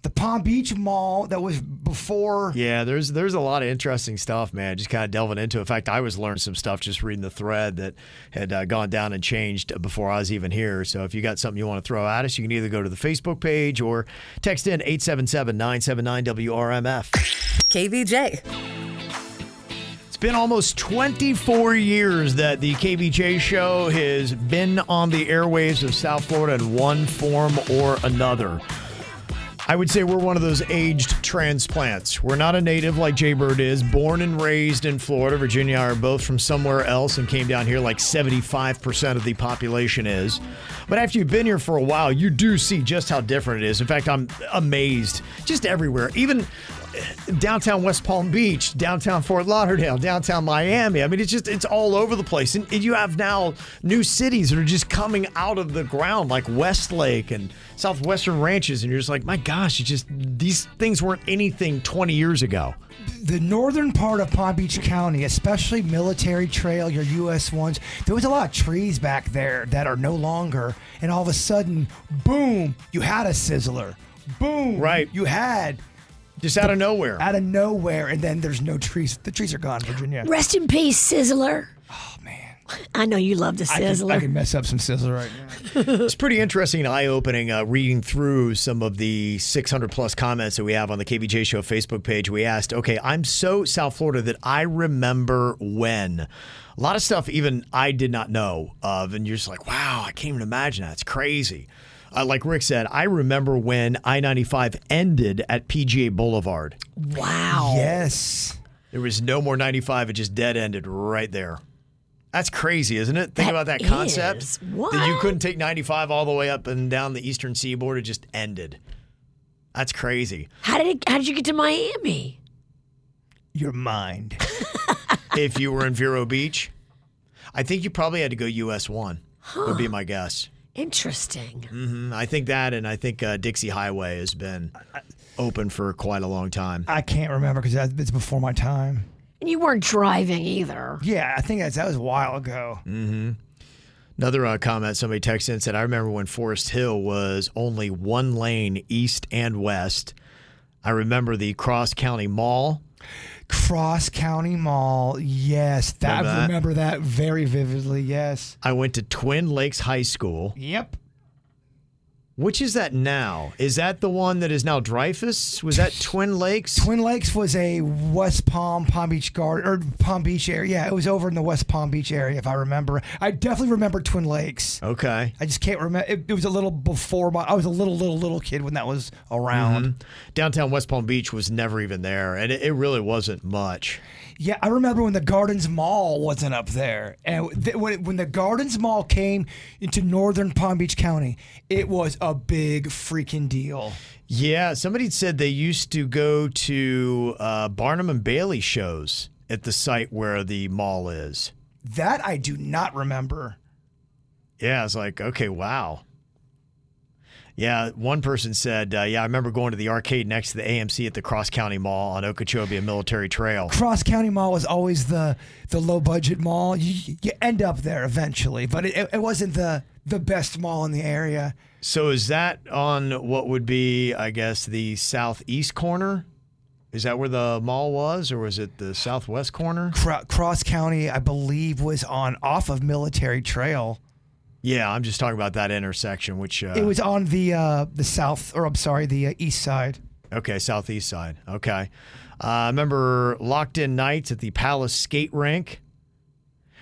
S5: the Palm Beach Mall that was before.
S3: Yeah, there's there's a lot of interesting stuff, man. Just kind of delving into. it. In fact, I was learning some stuff just reading the thread that had uh, gone down and changed before I was even here. So if you got something you want to throw at us, you can either go to the Facebook page or text in 877-979-WRMF. KVJ. It's been almost 24 years that the KBJ show has been on the airwaves of South Florida in one form or another. I would say we're one of those aged transplants. We're not a native like Jay Bird is, born and raised in Florida. Virginia and I are both from somewhere else and came down here like 75% of the population is. But after you've been here for a while, you do see just how different it is. In fact, I'm amazed just everywhere. Even downtown West Palm Beach, downtown Fort Lauderdale, downtown Miami. I mean, it's just it's all over the place. And, and you have now new cities that are just coming out of the ground, like Westlake and Southwestern Ranches, and you're just like, my gosh, it's just these things weren't anything 20 years ago.
S5: the northern part of Palm Beach County, especially Military Trail, your U.S. ones, there was a lot of trees back there that are no longer. And all of a sudden, boom, you had a sizzler. Boom. Right. You had.
S3: Just out of nowhere.
S5: Out of nowhere. And then there's no trees. The trees are gone, Virginia.
S4: Rest in peace, Sizzler. Oh, man. I know you love the
S5: I can,
S4: Sizzler.
S5: I can mess up some sizzler right now.
S3: it's pretty interesting and eye-opening uh, reading through some of the 600 plus comments that we have on the KBJ show Facebook page. We asked, okay, I'm so South Florida that I remember when. A lot of stuff even I did not know of, and you're just like, wow, I can't even imagine that. It's crazy. Uh, like Rick said, I remember when I 95 ended at PGA Boulevard. Oh.
S4: Wow.
S5: Yes.
S3: There was no more 95. It just dead ended right there. That's crazy, isn't it? Think about that concept.
S4: is.
S3: That you
S4: What?
S3: couldn't take 95 all the way up and down the eastern seaboard. It just ended. That's crazy.
S4: How did it, how did you get to Miami?
S5: Your mind.
S3: if you were in Vero Beach, I think you probably had to go US 1, would be my guess.
S4: Interesting.
S3: hmm I think that, and I think uh, Dixie Highway has been open for quite a long time.
S5: I can't remember because it's before my time.
S4: And you weren't driving either.
S3: Mm.
S5: Yeah, I think that's, that was a while ago.
S3: Mm-hmm. Another uh, comment somebody texted in said, I remember when Forest Hill was only one lane east and west. I remember the Cross County Mall.
S5: Cross County Mall. Yes, that,
S3: Remember
S5: I
S3: that?
S5: remember that very vividly. Yes.
S3: I went to Twin Lakes High School.
S5: Yep.
S3: Which is that now? Is that the one that is now Dreyfus? Was that Twin Lakes?
S5: Twin Lakes was a West Palm, Palm Beach Garden, or Palm Beach area. Yeah, it was over in the West Palm Beach area, if I remember. I definitely remember Twin Lakes.
S3: Okay.
S5: I just can't remember. It, it was a little before my. I was a little, little, little kid when that was around.
S3: Mhm. Downtown West Palm Beach was never even there, and it, it really wasn't much.
S5: Yeah, I remember when the Gardens Mall wasn't up there, and th- when it, when the Gardens Mall came into northern Palm Beach County, it was a big freaking deal.
S3: Yeah, somebody said they used to go to uh, Barnum and Bailey shows at the site where the mall is.
S5: That I do not remember.
S3: Yeah, it's like, okay, wow. Yeah, one person said, uh, yeah, I remember going to the arcade next to the AMC at the Cross County Mall on Okeechobee and Military Trail.
S5: Cross County Mall was always the the low budget mall. You, you end up there eventually, but it, it wasn't the the best mall in the area.
S3: So is that on what would be, I guess, the southeast corner? Is that where the mall was, or was it the southwest corner?
S5: Cro- Cross County, I believe, was on off of Military Trail.
S3: Yeah, I'm just talking about that intersection, which uh,
S5: it was on the uh, the south, or I'm sorry, the uh, east side.
S3: Okay, southeast side. Okay. Uh, I remember locked in nights at the Palace Skate Rink.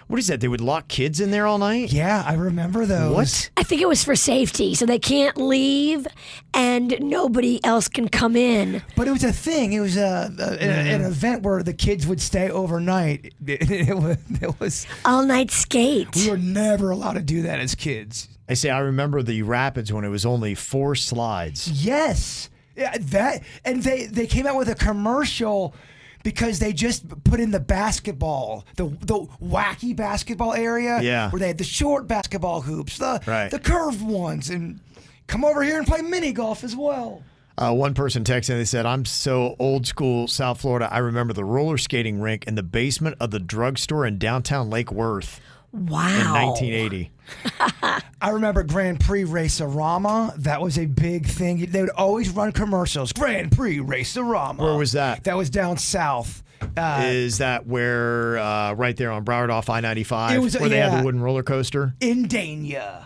S3: What is that? They would lock kids in there all night?
S5: Yeah, I remember those.
S3: What?
S4: I think it was for safety, so they can't leave, and nobody else can come in.
S5: But it was a thing. It was a, a, an event where the kids would stay overnight. It, was, it was
S4: all night skate.
S5: We were never allowed to do that as kids.
S3: I say I remember the Rapids when it was only four slides.
S5: Yes, yeah, that and they they came out with a commercial because they just put in the basketball, the the wacky basketball area.
S3: Yeah.
S5: where they had the short basketball hoops, the
S3: Right.
S5: the curved ones, and come over here and play mini golf as well.
S3: Uh, one person texted and they said, I'm so old school South Florida. I remember the roller skating rink in the basement of the drugstore in downtown Lake Worth. In 1980.
S5: I remember Grand Prix Racerama. That was a big thing. They would always run commercials. Grand Prix Racerama. Where was
S3: that?
S5: That was down south. Uh,
S3: is that where, uh, right there on Broward off I 95,
S5: It was-
S3: where they had
S5: yeah.
S3: the wooden roller coaster?
S5: in Dania.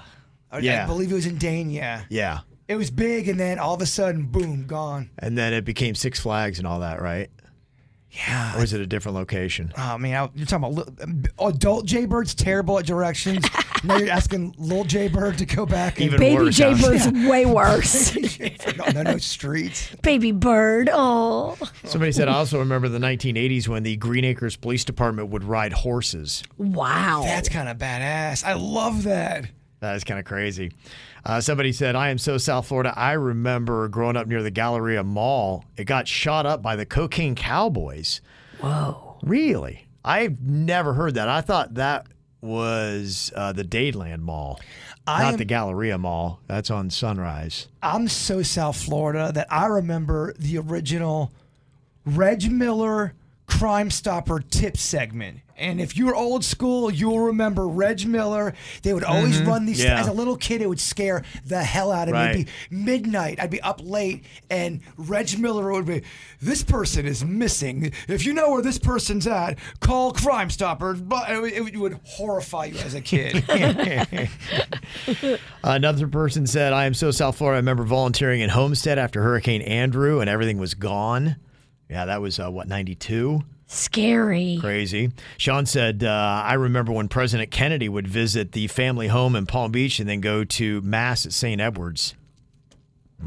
S5: I- I
S3: Yeah.
S5: believe it was in Dania.
S3: Yeah.
S5: It was big, and then all of a sudden, boom, gone.
S3: And then it became Six Flags and all that, right?
S5: Yeah.
S3: Or was it a different location?
S5: Oh man, I- you're talking about li- uh, adult Jaybird's terrible at directions. now you're asking little Jaybird to go back. And
S3: Even Baby worse, huh? Jaybird's
S4: way worse.
S5: Baby Jaybird, no, no, no streets.
S4: Baby bird. Oh.
S3: Somebody said, I also remember the 1980s when the Green Acres Police Department would ride horses.
S4: Wow.
S5: That's kind of badass. I love that.
S3: That is kind of crazy. Uh, somebody said, I am so South Florida. I remember growing up near the Galleria Mall. It got shot up by the Cocaine Cowboys.
S4: Whoa.
S3: Really? I've never heard that. I thought that was uh, the Dadeland Mall,
S5: I
S3: not
S5: am-
S3: the Galleria Mall. That's on Sunrise.
S5: I'm so South Florida that I remember the original Reg Miller Crime Stopper tip segment. And if you're old school, you'll remember Reg Miller. They would always
S3: Mhm.
S5: run these.
S3: Yeah.
S5: As a little kid, it would scare the hell out of me.
S3: Right.
S5: It'd be midnight. I'd be up late, and Reg Miller would be, "This person is missing. If you know where this person's at, call Crime Stopper." But it would- it would horrify you as a kid.
S3: Another person said, I am so South Florida. I remember volunteering in Homestead after Hurricane Andrew and everything was gone. Yeah, that was, uh, what, 92?
S4: Scary.
S3: Crazy. Sean said, uh, I remember when President Kennedy would visit the family home in Palm Beach and then go to Mass at St. Edwards.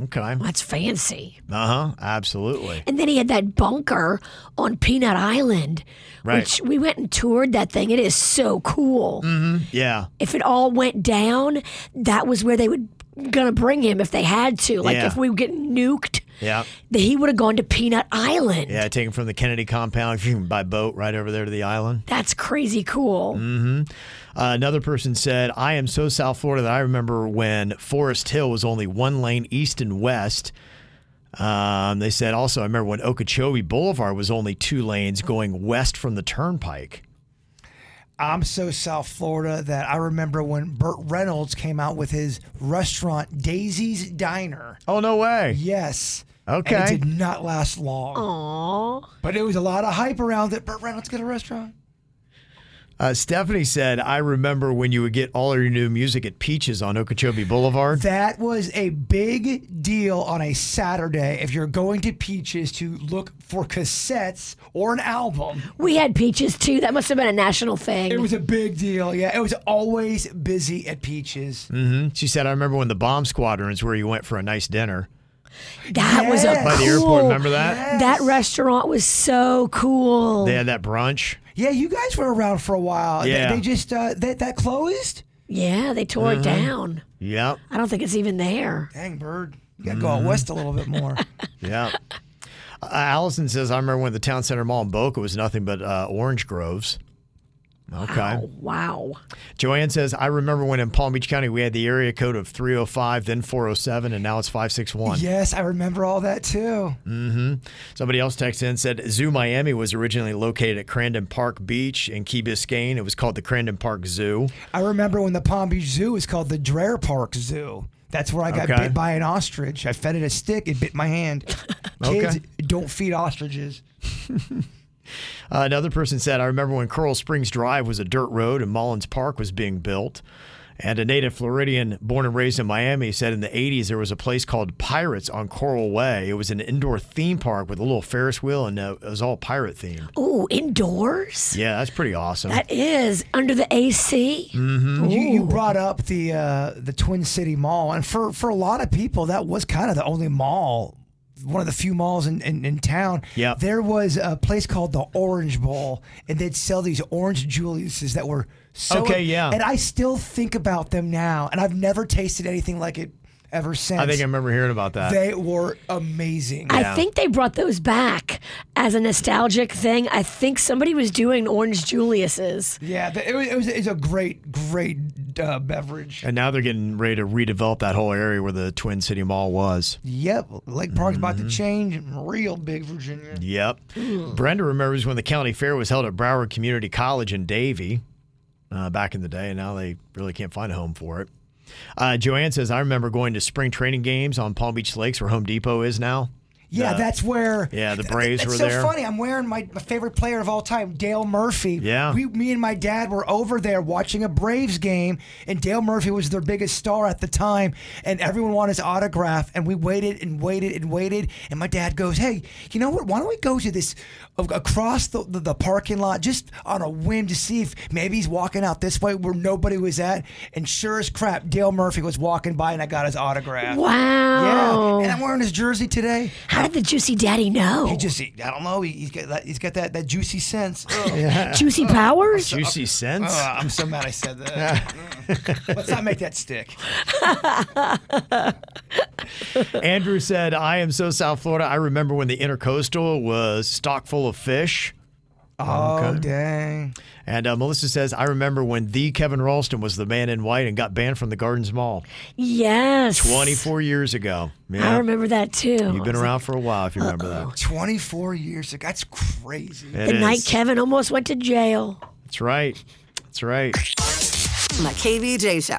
S3: Okay.
S4: That's fancy.
S3: Uh huh. Absolutely.
S4: And then he had that bunker on Peanut Island,
S3: Right.
S4: which we went and toured that thing. It is so cool.
S3: Mm-hmm. Yeah.
S4: If it all went down, that was where they would gonna bring him if they had to. Like
S3: Yeah.
S4: if we were getting nuked,
S3: Yeah.
S4: that he would have gone to Peanut Island.
S3: Yeah. Taken from the Kennedy compound by boat right over there to the island.
S4: That's crazy cool.
S3: hmm Uh, another person said, I am so South Florida that I remember when Forest Hill was only one lane east and west. Um, they said also, I remember when Okeechobee Boulevard was only two lanes going west from the turnpike.
S5: I'm so South Florida that I remember when Burt Reynolds came out with his restaurant Daisy's Diner.
S3: Oh no way!
S5: Yes.
S3: Okay.
S5: And it did not last long.
S4: Aww.
S5: But there was a lot of hype around that Burt Reynolds got a restaurant.
S3: Uh, Stephanie said, "I remember when you would get all your new music at Peaches on Okeechobee Boulevard."
S5: That was a big deal on a Saturday if you're going to Peaches to look for cassettes or an album.
S4: We had peaches too. That must have been a national thing.
S5: It was a big deal. Yeah, it was always busy at Peaches.
S3: hmm She said, "I remember when the bomb squadrons where you went for a nice dinner."
S4: That was a
S3: By the
S4: cool,
S3: airport, remember that?
S4: That restaurant was so cool.
S3: They had that brunch.
S5: Yeah, you guys were around for a while. They-
S3: Yeah.
S5: They, just uh, that that closed.
S4: Yeah, they tore it
S3: Mhm.
S4: down.
S3: Yep.
S4: I don't think it's even there.
S5: Dang bird, you gotta go out
S3: Mm-hmm.
S5: west a little bit more.
S3: Yeah. Uh, Allison says, I remember when the town center mall in Boca was nothing but uh, orange groves. Okay.
S4: Wow.
S3: Joanne says, I remember when in Palm Beach County we had the area code of 305, then 407, and now it's 561.
S5: Yes, I remember all that too.
S3: hmm Somebody else texted in and said, Zoo Miami was originally located at Crandon Park Beach in Key Biscayne. It was called the Crandon Park Zoo.
S5: I remember when the Palm Beach Zoo was called the Dreher Park Zoo. That's where I got
S3: Okay.
S5: bit by an ostrich. I fed it a stick. It bit my hand. Kids,
S3: Okay.
S5: don't feed ostriches.
S3: Uh, another person said, I remember when Coral Springs Drive was a dirt road and Mullins Park was being built. And a native Floridian born and raised in Miami said in the 80s there was a place called Pirates on Coral Way. It was an indoor theme park with a little Ferris wheel and uh, it was all pirate themed.
S4: Ooh, indoors?
S3: Yeah, that's pretty awesome.
S4: That is under the AC.
S3: Mhm.
S5: You, you brought up the uh, the Twin City Mall, and for for a lot of people, that was kind of the only mall, one of the few malls in in, in town. Yeah, there was a place called the Orange Bowl, and they'd sell these orange Juliuses that were so.
S3: Okay, yeah.
S5: and I still think about them now, and I've never tasted anything like it ever since.
S3: I think I remember hearing about that.
S5: They were amazing.
S4: I think they brought those back as a nostalgic thing. I think somebody was doing Orange Julius's.
S5: Yeah, th- it was, it was, it was a great, great uh, beverage.
S3: and now they're getting ready to redevelop that whole area where the Twin City Mall was.
S5: Yep, Lake Park's about
S3: Mm-hmm.
S5: to change real big, Virginia.
S3: Yep.
S4: Hmm.
S3: Brenda remembers when the county fair was held at Broward Community College in Davie uh, back in the day, and now they really can't find a home for it. Uh, Joanne says, I remember going to spring training games on Palm Beach Lakes where Home Depot is now.
S5: Yeah,
S3: The-
S5: that's where.
S3: Yeah, the Braves
S5: It's
S3: were
S5: so
S3: there.
S5: funny. I'm wearing my, my favorite player of all time, Dale Murphy.
S3: Yeah.
S5: We, me and my dad were over there watching a Braves game, and Dale Murphy was their biggest star at the time, and everyone wanted his autograph, and we waited and waited and waited, and my dad goes, "Hey, you know what? Why don't we go to this ac- across the, the, the parking lot just on a whim to see if maybe he's walking out this way where nobody was at?" And sure as crap, Dale Murphy was walking by, and I got his autograph.
S4: Wow.
S5: Yeah, and I'm wearing his jersey today.
S4: How did the Juicy Daddy know?
S5: He just, he, I don't know. He, he's got that, he's got that, that juicy sense. Ugh.
S4: Juicy Powers?
S3: Juicy sense?
S4: Uh.
S5: Ugh, Oh, I'm so mad I said that. Mm. Let's not make that stick.
S3: Andrew said, I am so South Florida. I remember when the intercoastal was stock full of fish.
S5: Oh, dang.
S3: And uh, Melissa says, I remember when the Kevin Ralston was the man in white and got banned from the Gardens Mall
S4: Yes.
S3: 24 years ago.
S4: I
S3: Yeah.
S4: remember that too.
S3: You've been around for a while if you remember that.
S5: 24 years ago. That's crazy.
S3: It
S4: the Oh. night
S3: is.
S4: Kevin almost went to jail.
S3: That's right. That's right.
S15: The KVJ Show.